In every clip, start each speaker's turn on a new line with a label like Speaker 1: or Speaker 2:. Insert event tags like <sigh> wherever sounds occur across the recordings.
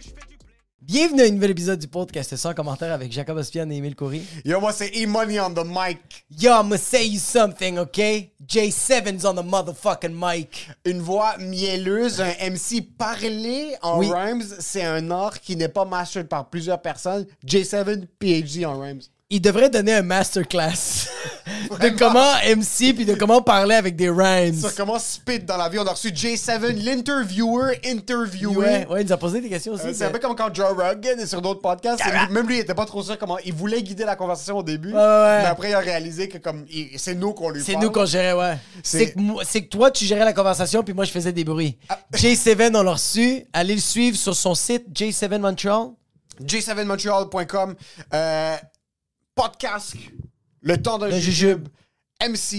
Speaker 1: je fais du blé.
Speaker 2: Bienvenue à un nouvel épisode du podcast sans commentaire avec Jacob Ospian et Émile Coury.
Speaker 3: Yo, moi, c'est E-Money on the mic.
Speaker 2: Yo, I'ma say you something, okay? J7's on the motherfucking mic.
Speaker 3: Une voix mielleuse, un MC parlé en
Speaker 2: Oui.
Speaker 3: rhymes, c'est un art qui n'est pas mastered par plusieurs personnes. J7, PhD en rhymes.
Speaker 2: Il devrait donner un
Speaker 3: <laughs>
Speaker 2: masterclass de comment MC puis de comment parler avec des rhymes.
Speaker 3: Sur comment spit dans la vie, on a reçu J7, l'interviewer, interviewé.
Speaker 2: Ouais, ouais, il nous a posé des questions aussi.
Speaker 3: Euh, C'est
Speaker 2: mais-
Speaker 3: un peu comme quand Joe Rogan est sur d'autres podcasts. et lui- même lui, il était pas trop sûr comment. Il voulait guider la conversation au début.
Speaker 2: ouais.
Speaker 3: Mais après, il a réalisé que comme il- c'est nous qu'on lui
Speaker 2: C'est
Speaker 3: parle.
Speaker 2: nous qu'on gérait, ouais.
Speaker 3: C'est-
Speaker 2: C'est que, moi- c'est que toi, tu gérais la conversation, puis moi, je faisais des bruits.
Speaker 3: Ah.
Speaker 2: <laughs> J7, on l'a reçu. Allez le suivre sur son site, J7 Montreal.
Speaker 3: J7montreal.com. Euh, podcast. Le temps d'un
Speaker 2: Le jujube.
Speaker 3: jujube.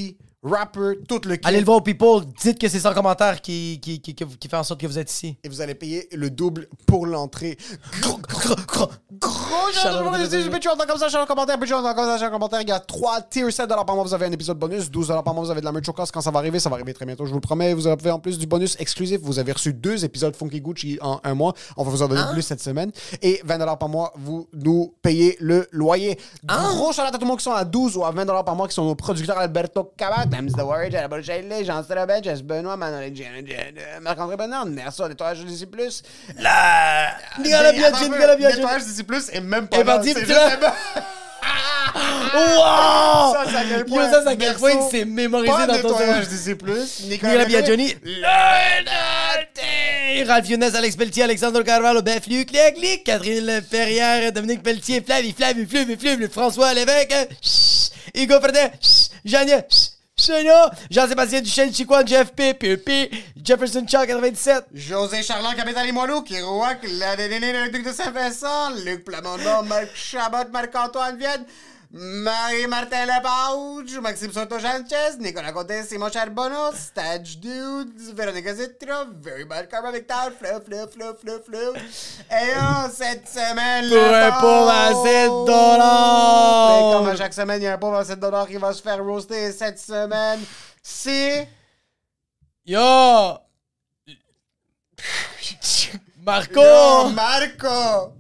Speaker 3: MC, rapper, tout le kit.
Speaker 2: Allez le voir au People. Dites que c'est sans commentaire qui, qui, qui, qui- qui fait en sorte que vous êtes ici.
Speaker 3: Et vous allez payer le double pour l'entrée. Gros, gros, gros, gros, je peux tu entends comme ça, je en commentaire, puis tu entends comme ça, je en commentaire. Il y a 3 tiers 7 par mois, vous avez un épisode bonus, 12 par mois, vous avez de la merch au cost. Quand ça va arriver, ça va arriver très bientôt, je vous le promets. Vous avez en plus du bonus exclusif, vous avez reçu deux épisodes Funky Gucci en un mois. On va vous en donner plus cette semaine. Et 20 par mois, vous nous payez le loyer. Gros shout à tout le monde qui sont à 12 ou à 20 par mois, qui sont nos producteurs Alberto Cabat, James The Warrior, Jared Bolchelli, Jean Strabet, Jess Benoît, Manuel Gian- Gian- Marc-André Bernard, Nerso, Nettoyage d'ici plus. La.
Speaker 2: Nicolas Biaggi, Nicolas Biaggi.
Speaker 3: Nettoyage d'ici plus et même pas.
Speaker 2: Et
Speaker 3: là,
Speaker 2: Bandit
Speaker 3: c'est
Speaker 2: Blanc.
Speaker 3: juste-
Speaker 2: Wow!
Speaker 3: Ça, c'est à quel point.
Speaker 2: Oh, Yo, ça, c'est à quel point
Speaker 3: Berceau,
Speaker 2: il s'est mémorisé
Speaker 3: pas
Speaker 2: dans ton
Speaker 3: nettoyage
Speaker 2: cerveau.
Speaker 3: d'ici plus.
Speaker 2: Nicolas
Speaker 3: Biaggi.
Speaker 2: Biagioni. Ralph Younes, Alex Pelletier, Alexandre Carvalho, Ben Flu, Clé, Clic, Catherine Ferrière, Dominique Pelletier, Flavie, Flavie, Flume, Flume, François Lévesque, euh, chut, Hugo Fredin, Jeanne, Chenot, Jean-Sébastien Duchesne, Chiquan, Jeff P, P, Jefferson Chuck, 97.
Speaker 3: José Charland, capitaine des Moineaux, qui roule la dénénée le duc de Saint-Vincent, Luc Plamondon, Marc Chabot, Marc-Antoine Vienne, Marie-Martin Lepage, Maxime Soto-Sanchez, Nicolas Côté, Simon Charbonneau, Stage Dude, Véronique Zitra, Very Bad Karma Victor, Fleu, Fleu, Fleu, Fleu, Fleu. Et oh, cette semaine,
Speaker 2: Pour
Speaker 3: le
Speaker 2: un pauvre à
Speaker 3: pauvre.
Speaker 2: 7 dollars.
Speaker 3: Mais Comme à chaque semaine, il y a un pauvre à 7 dollars qui va se faire roaster. Et Cette semaine, c'est...
Speaker 2: <laughs> Yo! Marco!
Speaker 3: Yo, Marco!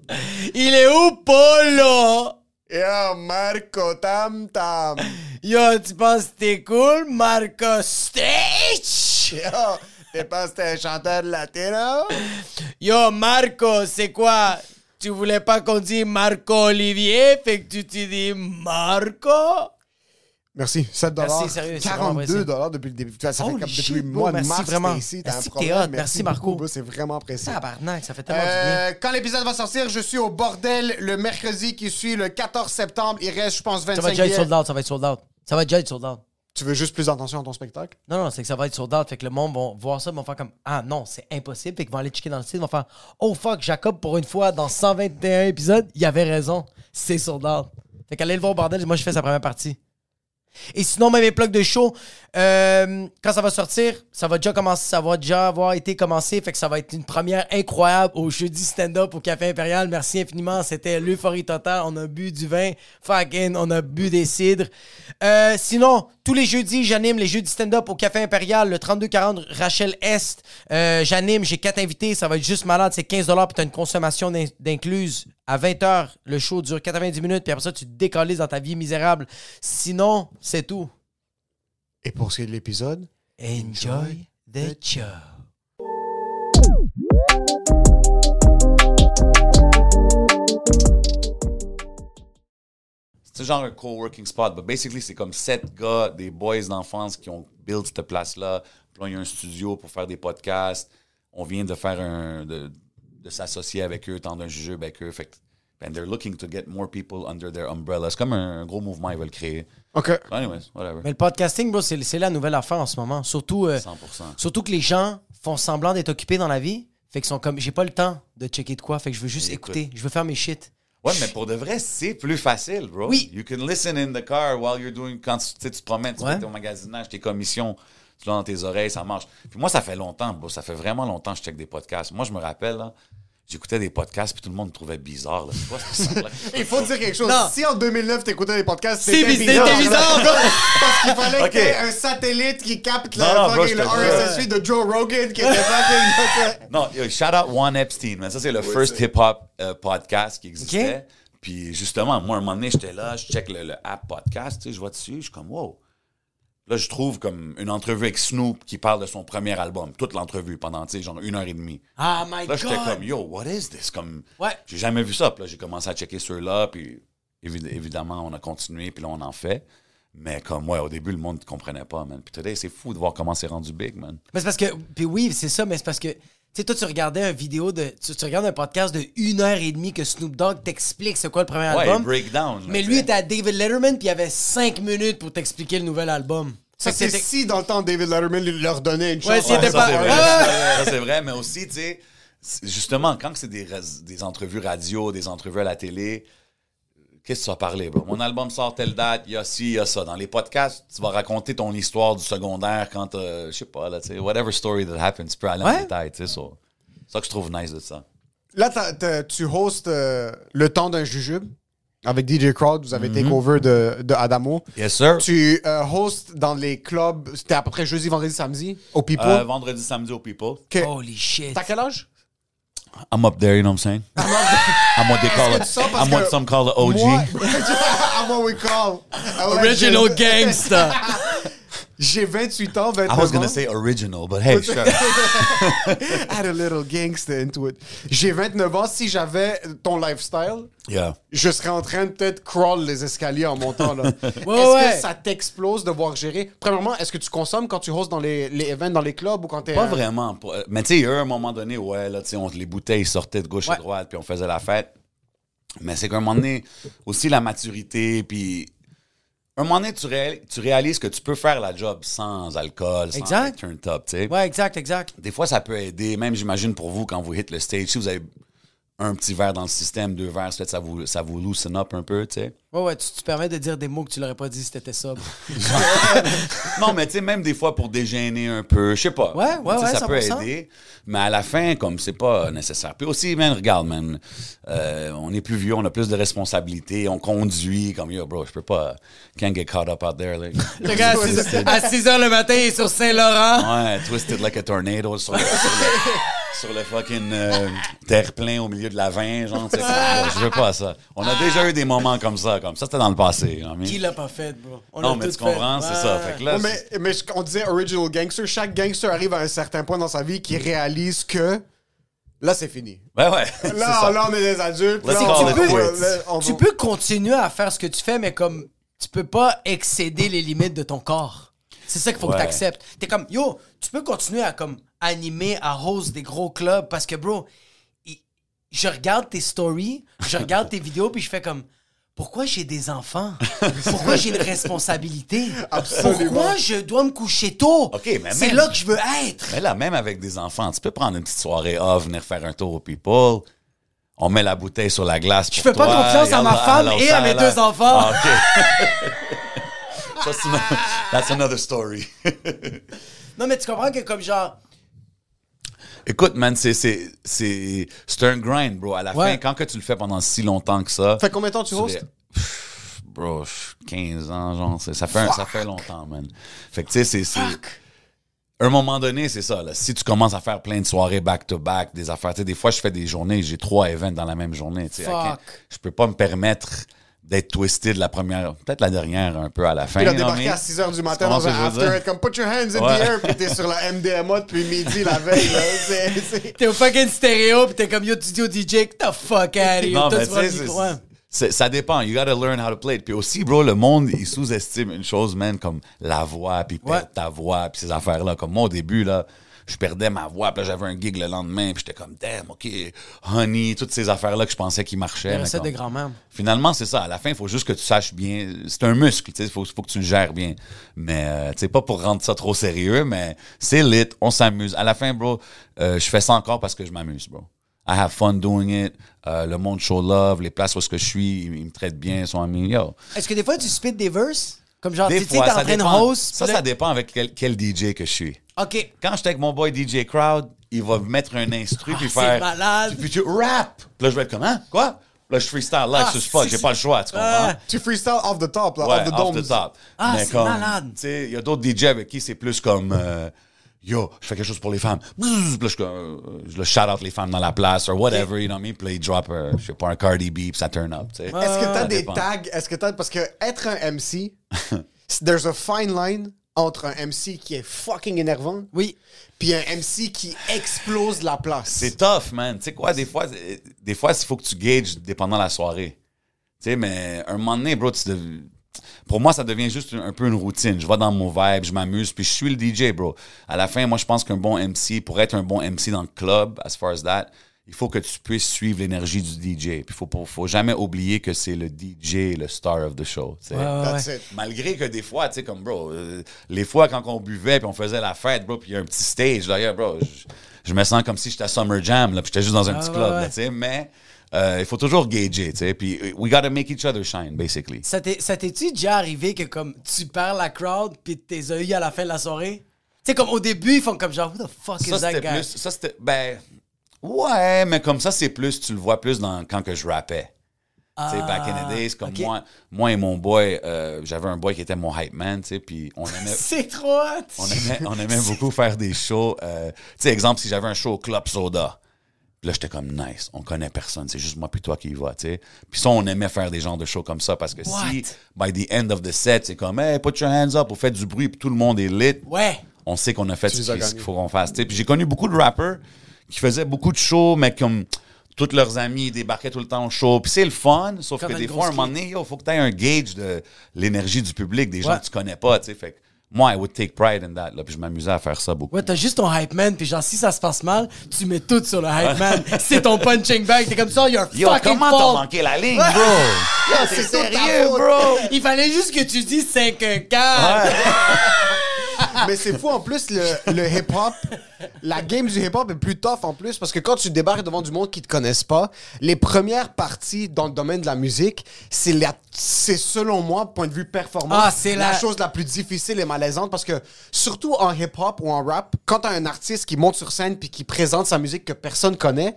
Speaker 2: Il est où, Polo?
Speaker 3: Yo, Marco Tam Tam. <laughs>
Speaker 2: Yo, tu penses que t'es cool, Marco Stitch?
Speaker 3: Yo, Oh, t'es pas un chanteur latino?
Speaker 2: Yo, Marco, c'est quoi? Tu voulais pas qu'on dise Marco Olivier, fait que tu te dis Marco?
Speaker 3: Merci, 7
Speaker 2: Merci, sérieux, c'est vraiment
Speaker 3: 42 dollars depuis le début. Tu vois, Ça fait
Speaker 2: Holy
Speaker 3: comme depuis
Speaker 2: shit,
Speaker 3: le
Speaker 2: bro,
Speaker 3: mois de
Speaker 2: merci
Speaker 3: mars.
Speaker 2: vraiment.
Speaker 3: t'es Ici, t'as un
Speaker 2: Merci que t'es
Speaker 3: problème.
Speaker 2: hot, merci, Marco.
Speaker 3: beaucoup, C'est vraiment précis.
Speaker 2: Tabarnak, ça fait tellement du bien.
Speaker 3: Euh, quand l'épisode va sortir, je suis au bordel le mercredi qui suit le 14 septembre. Il reste, je pense,
Speaker 2: Ça va
Speaker 3: 25
Speaker 2: déjà être
Speaker 3: billets.
Speaker 2: sold out, ça va être sold out. Ça va déjà être sold out.
Speaker 3: Tu veux juste plus d'attention à ton spectacle?
Speaker 2: Non, non, c'est que ça va être sold out. Fait que le monde va voir ça, ils vont faire comme Ah non, c'est impossible. Fait qu'ils vont aller checker dans le site, ils vont faire Oh fuck, Jacob, pour une fois, dans 121 épisodes, il avait raison. C'est sold out. Fait qu'allez le voir au bordel, moi je fais sa première partie. Et sinon, même les plugs de show, euh, quand ça va sortir, ça va déjà commencer, ça va déjà avoir été commencé. Fait que ça va être une première incroyable au jeudi stand-up au Café Impérial. Merci infiniment. C'était l'euphorie totale. On a bu du vin. Fucking, on a bu des cidres. Euh, sinon, tous les jeudis, j'anime les jeudis stand-up au Café Impérial, le 3240 Rachel Est. Euh, j'anime, j'ai quatre invités. Ça va être juste malade. C'est 15 puis t'as une consommation d'in- d'incluse. À 20h, le show dure 90 minutes, puis après ça, tu te décolles dans ta vie misérable. Sinon, c'est tout.
Speaker 3: Et pour ce qui est de l'épisode,
Speaker 2: Enjoy the show.
Speaker 4: C'est genre un co-working spot, mais basically, c'est comme sept gars, des boys d'enfance qui ont build cette place-là. Puis là, il y a un studio pour faire des podcasts. On vient de faire un. de, de s'associer avec eux, tendre un jeu avec eux. Fait que, and they're looking to get more people under their umbrella. C'est comme un, gros mouvement, ils veulent créer.
Speaker 3: OK.
Speaker 4: Anyways, whatever.
Speaker 2: Mais le podcasting, bro, c'est c'est la nouvelle affaire en ce moment. Surtout, euh,
Speaker 4: 100%.
Speaker 2: surtout que les gens font semblant d'être occupés dans la vie. Fait qu'ils sont comme, j'ai pas le temps de checker de quoi. Fait que je veux juste
Speaker 4: Écoute.
Speaker 2: écouter. Je veux faire mes shit.
Speaker 4: Ouais, mais pour de vrai, c'est plus facile, bro.
Speaker 2: Oui.
Speaker 4: You can listen in the car while you're doing. Quand tu, tu sais, tu te promènes, tu
Speaker 2: Ouais.
Speaker 4: fais ton magasinage, tes commissions, tu l'as dans tes oreilles, ça marche. Puis moi, ça fait longtemps, bro. Ça fait vraiment longtemps que je check des podcasts. Moi, je me rappelle, là, j'écoutais des podcasts, puis tout le monde me trouvait bizarre. Là. C'est quoi
Speaker 3: <laughs>
Speaker 4: ce son-là?
Speaker 3: Il faut dire quelque chose.
Speaker 2: Non.
Speaker 3: Si en 2009, t'écoutais les podcasts,
Speaker 2: C'est
Speaker 3: c'était
Speaker 2: bi-
Speaker 3: bizarre.
Speaker 2: c'était bizarre, bro.
Speaker 3: <laughs> Parce qu'il fallait
Speaker 4: Ok.
Speaker 3: que t'aies un satellite qui capte le,
Speaker 4: Non, non, bro,
Speaker 3: fucking,
Speaker 4: je te
Speaker 3: le
Speaker 4: jure.
Speaker 3: RSS feed de Joe Rogan qui était fucking...
Speaker 4: <laughs> Non, yo, shout out Juan Epstein, man. Ça, c'est le first hip-hop euh, podcast qui existait.
Speaker 2: Ok.
Speaker 4: Puis justement, moi, un moment donné, j'étais là, je check le, le app podcast, tu sais, je vois dessus, je suis comme, wow. Là, je trouve comme une entrevue avec Snoop qui parle de son premier album, toute l'entrevue pendant, tu sais, genre une heure et demie.
Speaker 2: Ah, my
Speaker 4: Là,
Speaker 2: God.
Speaker 4: j'étais comme, yo, what is this? Comme,
Speaker 2: Ouais.
Speaker 4: j'ai jamais vu ça. Puis là, j'ai commencé à checker ceux-là, puis évi- évidemment, on a continué, puis là, on en fait. Mais comme, ouais, au début, le monde ne comprenait pas, man. Puis today, c'est fou de voir comment c'est rendu big, man.
Speaker 2: Mais c'est parce que, puis oui, c'est ça, mais c'est parce que, tu sais, toi, tu regardais un vidéo de, tu, tu regardes un podcast de une heure et demie que Snoop Dogg t'explique c'est quoi le premier
Speaker 4: Ouais,
Speaker 2: album.
Speaker 4: breakdown. là,
Speaker 2: mais
Speaker 4: tu
Speaker 2: lui
Speaker 4: sais.
Speaker 2: était à David Letterman, puis il avait cinq minutes pour t'expliquer le nouvel album.
Speaker 3: Ça,
Speaker 2: Fait que
Speaker 3: c'est
Speaker 2: c'était-
Speaker 3: si, dans le temps, David Letterman lui- leur donnait une chance.
Speaker 2: Ouais, c'était
Speaker 4: Ouais, ça,
Speaker 2: pas-
Speaker 4: c'est vrai.
Speaker 2: Ah!
Speaker 4: Ça, c'est vrai, mais aussi, tu sais, c'est- justement, quand c'est des, ras- des entrevues radio, des entrevues à la télé, qu'est-ce que tu vas parler? bro? Mon album sort telle date, il y a ci, il y a ça. Dans les podcasts, tu vas raconter ton histoire du secondaire quand, euh, je sais pas, là, tu sais, whatever story that happens, tu peux aller
Speaker 2: Ouais.
Speaker 4: en détail, tu sais, ça. C'est ça que je trouve nice de ça.
Speaker 3: Là, t'as- t'as- tu hostes euh, Le temps d'un jujube avec DJ Crowd. Vous
Speaker 4: Mhm.
Speaker 3: avez takeover de, de Adamo.
Speaker 4: Yes, sir.
Speaker 3: Tu euh, hostes dans les clubs. C'était à peu près jeudi, vendredi, samedi au People.
Speaker 4: Euh, vendredi, samedi au People.
Speaker 3: Que-
Speaker 2: Holy shit.
Speaker 3: T'as quel âge?
Speaker 4: I'm up there, you know what I'm saying? I'm what they call it.
Speaker 3: Ça, parce
Speaker 4: I'm what
Speaker 3: Ah, que
Speaker 4: some call the OG.
Speaker 3: Moi, <laughs> I'm what we call a
Speaker 2: <laughs> Original <laughs>
Speaker 3: legend.
Speaker 2: Gangsta.
Speaker 3: J'ai 28 ans, 29
Speaker 4: I was
Speaker 3: ans.
Speaker 4: gonna say original, but hey, sure.
Speaker 3: Add a little gangster into it. J'ai 29 ans. Si j'avais ton lifestyle,
Speaker 4: Yeah.
Speaker 3: je serais en train de peut-être crawl les escaliers en montant.
Speaker 4: <laughs>
Speaker 3: là. est-ce
Speaker 2: ouais.
Speaker 3: que ça t'explose de voir gérer? Premièrement, est-ce que tu consommes quand tu hostes dans les, les events, dans les clubs ou quand t'es...
Speaker 4: Pas
Speaker 3: euh,
Speaker 4: vraiment. pas- euh, Mais tu sais, il y a eu un moment donné, ouais, là, tu sais, on- les bouteilles sortaient de gauche
Speaker 2: Ouais.
Speaker 4: et droite, puis on faisait la fête. Mais c'est qu'à un moment donné, aussi la maturité, puis. Un moment donné, tu, réal- tu réalises que tu peux faire la job sans alcool, sans
Speaker 2: Exact.
Speaker 4: être turn top, tu sais.
Speaker 2: Ouais, exact, exact.
Speaker 4: Des fois, ça peut aider. Même, j'imagine, pour vous, quand vous hit le stage, si vous avez un petit verre dans le système, deux verres, peut-être ça vous, ça vous loosen up un peu, tu sais.
Speaker 2: Ouais, ouais, tu tu te permets de dire des mots que tu l'aurais pas dit si t'étais sobre.
Speaker 4: <laughs> non, mais tu sais, même des fois pour dégêner un peu, je sais pas.
Speaker 2: Ouais, ouais,
Speaker 4: Tu sais,
Speaker 2: ouais,
Speaker 4: Ça peut
Speaker 2: 100%.
Speaker 4: aider, mais à la fin, comme c'est pas nécessaire. Puis aussi, man, regarde, man, euh, on est plus vieux, on a plus de responsabilités, on conduit, comme yo, bro, je peux pas. Can't get caught up out there, like.
Speaker 2: Le
Speaker 4: <laughs>
Speaker 2: gars, <laughs> à 6 h le matin, il est sur Saint-Laurent.
Speaker 4: Ouais, twisted like a tornado sur le, sur le- sur le fucking euh, terre-plein au milieu de la vin, genre, tu sais, comme, je veux pas ça. On a déjà eu des moments comme ça, comme ça, c'était dans le passé. hein, mais-
Speaker 2: Qui l'a pas fait, bro? On
Speaker 4: Non,
Speaker 2: l'a
Speaker 4: mais
Speaker 2: tout
Speaker 4: tu comprends,
Speaker 2: fait.
Speaker 4: c'est
Speaker 2: Ouais.
Speaker 4: ça. Fait que là,
Speaker 3: Ouais, mais, mais je- on disait original gangster. Chaque gangster arrive à un certain point dans sa vie qui réalise que là, c'est fini.
Speaker 4: c'est- Ben ouais, ouais. <laughs> c'est
Speaker 3: Là,
Speaker 4: ça.
Speaker 3: là, on est des adultes.
Speaker 4: Let's
Speaker 3: là,
Speaker 4: call
Speaker 3: on-
Speaker 4: it
Speaker 3: on-
Speaker 4: quits.
Speaker 3: là, on-
Speaker 2: Tu peux continuer à faire ce que tu fais, mais comme tu peux pas excéder les limites de ton corps. C'est ça qu'il faut
Speaker 4: Ouais.
Speaker 2: que tu acceptes. T'es comme, yo, tu peux continuer à comme animer, à host des gros clubs parce que, bro, i- je regarde tes stories, je regarde tes vidéos, puis je fais comme, pourquoi j'ai des enfants? Pourquoi j'ai une responsabilité?
Speaker 3: Absolument.
Speaker 2: Pourquoi je dois me coucher tôt?
Speaker 4: Ok, mais
Speaker 2: C'est
Speaker 4: même-
Speaker 2: là que je veux être.
Speaker 4: Mais Ben là, même avec des enfants, tu peux prendre une petite soirée off, venir faire un tour au People. On met la bouteille sur la glace.
Speaker 2: Je fais pas confiance à ma femme et à mes deux enfants.
Speaker 4: Ah, OK. Ça, c'est une- That's another story.
Speaker 2: Non, mais tu comprends que comme genre.
Speaker 4: Écoute, man, c'est- c'est c'est- c'est un grind, bro. À la
Speaker 2: Ouais.
Speaker 4: fin, quand que tu le fais pendant si longtemps que ça.
Speaker 3: Fait combien de temps tu hostes?
Speaker 4: Pff, Bro, pff, 15 ans, genre, c'est- ça fait, un- ça fait longtemps, man. Fait que, tu sais, c'est- c'est. À un moment donné, c'est ça. Là. Si tu commences à faire plein de soirées back-to-back, des affaires, tu sais, des fois, je fais des journées, j'ai trois events dans la même journée. tu sais. I can't-
Speaker 2: Fuck.
Speaker 4: Je peux pas me permettre d'être twisté de la première, peut-être la dernière un peu à la fin.
Speaker 3: Puis il a
Speaker 4: non,
Speaker 3: débarqué
Speaker 4: mais-
Speaker 3: à 6 h du
Speaker 4: Tu
Speaker 3: matin dans
Speaker 4: comprends ce que je
Speaker 3: un
Speaker 4: veux dire?
Speaker 3: after être comme put your hands in
Speaker 4: Ouais.
Speaker 3: the air, puis t'es sur la MDMA depuis midi la veille.
Speaker 4: <laughs>
Speaker 3: là. C'est- c'est-
Speaker 2: T'es au fucking stéréo, pis t'es comme yo, tu dis au DJ, que the fuck out of here.
Speaker 4: Non,
Speaker 2: Toi,
Speaker 4: mais
Speaker 2: tu
Speaker 4: tu
Speaker 2: prends le
Speaker 4: sais,
Speaker 2: micro, hein.
Speaker 4: c'est- c'est- ça dépend. You gotta learn how to play it. Puis aussi, bro, le monde, il sous-estime une chose, man, comme la voix, puis perdre
Speaker 2: Ouais.
Speaker 4: ta voix, puis ces affaires-là. Comme moi, au début, là, je perdais ma voix, puis là, j'avais un gig le lendemain, puis j'étais comme, damn, OK, honey, toutes ces affaires-là que je pensais qui marchaient. mais
Speaker 2: recette
Speaker 4: comme-
Speaker 2: des grands-mères.
Speaker 4: Finalement, c'est ça. À la fin, il faut juste que tu saches bien. C'est un muscle, il faut, faut que tu le gères bien. Mais, euh, tu sais, pas pour rendre ça trop sérieux, mais c'est lit, on s'amuse. À la fin, bro, euh, je fais ça encore parce que je m'amuse, bro. I have fun doing it. Euh, le monde show love, les places où est-ce que je suis, ils, ils me traitent bien, ils sont amis. Yo.
Speaker 2: Est-ce que des fois, tu spit des verses? Comme genre, Ah, tu
Speaker 4: Des
Speaker 2: sais, t'es
Speaker 4: fois,
Speaker 2: en
Speaker 4: ça
Speaker 2: train de
Speaker 4: dépend,
Speaker 2: host.
Speaker 4: ça,
Speaker 2: pis
Speaker 4: ça
Speaker 2: là-
Speaker 4: dépend avec quel, quel DJ que je suis.
Speaker 2: Ok.
Speaker 4: Quand j'étais avec mon boy DJ Crowd, il va mettre un instru puis
Speaker 2: Ah, c'est
Speaker 4: faire.
Speaker 2: malade.
Speaker 4: Puis tu rap. Puis là, je vais être comme, hein? Quoi? Là, je freestyle live
Speaker 2: Ah,
Speaker 4: sur le spot,
Speaker 2: si,
Speaker 4: j'ai
Speaker 2: si.
Speaker 4: pas le choix, tu comprends?
Speaker 3: Tu freestyle off the top, là,
Speaker 4: Ouais,
Speaker 3: off the
Speaker 4: off
Speaker 3: dome.
Speaker 4: the top.
Speaker 2: Ah,
Speaker 4: Mais
Speaker 2: c'est
Speaker 4: comme,
Speaker 2: malade.
Speaker 4: Tu sais, il y a d'autres DJ avec qui c'est plus comme euh, Yo, je fais quelque chose pour les femmes. Bzzz, Puis là, je, suis comme, euh, je le shout out les femmes dans la place, or whatever, you know what I mean? Puis là, il drop, euh, je sais pas, un Cardi B, puis ça turn up, tu sais.
Speaker 3: Est-ce que t'as
Speaker 4: Ça
Speaker 3: des
Speaker 4: dépend.
Speaker 3: tags? Est-ce que t'as. Parce que être un
Speaker 4: <laughs>
Speaker 3: MC, there's a fine line entre un MC qui est fucking énervant,
Speaker 2: Oui.
Speaker 3: puis un MC qui explose la place.
Speaker 4: C'est tough, man. Tu sais quoi, des fois, euh, des fois, il faut que tu gages dépendant la soirée. Tu sais, mais un moment donné, bro, tu dev- pour moi, ça devient juste un, un peu une routine. Je vais dans mon vibe, je m'amuse, puis je suis le DJ, bro. À la fin, moi, je pense qu'un bon MC, pour être un bon MC dans le club, as far as that, il faut que tu puisses suivre l'énergie du DJ. Puis il faut, pas- faut jamais oublier que c'est le DJ, le star of the show. tu sais.
Speaker 3: That's it.
Speaker 4: Malgré que des fois, tu sais, comme, bro, euh, les fois quand on buvait puis on faisait la fête, bro, puis il y a un petit stage derrière, bro, je, je me sens comme si j'étais à Summer Jam, là, puis j'étais juste dans un petit
Speaker 2: ouais,
Speaker 4: club,
Speaker 2: ouais.
Speaker 4: là, tu sais, mais euh, il faut toujours gager, tu sais, puis euh, we gotta make each other shine, basically.
Speaker 2: Ça t'est- ça t'es-tu déjà arrivé que comme tu perds la crowd pis t'es eu à la fin de la soirée? Tu sais, comme au début, ils font comme genre, who the fuck
Speaker 4: Ça,
Speaker 2: is that
Speaker 4: c'était
Speaker 2: guy?
Speaker 4: plus, ça, c'était, ben, ouais, mais comme ça, c'est plus, tu le vois plus dans, quand que je rappais. Tu sais, back in the days, comme
Speaker 2: Ah, ok.
Speaker 4: moi, moi et mon boy, euh, j'avais un boy qui était mon hype man, tu sais, puis on aimait...
Speaker 2: C'est trop hot!
Speaker 4: On aimait, on aimait beaucoup faire des shows. euh, tu sais, exemple, si j'avais un show au Club Soda, puis là, j'étais comme nice, on connaît personne, c'est juste moi puis toi qui y va, tu sais. Puis ça, on aimait faire des genres de shows comme ça parce que si, by the end of the set, c'est comme, hey, put your hands up, vous faites du bruit, puis tout le monde est lit.
Speaker 2: Ouais!
Speaker 4: On sait qu'on a fait
Speaker 3: les
Speaker 4: ce
Speaker 3: as
Speaker 4: qu'il ce
Speaker 3: gagnés.
Speaker 4: qu'il faut qu'on fasse, tu sais. Puis j'ai connu beaucoup de rappers qui faisaient beaucoup de shows, mais comme. Tous leurs amis débarquaient tout le temps au show. Puis c'est le fun, sauf
Speaker 2: Quand
Speaker 4: que
Speaker 2: t'as
Speaker 4: des
Speaker 2: une
Speaker 4: fois, un
Speaker 2: grosse
Speaker 4: moment donné, il faut que tu aies un gauge de l'énergie du public, des gens
Speaker 2: Ouais.
Speaker 4: que tu connais pas, tu sais. Fait que moi, I would take pride in that. Là, puis je m'amusais à faire ça beaucoup.
Speaker 2: Ouais, t'as juste ton hype man, puis genre, si ça se passe mal, tu mets tout sur le hype man. C'est ton punching bag, t'es comme ça, you're
Speaker 4: Yo,
Speaker 2: fucking
Speaker 4: comment t'as
Speaker 2: fault.
Speaker 4: manqué la ligne, <laughs> bro? Yo,
Speaker 3: c'est
Speaker 4: t'es
Speaker 3: toute ta
Speaker 4: sérieux,
Speaker 3: faute.
Speaker 4: bro?
Speaker 2: Il fallait juste que tu dises 5-4.
Speaker 3: Mais c'est fou en plus le, le hip-hop. La game du hip-hop est plus tough en plus parce que quand tu débarques devant du monde qui te connaissent pas, les premières parties dans le domaine de la musique, c'est la c'est selon moi point de vue performance
Speaker 2: Ah, c'est la-
Speaker 3: chose la plus difficile et malaisante parce que surtout en hip-hop ou en rap, quand t'as un artiste qui monte sur scène puis qui présente sa musique que personne connaît,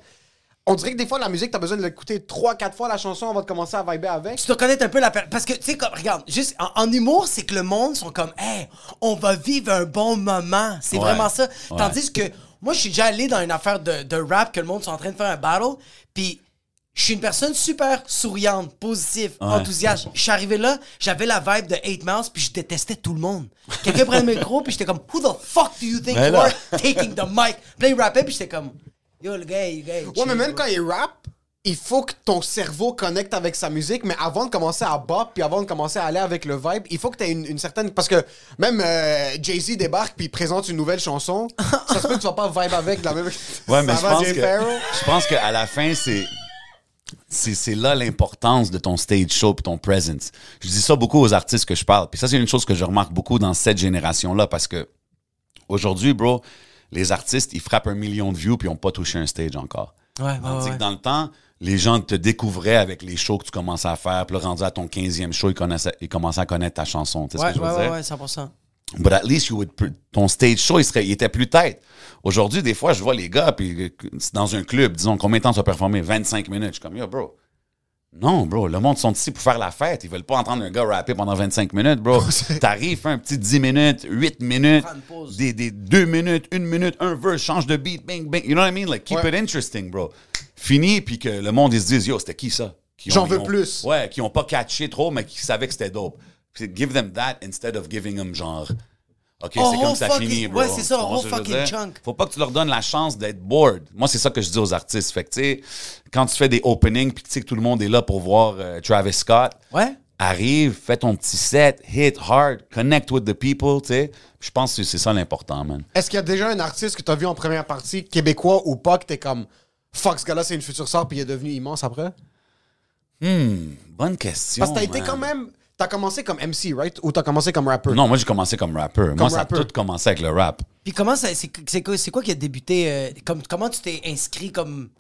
Speaker 3: on dirait que des fois la musique t'as besoin de l'écouter trois quatre fois la chanson avant de commencer à vibrer avec.
Speaker 2: Tu dois connaître un peu la per- Parce que, tu sais, comme, regarde, juste en, en humour, c'est que le monde sont comme, hey, on va vivre un bon moment. C'est
Speaker 4: Ouais.
Speaker 2: vraiment ça.
Speaker 4: Ouais.
Speaker 2: Tandis que moi, je suis déjà allé dans une affaire de, de rap que le monde sont en train de faire un battle. Puis, je suis une personne super souriante, positive, enthousiaste. Je suis arrivé là, j'avais la vibe de 8 Mouse, puis je détestais tout le monde. Quelqu'un prenait le micro, puis j'étais comme, who the fuck do you think
Speaker 4: Mais
Speaker 2: you
Speaker 4: là.
Speaker 2: are taking the mic? Puis là, il rappait, puis j'étais comme, yo, le gars, le gars. il
Speaker 3: Ouais, mais
Speaker 2: chill,
Speaker 3: même
Speaker 2: bro.
Speaker 3: quand il rappe, il faut que ton cerveau connecte avec sa musique, mais avant de commencer à bop, puis avant de commencer à aller avec le vibe, il faut que tu aies une, une certaine... Parce que même euh, Jay-Z débarque puis il présente une nouvelle chanson, ça se peut que tu vas pas vibe avec de la même... <laughs>
Speaker 4: Ouais, mais
Speaker 3: Ça
Speaker 4: je
Speaker 3: va,
Speaker 4: pense,
Speaker 3: Jay
Speaker 4: que,
Speaker 3: Farrell?
Speaker 4: je pense qu'à la fin, c'est. C'est c'est là l'importance de ton stage show et ton presence. Je dis ça beaucoup aux artistes que je parle. Puis ça, c'est une chose que je remarque beaucoup dans cette génération-là parce que aujourd'hui, bro, les artistes, ils frappent un million de views puis ils n'ont pas touché un stage encore.
Speaker 2: Ah, Ouais, ouais,
Speaker 4: Tandis
Speaker 2: ouais.
Speaker 4: que dans le temps, les gens te découvraient avec les shows que tu commençais à faire. Puis là, rendu à ton 15e show, ils, connaissaient- ils commençaient à connaître ta chanson. Tu sais
Speaker 2: Ouais,
Speaker 4: ce que je veux
Speaker 2: ouais,
Speaker 4: dire?
Speaker 2: ouais, ouais, 100%.
Speaker 4: But at least you would pr- ton stage show, il, serait, il était plus tête. Aujourd'hui, des fois, je vois les gars, puis euh, c'est dans un club, disons, combien de temps tu as performé? 25 minutes. Je suis comme, yo, bro. Non, bro, le monde sont ici pour faire la fête. Ils veulent pas entendre un gars rapper pendant 25 minutes, bro.
Speaker 3: <laughs>
Speaker 4: T'arrives, fais un petit 10 minutes, 8 minutes, des, des 2 minutes, 1 minute, un verse, change de beat, bing, bing. You know what I mean? Like, keep it interesting, bro. Fini, puis que le monde, ils se disent, yo, c'était qui ça? Qui ont-
Speaker 3: J'en
Speaker 4: ils
Speaker 3: veux
Speaker 4: ont-
Speaker 3: plus.
Speaker 4: Ouais, qui ont pas catché trop, mais qui savaient que c'était dope. Puis give them that instead of giving them genre. OK,
Speaker 2: Oh,
Speaker 4: c'est
Speaker 2: oh,
Speaker 4: comme ça
Speaker 2: fuck
Speaker 4: finit,
Speaker 2: it.
Speaker 4: bro.
Speaker 2: Ouais, c'est ça,
Speaker 4: Tu comprends
Speaker 2: oh,
Speaker 4: ce que je veux
Speaker 2: fucking
Speaker 4: dire?
Speaker 2: chunk.
Speaker 4: Faut pas que tu leur donnes la chance d'être bored. Moi, c'est ça que je dis aux artistes. Fait que, tu sais, quand tu fais des openings, puis tu sais que tout le monde est là pour voir euh, Travis Scott.
Speaker 2: Ouais.
Speaker 4: Arrive, fais ton petit set, hit hard, connect with the people, tu sais. Je pense que c'est ça l'important, man.
Speaker 3: Est-ce qu'il y a déjà un artiste que t'as vu en première partie, québécois ou pas, que t'es comme fuck, ce gars-là, c'est une future star, puis il est devenu immense après?
Speaker 4: Bonne question.
Speaker 3: Parce que t'as été
Speaker 4: man.
Speaker 3: quand même. T'as commencé comme MC, right? Ou t'as commencé comme rapper?
Speaker 4: Non, moi, j'ai commencé comme rappeur. moi, ça a
Speaker 3: rappeur.
Speaker 4: tout commencé avec le rap.
Speaker 2: Puis comment ça, c'est c'est quoi, c'est quoi qui a débuté euh, comme, Comment tu t'es inscrit comme.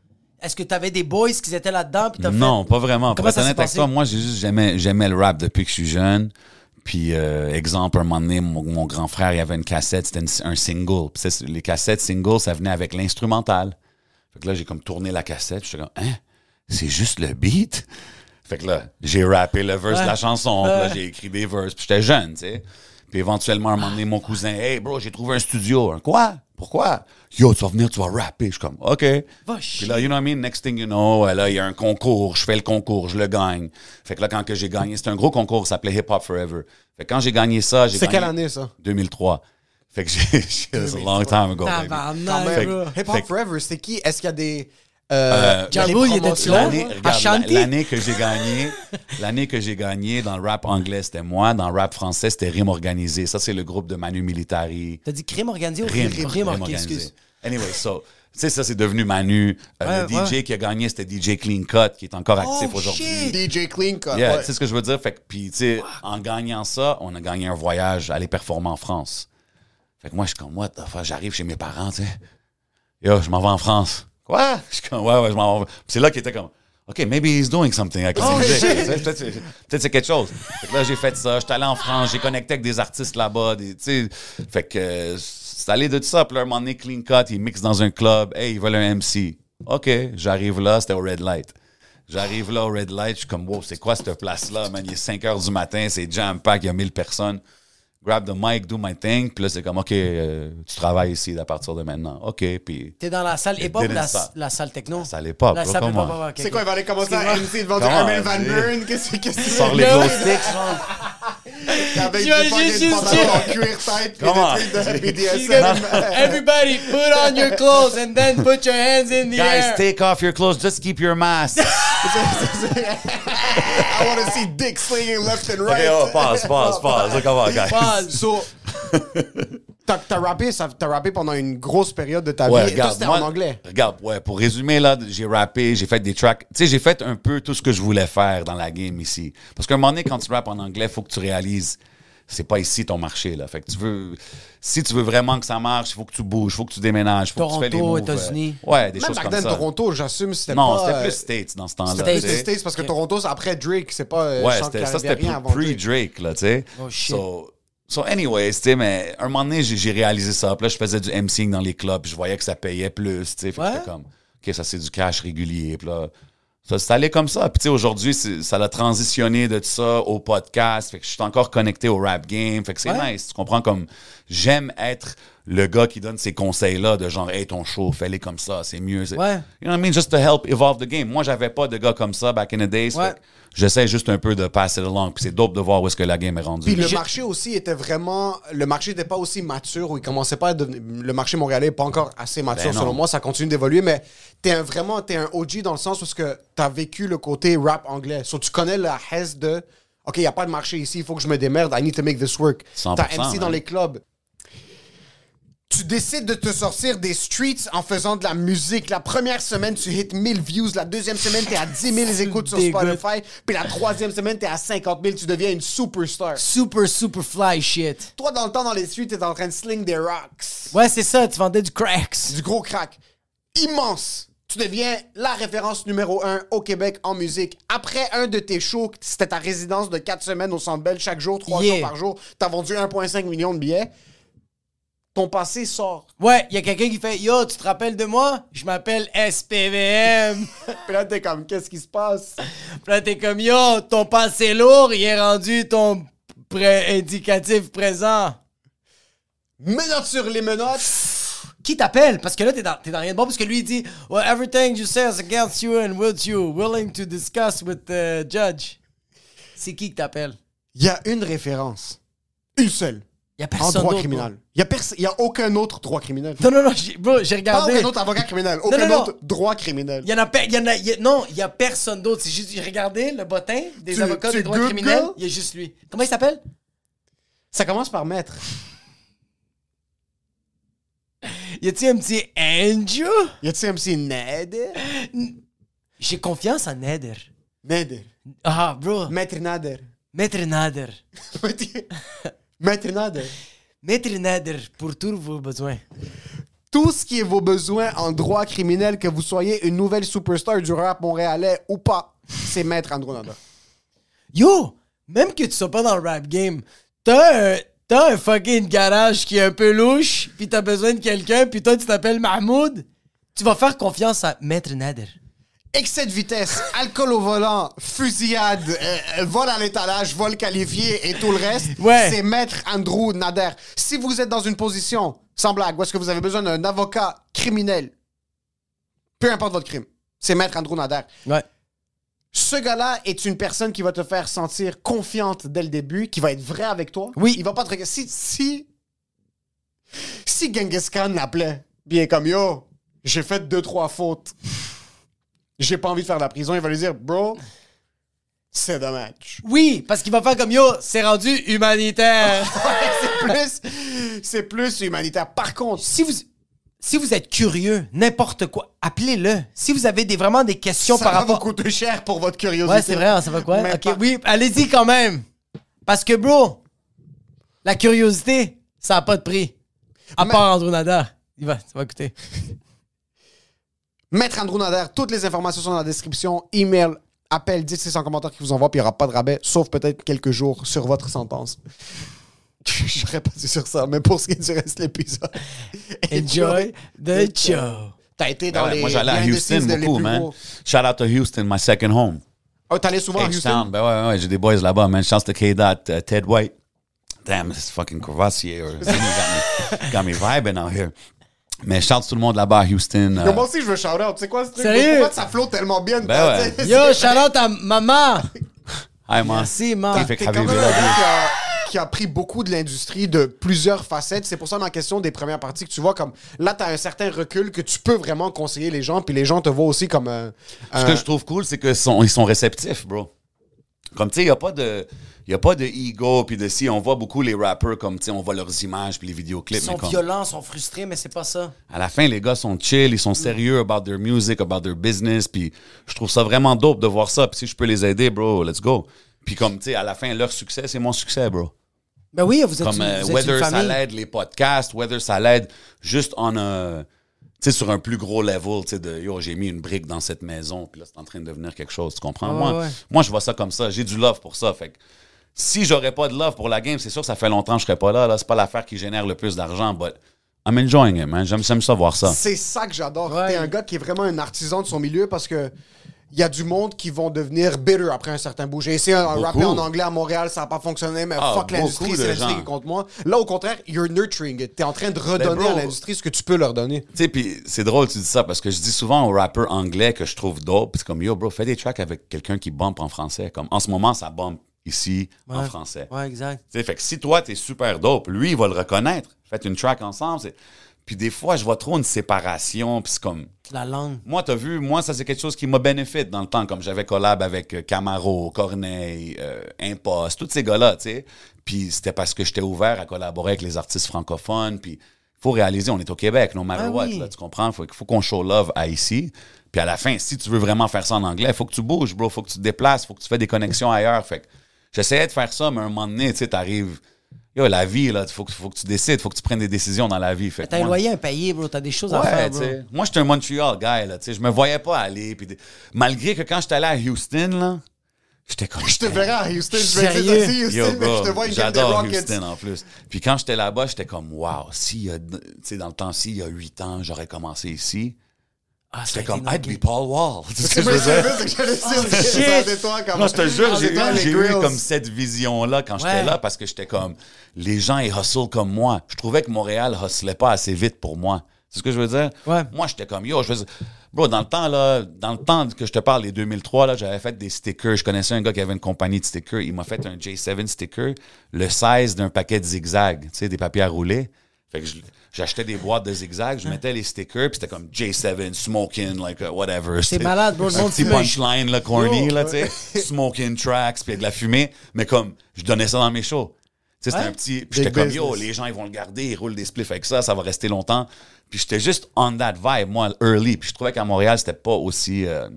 Speaker 2: Est-ce que t'avais des boys qui étaient là-dedans? Puis t'as
Speaker 4: Non,
Speaker 2: fait...
Speaker 4: pas vraiment. Pour
Speaker 2: Comment
Speaker 4: être
Speaker 2: ça s'est
Speaker 4: honnête avec
Speaker 2: passé?
Speaker 4: toi, moi, j'ai juste- j'aimais, j'aimais le rap depuis que je suis jeune. Puis, euh, exemple, un moment donné, mon, mon grand frère, il avait une cassette, c'était une- un single. Puis c'est- les cassettes singles, ça venait avec l'instrumental. Fait que là, j'ai comme tourné la cassette, j'étais comme, hein, c'est juste le beat? Fait que là, j'ai rappé le verse de la chanson, puis là, j'ai écrit des verses, puis j'étais jeune, tu sais. Puis éventuellement, un moment donné, mon cousin, hey bro, j'ai trouvé un studio. Un quoi? Pourquoi? Yo, tu vas venir, tu vas rapper. Je suis comme, OK.
Speaker 2: Va
Speaker 4: Puis là, you know what I mean? Next thing you know, euh, là, il y a un concours, je fais le concours, je le gagne. Fait que là, quand que j'ai gagné, c'était un gros concours, ça s'appelait Hip Hop Forever. Fait que quand j'ai gagné ça, j'ai
Speaker 3: C'est
Speaker 4: gagné-
Speaker 3: quelle année, ça?
Speaker 4: 2003. Fait que j'ai. <laughs> It was a long time ago. baby.
Speaker 2: Tabarnak,
Speaker 4: Fait que-
Speaker 2: bro.
Speaker 3: Hip
Speaker 4: fait
Speaker 3: Hop
Speaker 4: que-
Speaker 3: Forever, c'était qui? Est-ce qu'il y a des. Euh,
Speaker 2: Ja
Speaker 3: des
Speaker 2: Rule, Ah, il était Ah,
Speaker 3: promotions?
Speaker 2: là?
Speaker 4: L'année,
Speaker 2: Ouais.
Speaker 4: regarde,
Speaker 2: Ashanti.
Speaker 4: la- l'année que j'ai gagné, l'année que j'ai gagné dans le rap anglais, c'était moi. Dans le rap français, c'était Rime Organisé. Ça, c'est le groupe de Manu Militari.
Speaker 2: T'as dit crime organisé ou
Speaker 4: Rime,
Speaker 2: crime,
Speaker 4: Rime
Speaker 2: organisé,
Speaker 4: Organisé.
Speaker 2: excuse.
Speaker 4: Anyway, so, tu sais, ça, c'est devenu Manu. Euh,
Speaker 2: Ouais,
Speaker 4: le DJ qui a gagné, c'était DJ Clean Cut, qui est encore actif
Speaker 2: Oh,
Speaker 4: aujourd'hui.
Speaker 2: shit!
Speaker 3: DJ Clean Cut.
Speaker 4: Yeah,
Speaker 3: ouais.
Speaker 4: tu sais ce que je veux dire? Fait que, puis, tu sais, en gagnant ça, on a gagné un voyage, aller performer en France. Fait que moi, je suis comme, what the fuck, j'arrive chez mes parents, tu sais. Yo, je m'en vais en France. Quoi? Je suis comme, ouais, ouais, je m'en vais. Puis c'est là qu'il était comme, OK, maybe he's doing something. avec la musique. Tu sais, Peut-être c'est- peut-être c'est quelque chose. Fait que là, j'ai fait ça. J'étais allé en France. J'ai connecté avec des artistes là-bas. des- Tu sais, fait que euh, c'est allé de tout ça. Puis là, un moment donné, Clean Cut, il mixe dans un club. Hey, ils veulent un MC. OK, j'arrive là. C'était au Red Light. J'arrive là au Red Light. Je suis comme, wow, c'est quoi cette place-là, man? Il est 5 h du matin. C'est jam-pack. Il y a 1000 personnes grab the mic, do my thing. Puis là, c'est comme, OK, euh, tu travailles ici à partir de maintenant. OK, puis
Speaker 2: T'es dans la salle
Speaker 4: It
Speaker 2: hip-hop ou
Speaker 4: didn't
Speaker 2: la,
Speaker 4: stop.
Speaker 2: la salle techno?
Speaker 4: La salle hip-hop,
Speaker 2: La
Speaker 4: bro,
Speaker 2: salle
Speaker 4: come
Speaker 2: hip-hop,
Speaker 4: on.
Speaker 2: ouais, ok,
Speaker 3: C'est
Speaker 2: ok.
Speaker 3: quoi, il va <laughs> aller commencer à
Speaker 2: Excuse-moi.
Speaker 3: MC devant du
Speaker 4: Comment,
Speaker 3: Armin Van
Speaker 4: j'ai-
Speaker 3: Buren? Qu'est-ce que qu'est-ce que
Speaker 4: sors les
Speaker 3: c'est?
Speaker 4: glow sticks. genre.
Speaker 3: Avec
Speaker 2: J'imagine
Speaker 3: des fucking
Speaker 2: juste-
Speaker 3: pantalons en cuir tight pis
Speaker 4: Comment?
Speaker 3: des trucs de
Speaker 2: She's
Speaker 3: <laughs>
Speaker 2: gonna-
Speaker 3: BDSM.
Speaker 2: <laughs> Everybody, put on your clothes and then put your hands in the
Speaker 4: Guys,
Speaker 2: air.
Speaker 4: take off your clothes, just keep your mask.
Speaker 3: I wanna see dick slinging left and
Speaker 4: OK,
Speaker 3: right.
Speaker 4: oh, pause, pause, pause. Come on, guys.
Speaker 2: Pause.
Speaker 3: <laughs> So, t'as t'as rappé, ça- t'as rappé pendant une grosse période de ta
Speaker 4: Ouais,
Speaker 3: vie. et tout
Speaker 4: regarde,
Speaker 3: Ah, c'était
Speaker 4: moi,
Speaker 3: en anglais.
Speaker 4: Regarde, ouais, pour résumer, là, j'ai rappé, j'ai fait des tracks. Tu sais, j'ai fait un peu tout ce que je voulais faire dans la game ici. Parce qu'à un moment donné, quand tu rappes en anglais, faut que tu réalises, c'est pas ici ton marché, là. Fait que tu veux, si tu veux vraiment que ça marche, il faut que tu bouges, il faut que tu déménages, faut que tu fais les
Speaker 2: Toronto,
Speaker 4: moves, euh,
Speaker 2: États-Unis.
Speaker 4: Ouais, des
Speaker 3: Même
Speaker 4: choses
Speaker 3: back
Speaker 4: comme
Speaker 3: then,
Speaker 4: ça.
Speaker 3: Toronto, j'assume, c'était pas...
Speaker 4: Non, c'était
Speaker 3: euh,
Speaker 4: plus States dans ce temps-là.
Speaker 2: States.
Speaker 4: tu
Speaker 3: C'était
Speaker 4: sais.
Speaker 3: States parce que Toronto, c'est après Drake, c'est pas... euh,
Speaker 4: Ouais,
Speaker 3: chant
Speaker 4: c'était-
Speaker 3: qui
Speaker 4: ça, c'était
Speaker 3: arrivait rien
Speaker 4: pre-
Speaker 3: avant Drake.
Speaker 4: pre-Drake, là, tu sais.
Speaker 2: Oh, shit.
Speaker 4: so, so anyways, tu sais, mais un moment donné, j'ai- j'ai réalisé ça. Puis là, je faisais du MCing dans les clubs, puis je voyais que ça payait plus, tu sais. Fait que
Speaker 2: Ouais.
Speaker 4: j'étais comme, OK, ça, c'est du cash régulier. Puis là, ça, c'est allé comme ça. Puis tu sais, aujourd'hui, c'est- ça l'a transitionné de ça au podcast. Fait que je suis encore connecté au rap game. Fait que c'est
Speaker 2: Ouais.
Speaker 4: nice. Tu comprends comme, j'aime être le gars qui donne ces conseils-là de genre, hey, ton show, fais-les comme ça, c'est mieux. c'est-
Speaker 2: Ouais.
Speaker 4: You know what I mean? Just to help evolve the game. Moi, j'avais pas de gars comme ça back in the days.
Speaker 2: Ouais.
Speaker 4: Fait que J'essaie juste un peu de passer le long. Puis c'est dope de voir où est-ce que la game est rendue.
Speaker 3: Puis le marché aussi était vraiment. Le marché n'était pas aussi mature ou il commençait pas à devenir. Le marché montréalais n'est pas encore assez mature,
Speaker 4: Ben non.
Speaker 3: selon moi. Ça continue d'évoluer, mais t'es un, vraiment t'es un OG dans le sens où tu as vécu le côté rap anglais. So, tu connais la hesse de. OK, il n'y a pas de marché ici, il faut que je me démerde. I need to make this work.
Speaker 4: 100%,
Speaker 3: T'as MC dans
Speaker 4: man.
Speaker 3: les clubs. Tu décides de te sortir des streets en faisant de la musique. La première semaine, tu hits 1000 views. La deuxième semaine, t'es à 10 000 écoutes sur
Speaker 2: Dégoûte.
Speaker 3: Spotify. Puis la troisième semaine, t'es à 50 000. Tu deviens une superstar.
Speaker 2: Super, super fly shit.
Speaker 3: Toi, dans le temps, dans les suites, t'es en train de sling des rocks.
Speaker 2: Ouais, c'est ça, tu vendais du cracks.
Speaker 3: Du gros crack. Immense. tu deviens la référence numéro un au Québec en musique. Après un de tes shows, c'était ta résidence de quatre semaines au Centre Bell chaque jour, trois
Speaker 2: Yeah.
Speaker 3: jours par jour, t'as vendu 1,5 million de billets. Ton passé sort.
Speaker 2: Ouais, il y a quelqu'un qui fait Yo, tu te rappelles de moi Je m'appelle SPVM.
Speaker 3: Puis là, t'es comme, qu'est-ce qui se passe?
Speaker 2: Puis là, t'es comme Yo, ton passé lourd, il est rendu ton pré- indicatif présent.
Speaker 3: Menottes sur les menottes.
Speaker 2: Qui t'appelle Parce que là, t'es dans, t'es dans rien de bon. Parce que lui, il dit Well, everything you say is against you and would you willing to discuss with the judge C'est qui qui t'appelle
Speaker 3: Il y a une référence. Une seule.
Speaker 2: Il y a
Speaker 3: En
Speaker 2: personne.
Speaker 3: droit
Speaker 2: d'autre,
Speaker 3: criminel. Il y a, perso- il y a aucun autre droit criminel.
Speaker 2: bro. Non, non, non, j'ai- bro, j'ai
Speaker 3: Pas
Speaker 2: regardé.
Speaker 3: aucun autre avocat criminel. Aucun
Speaker 2: non, non.
Speaker 3: autre droit criminel.
Speaker 2: Il y en a, pe- il y en a, il y a- non, il y a personne d'autre. C'est juste, j'ai regardé le bottin des
Speaker 3: Tu-
Speaker 2: avocats
Speaker 3: tu
Speaker 2: des droits
Speaker 3: googles?
Speaker 2: criminels. Il y a juste lui. Comment il s'appelle
Speaker 3: Ça commence par maître.
Speaker 2: Y a-t-il un petit Andrew
Speaker 3: Y a-t-il un petit Nader?
Speaker 2: J'ai confiance en Nader.
Speaker 3: Nader.
Speaker 2: Ah, bro.
Speaker 3: Maître Nader.
Speaker 2: Maître Nader.
Speaker 3: Maître Nader.
Speaker 2: Maître Nader pour tous vos besoins.
Speaker 3: Tout ce qui est vos besoins en droit criminel, que vous soyez une nouvelle superstar du rap montréalais ou pas, c'est Maître Andrew Nader.
Speaker 2: Yo, même que tu sois pas dans le rap game, t'as un, t'as un fucking garage qui est un peu louche, puis t'as besoin de quelqu'un, puis toi tu t'appelles Mahmoud. Tu vas faire confiance à Maître Nader.
Speaker 3: Excès de vitesse, alcool au volant, fusillade, euh, euh, vol à l'étalage, vol qualifié et tout le reste,
Speaker 2: Ouais.
Speaker 3: c'est maître Andrew Nader. Si vous êtes dans une position, sans blague, où est-ce que vous avez besoin d'un avocat criminel, peu importe votre crime, c'est maître Andrew Nader.
Speaker 2: Ouais.
Speaker 3: Ce gars-là est une personne qui va te faire sentir confiante dès le début, qui va être vrai avec toi.
Speaker 2: Oui.
Speaker 3: Il va pas te... Si, si... Si Genghis Khan l'appelait, bien comme « Yo, j'ai fait deux, trois fautes. J'ai pas envie de faire de la prison. » Il va lui dire « Bro,
Speaker 2: <laughs>
Speaker 3: c'est dommage.
Speaker 2: Oui, parce qu'il va faire comme yo, c'est rendu humanitaire.
Speaker 3: Plus, c'est plus humanitaire. Par contre,
Speaker 2: <laughs> si vous si vous êtes curieux, n'importe quoi, appelez-le. Si vous avez des, vraiment des questions
Speaker 3: ça
Speaker 2: par
Speaker 3: va
Speaker 2: rapport
Speaker 3: vous coûter cher pour votre curiosité.
Speaker 2: Ouais, c'est vrai, hein, ça va quoi
Speaker 3: Mais
Speaker 2: OK,
Speaker 3: par-
Speaker 2: oui, allez-y quand même. Parce que bro, la curiosité, ça a pas de prix. À part Andrew Nada, il va ça va coûter.
Speaker 3: Maître Andrew Nader, toutes les informations sont dans la description. Email, appel, dites si c'est en commentaire qui vous envoie, puis il n'y aura pas de rabais, sauf peut-être quelques jours sur votre sentence. <laughs> J'aurais pas dû sur ça, mais pour ce qui est du reste de l'épisode.
Speaker 2: <laughs> Enjoy the <laughs> show.
Speaker 3: T'as été
Speaker 4: Ben
Speaker 3: dans
Speaker 4: ouais,
Speaker 3: les.
Speaker 4: moi, j'allais à
Speaker 3: behind the scenes
Speaker 4: Houston
Speaker 3: de les
Speaker 4: beaucoup,
Speaker 3: plus
Speaker 4: man.
Speaker 3: gros.
Speaker 4: Shout out to Houston, my second home.
Speaker 3: Ah, t'allais souvent à Houston?
Speaker 4: H-Town, ben ouais, ouais, j'ai des boys là-bas, man. Chance to K-Dot, uh, Ted White. Damn, this fucking Courvoisier or Zini got
Speaker 3: <laughs>
Speaker 4: me, got me vibing out here. Mais chante tout le monde là-bas à Houston. euh,
Speaker 3: Mais Moi aussi, je veux shout-out. Tu sais quoi, ce truc?
Speaker 2: Sérieux?
Speaker 3: Pourquoi ça flotte tellement bien? de
Speaker 4: Ben
Speaker 3: ta- <laughs>
Speaker 4: ouais.
Speaker 3: t'sais,
Speaker 2: Yo, shout out à maman.
Speaker 4: hi, man.
Speaker 2: Merci, man.
Speaker 4: Qui fait
Speaker 3: T'es
Speaker 4: que
Speaker 3: quand même un
Speaker 4: Habibi
Speaker 3: gars
Speaker 4: l'a dit.
Speaker 3: Ah, qui a, qui a pris beaucoup de l'industrie de plusieurs facettes. C'est pour ça, ma question des premières parties, que tu vois comme là, tu as un certain recul que tu peux vraiment conseiller les gens, puis les gens te voient aussi comme euh, un.
Speaker 4: Ce
Speaker 3: un-
Speaker 4: que je trouve cool, c'est qu'ils sont, ils sont réceptifs, bro. Comme, tu sais, il n'y a pas de... Y a pas de ego, puis de si, on voit beaucoup les rappers, comme, tu sais, on voit leurs images, puis les vidéoclips. mais comme-
Speaker 2: violents, sont frustrés, mais c'est pas ça.
Speaker 4: À la fin, les gars sont chill, ils sont
Speaker 2: Mm.
Speaker 4: sérieux about their music, about their business, puis je trouve ça vraiment dope de voir ça. Puis si je peux les aider, bro, let's go. Puis comme, tu sais, à la fin, leur succès, c'est mon succès, bro.
Speaker 2: Ben oui, vous êtes, une,
Speaker 4: Comme,
Speaker 2: vous
Speaker 4: euh,
Speaker 2: êtes une
Speaker 4: whether ça
Speaker 2: famille.
Speaker 4: l'aide les podcasts, whether ça l'aide juste en un... Tu sais, sur un plus gros level, tu sais, de yo, j'ai mis une brique dans cette maison, puis là, c'est en train de devenir quelque chose, tu comprends?
Speaker 2: Ouais,
Speaker 4: moi,
Speaker 2: ouais.
Speaker 4: moi, je vois ça comme ça, j'ai du love pour ça, fait que si j'aurais pas de love pour la game, c'est sûr que ça fait longtemps que je serais pas là, là, c'est pas l'affaire qui génère le plus d'argent, but I'm enjoying it, man, j'aime j'aime ça voir ça.
Speaker 3: C'est ça que j'adore.
Speaker 2: Ouais.
Speaker 3: T'es un gars qui est vraiment un artisan de son milieu parce que. Il y a du monde qui vont devenir bitter après un certain bout. J'ai essayé de
Speaker 4: Beaucoup.
Speaker 3: rapper en anglais à Montréal, ça n'a pas fonctionné, mais
Speaker 4: Ah,
Speaker 3: fuck l'industrie,
Speaker 4: beaucoup
Speaker 3: c'est
Speaker 4: de
Speaker 3: l'industrie
Speaker 4: gens.
Speaker 3: qui est contre moi. Là, au contraire, you're nurturing it. T'es en train de redonner
Speaker 4: bro-
Speaker 3: à l'industrie ce que tu peux leur donner.
Speaker 4: Tu sais, puis c'est drôle, tu dis ça, parce que je dis souvent aux rappeurs anglais que je trouve dope, pis c'est comme, yo, bro, fais des tracks avec quelqu'un qui bump en français. Comme, en ce moment, ça bump ici, en
Speaker 2: Ouais.
Speaker 4: français.
Speaker 2: Ouais, exact.
Speaker 4: Tu sais, fait que si toi, t'es super dope, lui, il va le reconnaître. Faites une track ensemble. c'est- Puis des fois, je vois trop une séparation, puis c'est comme...
Speaker 2: La langue.
Speaker 4: Moi, t'as vu, moi, ça, c'est quelque chose qui m'a bénéfique dans le temps, comme j'avais collab avec euh, Camaro, Corneille, euh, Impost, tous ces gars-là, tu sais. Puis c'était parce que j'étais ouvert à collaborer avec les artistes francophones, puis faut réaliser, on est au Québec, no matter
Speaker 2: Ah
Speaker 4: what,
Speaker 2: oui.
Speaker 4: là, tu comprends? Faut, faut qu'on show love à ici. Puis à la fin, si tu veux vraiment faire ça en anglais, faut que tu bouges, bro, <laughs> faut que tu te déplaces, faut que tu fais des connexions ailleurs. Fait que j'essayais de faire ça, mais un moment donné, tu sais, t'arrives Yo, la vie, là, faut que, faut que tu décides, faut que tu prennes des décisions dans la vie. Fait que
Speaker 2: T'as un
Speaker 4: moi-
Speaker 2: loyer à payer, bro. T'as des choses à
Speaker 4: Ouais,
Speaker 2: faire,
Speaker 4: tu
Speaker 2: bro.
Speaker 4: sais. Moi, j'étais un Montreal guy, là, tu sais. Je me voyais pas aller. puis des- Malgré que quand j'étais allé à Houston, là, j'étais comme...
Speaker 3: Je te verrai à Houston, je vais
Speaker 2: Sérieux?
Speaker 3: essayer d'assez
Speaker 4: Yo,
Speaker 3: Houston, mais
Speaker 4: gars,
Speaker 3: je te vois une game des
Speaker 4: J'adore
Speaker 3: Rockets.
Speaker 4: Houston en plus. Puis quand j'étais là-bas, j'étais comme, wow, si, tu sais, dans le temps, s'il y a 8 ans, j'aurais commencé ici. Ah, c'était comme, I'd be Paul Wall. <laughs> Tu sais ce que je
Speaker 3: Mais
Speaker 4: veux
Speaker 3: c'est
Speaker 4: dire?
Speaker 3: vrai, c'est que <laughs> j'allais dire, c'est ça, toi, quand
Speaker 4: Oh, Non, je te jure,
Speaker 3: Ah,
Speaker 4: j'ai
Speaker 3: c'est toi,
Speaker 4: eu,
Speaker 3: les
Speaker 4: j'ai eu
Speaker 3: grills.
Speaker 4: comme cette vision-là quand
Speaker 2: Ouais.
Speaker 4: j'étais là parce que j'étais comme, les gens, ils hustlent comme moi. Je trouvais que Montréal hustlait pas assez vite pour moi. C'est ce que je veux dire?
Speaker 2: Ouais.
Speaker 4: Moi, j'étais comme, yo, je faisais... Bro, dans le temps, là, dans le temps que je te parle, les 2003, là, j'avais fait des stickers. Je connaissais un gars qui avait une compagnie de stickers. Il m'a fait un J7 sticker, le size d'un paquet de zigzag, tu sais, des papiers à rouler. Fait que je- j'achetais des boîtes de zigzag,
Speaker 2: Hein?
Speaker 4: je mettais les stickers, puis c'était comme J7, smoking, like, uh, whatever.
Speaker 2: C'est
Speaker 4: tu sais.
Speaker 2: malade, bro. Le
Speaker 4: Un
Speaker 2: monde
Speaker 4: petit
Speaker 2: fumait.
Speaker 4: punchline, là, corny,
Speaker 3: Yo,
Speaker 4: là, tu sais.
Speaker 2: <laughs>
Speaker 4: Smoking tracks, puis avec de la fumée. Mais comme, je donnais ça dans mes shows. Tu sais, c'était
Speaker 2: Ouais.
Speaker 4: un petit. Puis
Speaker 3: Big
Speaker 4: j'étais comme, yo,
Speaker 3: business.
Speaker 4: les gens, ils vont le garder, ils roulent des spliffs avec ça, ça va rester longtemps. Puis j'étais juste on that vibe, moi, early. Puis je trouvais qu'à Montréal, c'était pas aussi euh,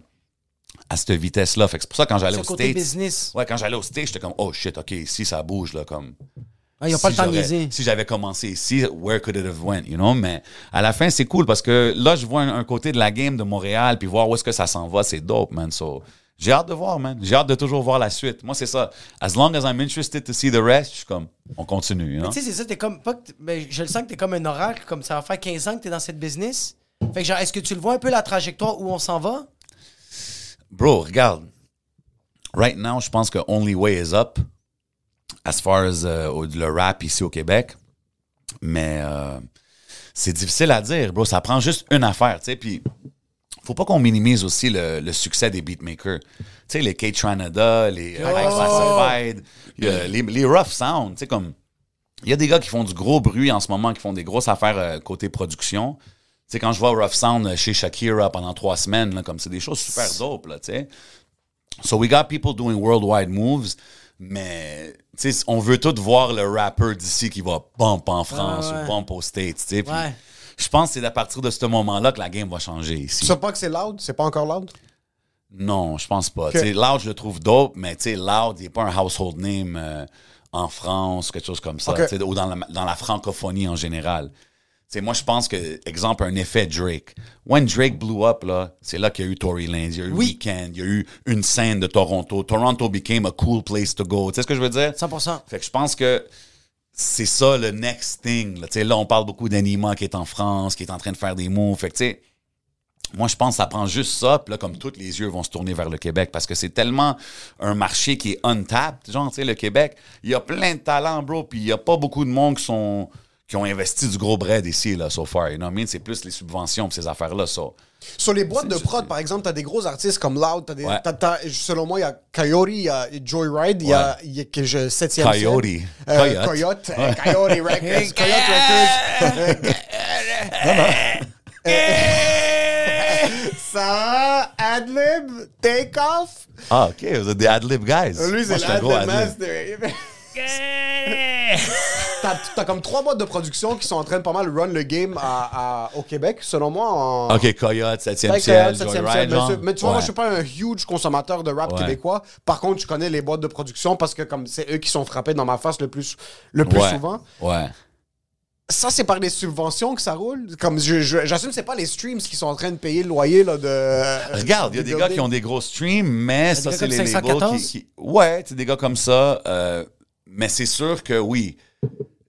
Speaker 4: à cette vitesse-là. Fait que c'est pour ça, quand j'allais
Speaker 2: Ce
Speaker 4: aux
Speaker 2: côté
Speaker 4: States.
Speaker 2: business.
Speaker 4: Ouais, quand j'allais aux States, j'étais comme, oh shit, OK, ici, ça bouge, là, comme.
Speaker 2: Ah, ils ont pas le temps de
Speaker 4: j'aurais-
Speaker 2: niaiser.
Speaker 4: Si j'avais commencé ici, where could it have went, you know? Mais à la fin, c'est cool parce que là, je vois un, un côté de la game de Montréal, puis voir où est-ce que ça s'en va, c'est dope, man. So, j'ai hâte de voir, man. J'ai hâte de toujours voir la suite. Moi, c'est ça. As long as I'm interested to see the rest, je suis comme, on continue, you know?
Speaker 2: Tu sais, c'est ça, t'es comme. Pas que t- mais je le sens que t'es comme un oracle, comme ça va faire 15 ans que t'es dans cette business. Fait que genre, est-ce que tu le vois un peu la trajectoire où on s'en va?
Speaker 4: Bro, regarde. Right now, je pense que Only Way is up as far as euh, au- le rap ici au Québec. Mais euh, c'est difficile à dire, bro. Ça prend juste une affaire, tu sais. Puis, faut pas qu'on minimise aussi le, le succès des beatmakers. Tu sais, les Kate Tranada, les
Speaker 2: Oh!
Speaker 4: euh, Classified, euh, les, les Rough Sound, tu sais, comme. Il y a des gars qui font du gros bruit en ce moment, qui font des grosses affaires euh, côté production. Tu sais, quand je vois Rough Sound euh, chez Shakira pendant trois semaines, là, comme c'est des choses super dope, là, tu sais. So we got people doing worldwide moves, mais tu sais, on veut tous voir le rapper d'ici qui va bump en France
Speaker 2: Ah, ouais.
Speaker 4: ou bump aux States, tu sais. Puis
Speaker 2: Ouais.
Speaker 4: Je pense que c'est à partir de ce moment-là que la game va changer ici.
Speaker 3: Tu sais pas que c'est loud? C'est pas encore loud?
Speaker 4: Non, je pense pas. Tu sais, Loud, je le trouve dope, mais tu sais, Loud, il n'est pas un household name euh, en France, quelque chose comme ça,
Speaker 3: Ok.
Speaker 4: tu sais, ou dans la, dans la francophonie en général. Tu sais, moi, je pense que, exemple, un effet Drake. When Drake blew up, là, c'est là qu'il y a eu Tory Lanez, il y a eu
Speaker 2: Oui.
Speaker 4: Weekend, il y a eu une scène de Toronto. Toronto became a cool place to go. Tu sais ce que je veux dire?
Speaker 2: 100%.
Speaker 4: Fait que je pense que c'est ça le next thing. Là, Tu sais, là on parle beaucoup d'Anima qui est en France, qui est en train de faire des moves. Fait que, tu sais, moi, je pense que ça prend juste ça. Puis là, comme tous les yeux vont se tourner vers le Québec parce que c'est tellement un marché qui est untapped. Genre, tu sais, le Québec, il y a plein de talents, bro. Puis il n'y a pas beaucoup de monde qui sont qui ont investi du gros bread ici, là, so far. You know what I mean? C'est plus les subventions pis ces affaires-là, ça.
Speaker 3: Sur les boîtes de prod, par exemple, t'as des gros artistes comme Loud, t'as des,
Speaker 4: Ouais.
Speaker 3: t'as- t'as- selon moi, il y a Coyote, il y a Joyride, il y a,
Speaker 4: Ouais.
Speaker 3: il y a que je, 7
Speaker 4: Coyote.
Speaker 3: Coyote.
Speaker 4: Coyote.
Speaker 3: Coyote, euh, <laughs> Coyote Records. Coyote Records. <laughs> Ça va, Adlib, Take Off.
Speaker 4: Ah, OK, vous êtes des ad-lib guys.
Speaker 3: Lui,
Speaker 4: Moi,
Speaker 3: c'est
Speaker 4: je suis un gros
Speaker 3: l'Adlib
Speaker 4: ad-lib.
Speaker 3: Master. T'as t'as comme trois boîtes de production qui sont en train de pas mal run le game à- à- au Québec, selon moi. en-
Speaker 4: OK, Coyote, 7e
Speaker 3: Fait que,
Speaker 4: ciel,
Speaker 3: euh, septième ciel,
Speaker 4: Joyride,
Speaker 3: monsieur.
Speaker 4: genre.
Speaker 3: Mais tu vois, moi,
Speaker 4: Ouais.
Speaker 3: je suis pas un huge consommateur de rap
Speaker 4: Ouais.
Speaker 3: québécois. Par contre, je connais les boîtes de production parce que comme c'est eux qui sont frappés dans ma face le plus, le plus
Speaker 4: Ouais.
Speaker 3: souvent.
Speaker 4: Ouais.
Speaker 3: Ça, c'est par les subventions que ça roule. Comme je, je- j'assume, c'est pas les streams qui sont en train de payer le loyer là, de. euh,
Speaker 4: Regarde, il y a des gars qui ont des gros streams,
Speaker 2: des
Speaker 4: mais ça,
Speaker 2: gars
Speaker 4: c'est
Speaker 2: comme
Speaker 4: les labels
Speaker 2: 514?
Speaker 4: qui, qui- Ouais, c'est des gars comme ça. euh, mais c'est sûr que oui,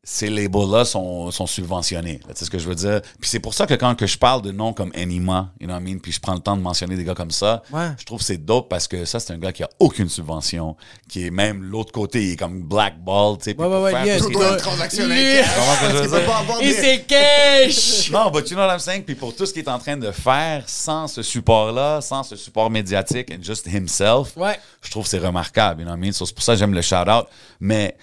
Speaker 4: ces labels-là sont, sont subventionnés. là, Tu sais ce que je veux dire? Puis c'est pour ça que quand que je parle de noms comme Anima, you know what I mean, puis je prends le temps de mentionner des gars comme ça,
Speaker 2: Ouais.
Speaker 4: je trouve que c'est dope parce que ça, c'est un gars qui a aucune subvention, qui est même l'autre côté, il est comme blackball, tu sais. puis
Speaker 2: Ouais, ouais,
Speaker 4: pour
Speaker 2: ouais,
Speaker 4: faire
Speaker 2: lui,
Speaker 4: tout
Speaker 2: il
Speaker 4: ce
Speaker 2: doit-
Speaker 4: qu'il-
Speaker 3: une transaction
Speaker 2: Lui-
Speaker 4: Comment que je veux
Speaker 3: Tu peux
Speaker 4: dire?
Speaker 3: pas avoir
Speaker 2: Et
Speaker 3: des-
Speaker 2: c'est
Speaker 4: <laughs>
Speaker 2: cash!
Speaker 4: Non, but you know what I'm saying? Puis pour tout ce qu'il est en train de faire sans ce support-là, sans ce support médiatique, and just himself,
Speaker 2: Ouais.
Speaker 4: je trouve que c'est remarquable. You know what I mean? So, c'est pour ça que j'aime le shout-out. Mais,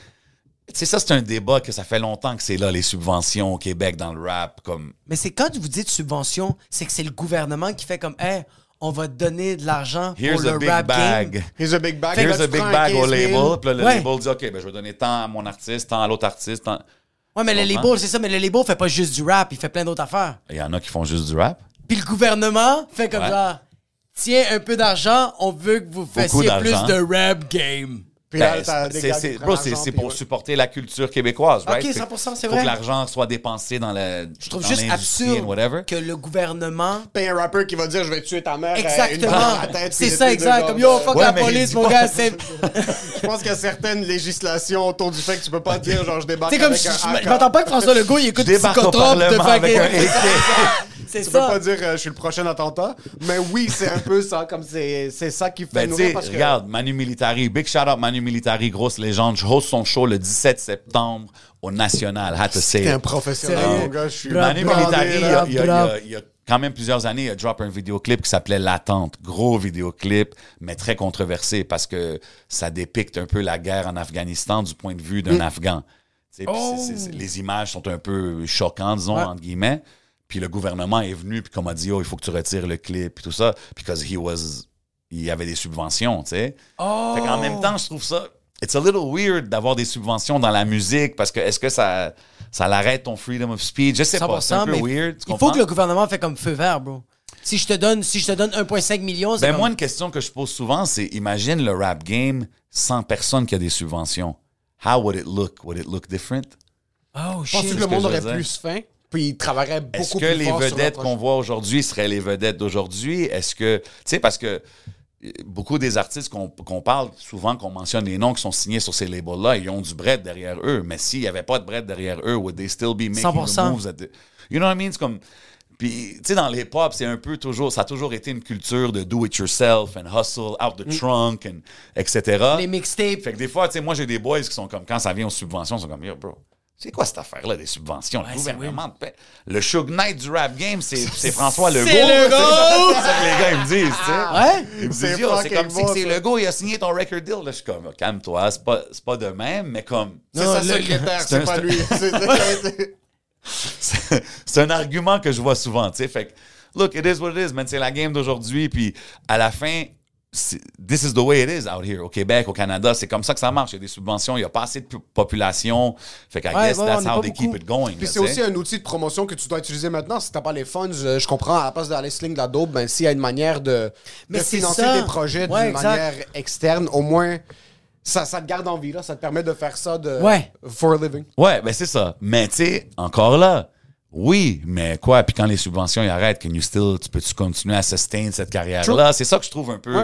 Speaker 4: tu sais, ça, c'est un débat que ça fait longtemps que c'est là, les subventions au Québec dans le rap. Comme,
Speaker 2: Mais c'est quand vous dites subvention, c'est que c'est le gouvernement qui fait comme, hey, on va te donner de l'argent pour
Speaker 4: here's
Speaker 2: le
Speaker 4: a big
Speaker 2: rap
Speaker 4: bag.
Speaker 2: game.
Speaker 3: Here's a big bag.
Speaker 4: Here's
Speaker 3: Là,
Speaker 4: a
Speaker 3: tu
Speaker 4: big
Speaker 3: prends un
Speaker 4: bag au
Speaker 3: 15 000.
Speaker 4: label. Puis là, le
Speaker 2: Ouais.
Speaker 4: label dit, OK, ben, je vais donner tant à mon artiste, tant à l'autre artiste. tant-
Speaker 2: Ouais, mais le
Speaker 4: comprends?
Speaker 2: label, c'est ça, mais le label fait pas juste du rap, il fait plein d'autres affaires.
Speaker 4: Il y en a qui font juste du rap.
Speaker 2: Puis le gouvernement fait comme
Speaker 4: Ouais.
Speaker 2: genre, tiens un peu d'argent, on veut que vous fassiez plus
Speaker 4: d'argent.
Speaker 2: de rap game.
Speaker 3: Puis
Speaker 4: Ben,
Speaker 3: là, t'as des
Speaker 4: c'est-
Speaker 3: gars qui
Speaker 4: c'est-
Speaker 3: prennent
Speaker 4: bro, c'est
Speaker 3: l'argent,
Speaker 4: c'est
Speaker 3: puis
Speaker 4: pour
Speaker 3: ouais.
Speaker 4: supporter la culture québécoise, right?
Speaker 2: Ok,
Speaker 4: Fait que
Speaker 2: 100%, c'est
Speaker 4: faut
Speaker 2: vrai.
Speaker 4: que l'argent soit dépensé dans la.
Speaker 2: Je trouve juste absurde que le gouvernement.
Speaker 3: Paye un rappeur qui va dire je vais tuer ta mère. euh, une balle
Speaker 2: Exactement.
Speaker 3: dans la tête,
Speaker 2: C'est
Speaker 3: puis
Speaker 2: ça,
Speaker 3: des trucs de
Speaker 2: exact.
Speaker 3: genre,
Speaker 2: Comme yo,
Speaker 3: euh,
Speaker 2: fuck
Speaker 4: Ouais,
Speaker 2: la
Speaker 4: mais
Speaker 2: police,
Speaker 4: dis
Speaker 2: mon
Speaker 4: pas-
Speaker 2: gars.
Speaker 4: <laughs>
Speaker 2: C'est. Tu
Speaker 3: Je pense qu'il y a certaines législations autour du fait que tu peux pas dire genre je débarque
Speaker 2: sais, comme.
Speaker 3: avec
Speaker 2: Je
Speaker 3: un
Speaker 2: je-
Speaker 3: AK.
Speaker 2: je m'attends pas que François Legault, il écoute
Speaker 4: Débarque au
Speaker 2: psychotrope de
Speaker 4: Parlement avec un
Speaker 2: fucking.
Speaker 4: AK.
Speaker 2: C'est
Speaker 3: Tu peux pas
Speaker 2: ça.
Speaker 3: dire euh, je suis le prochain attentat, mais oui, c'est un peu ça, comme c'est c'est ça qui fait
Speaker 4: Ben, tu
Speaker 3: nourrir
Speaker 4: sais,
Speaker 3: parce que
Speaker 4: regarde, Manu Militari, big shout out Manu Militari, grosse légende. Je host son show le 17 septembre au National. Had to say
Speaker 3: t'es
Speaker 4: it.
Speaker 3: un professionnel,
Speaker 2: Sérieux?
Speaker 3: mon gars, je suis
Speaker 2: Bravo.
Speaker 4: Manu Militari, il y a- il y a- il y
Speaker 2: Bravo.
Speaker 4: a- il y a quand même plusieurs années, il a drop un vidéoclip qui s'appelait L'attente. Gros vidéoclip, mais très controversé parce que ça dépicte un peu la guerre en Afghanistan du point de vue
Speaker 2: Mm.
Speaker 4: d'un Afghan. Tu sais, puis c'est-
Speaker 2: Oh!
Speaker 4: c'est- c'est- les images sont un peu choquantes, disons, entre guillemets. Puis le gouvernement est venu, puis comme a dit, oh, il faut que tu retires le clip, puis tout ça, because he was, il y avait des subventions, tu sais. Fait qu'en même temps, je trouve ça. It's a little weird d'avoir des subventions dans la musique parce que est-ce que ça, ça l'arrête ton freedom of speech? Je sais pas, c'est
Speaker 2: 100%,
Speaker 4: un peu
Speaker 2: mais
Speaker 4: weird.
Speaker 2: il
Speaker 4: tu
Speaker 2: faut
Speaker 4: comprends?
Speaker 2: que le gouvernement fait comme feu vert, bro. Si je te donne, si je te donne 1,5 million, c'est
Speaker 4: Ben
Speaker 2: comme-
Speaker 4: moi, une question que je pose souvent, c'est imagine le rap game sans personne qui a des subventions. How would it look? Would it look different?
Speaker 2: Oh
Speaker 3: je pense
Speaker 2: shit.
Speaker 3: que le monde
Speaker 4: je
Speaker 3: aurait
Speaker 4: veux dire.
Speaker 3: plus faim, puis il travaillerait beaucoup plus
Speaker 4: Est-ce
Speaker 3: fort
Speaker 4: que les
Speaker 3: sur leur
Speaker 4: vedettes
Speaker 3: projet.
Speaker 4: qu'on voit aujourd'hui seraient les vedettes d'aujourd'hui? Est-ce que. Tu sais, parce que euh, beaucoup des artistes qu'on qu'on parle, souvent qu'on mentionne les noms qui sont signés sur ces labels-là, ils ont du bread derrière eux. Mais s'il n'y avait pas de bread derrière eux, would they still be making
Speaker 2: 100%.
Speaker 4: the moves? that they- You know what I mean? C'est comme. Puis, tu sais, dans les pop, c'est un peu toujours. Ça a toujours été une culture de do it yourself and hustle out
Speaker 3: Mm.
Speaker 4: the trunk, and, etc.
Speaker 2: Les mixtapes.
Speaker 4: Fait que des fois, tu sais, moi, j'ai des boys qui sont comme, quand ça vient aux subventions, ils sont comme, yo, bro, c'est quoi cette affaire-là des subventions? le gouvernement te paie. Le Suge Knight du rap game, c'est c'est François Legault.
Speaker 2: le
Speaker 4: <laughs> C'est ça que les gars, ils me disent, tu sais.
Speaker 2: Ouais?
Speaker 4: Ils me
Speaker 3: C'est
Speaker 4: disent, yo, c'est
Speaker 3: fucking
Speaker 4: comme si
Speaker 3: bon,
Speaker 4: que c'est
Speaker 3: ça.
Speaker 4: Legault, il a signé ton record deal. Là, je suis comme, calme-toi, c'est pas, c'est pas de même, mais comme,
Speaker 3: C'est
Speaker 2: Non,
Speaker 3: sa
Speaker 2: le-
Speaker 3: secrétaire,
Speaker 4: <laughs> c'est
Speaker 3: c'est
Speaker 4: un-
Speaker 3: pas lui. C'est- c'est-
Speaker 4: c'est c'est un argument que je vois souvent, tu sais. Fait que, look, it is what it is, man. C'est la game d'aujourd'hui. Puis à la fin, c'est- this is the way it is out here. Au Québec, au Canada, c'est comme ça que ça marche. Il y a des subventions, il n'y a pas assez de pu- population. Fait que I
Speaker 2: Ouais,
Speaker 4: guess
Speaker 2: ouais,
Speaker 4: that's
Speaker 2: on est
Speaker 4: how
Speaker 2: pas
Speaker 4: they
Speaker 2: beaucoup.
Speaker 4: keep it going.
Speaker 3: Puis
Speaker 4: là,
Speaker 3: c'est
Speaker 4: tu sais.
Speaker 3: aussi un outil de promotion que tu dois utiliser maintenant. Si t'as pas les funds, euh, je, je comprends, à la place d'aller sling de la dope, ben, s'il y a une manière de,
Speaker 2: Mais
Speaker 3: de
Speaker 2: c'est
Speaker 3: financer
Speaker 2: ça.
Speaker 3: des projets
Speaker 2: Ouais,
Speaker 3: d'une
Speaker 2: exact.
Speaker 3: manière externe, au moins, ça, ça te garde en vie, là. ça te permet de faire ça de,
Speaker 2: Ouais.
Speaker 3: for a living.
Speaker 4: Ouais, ben c'est ça. Mais tu sais, encore là, oui, mais quoi? Puis quand les subventions ils arrêtent, can you still, tu peux-tu continuer à sustain cette carrière-là? C'est ça que je trouve un peu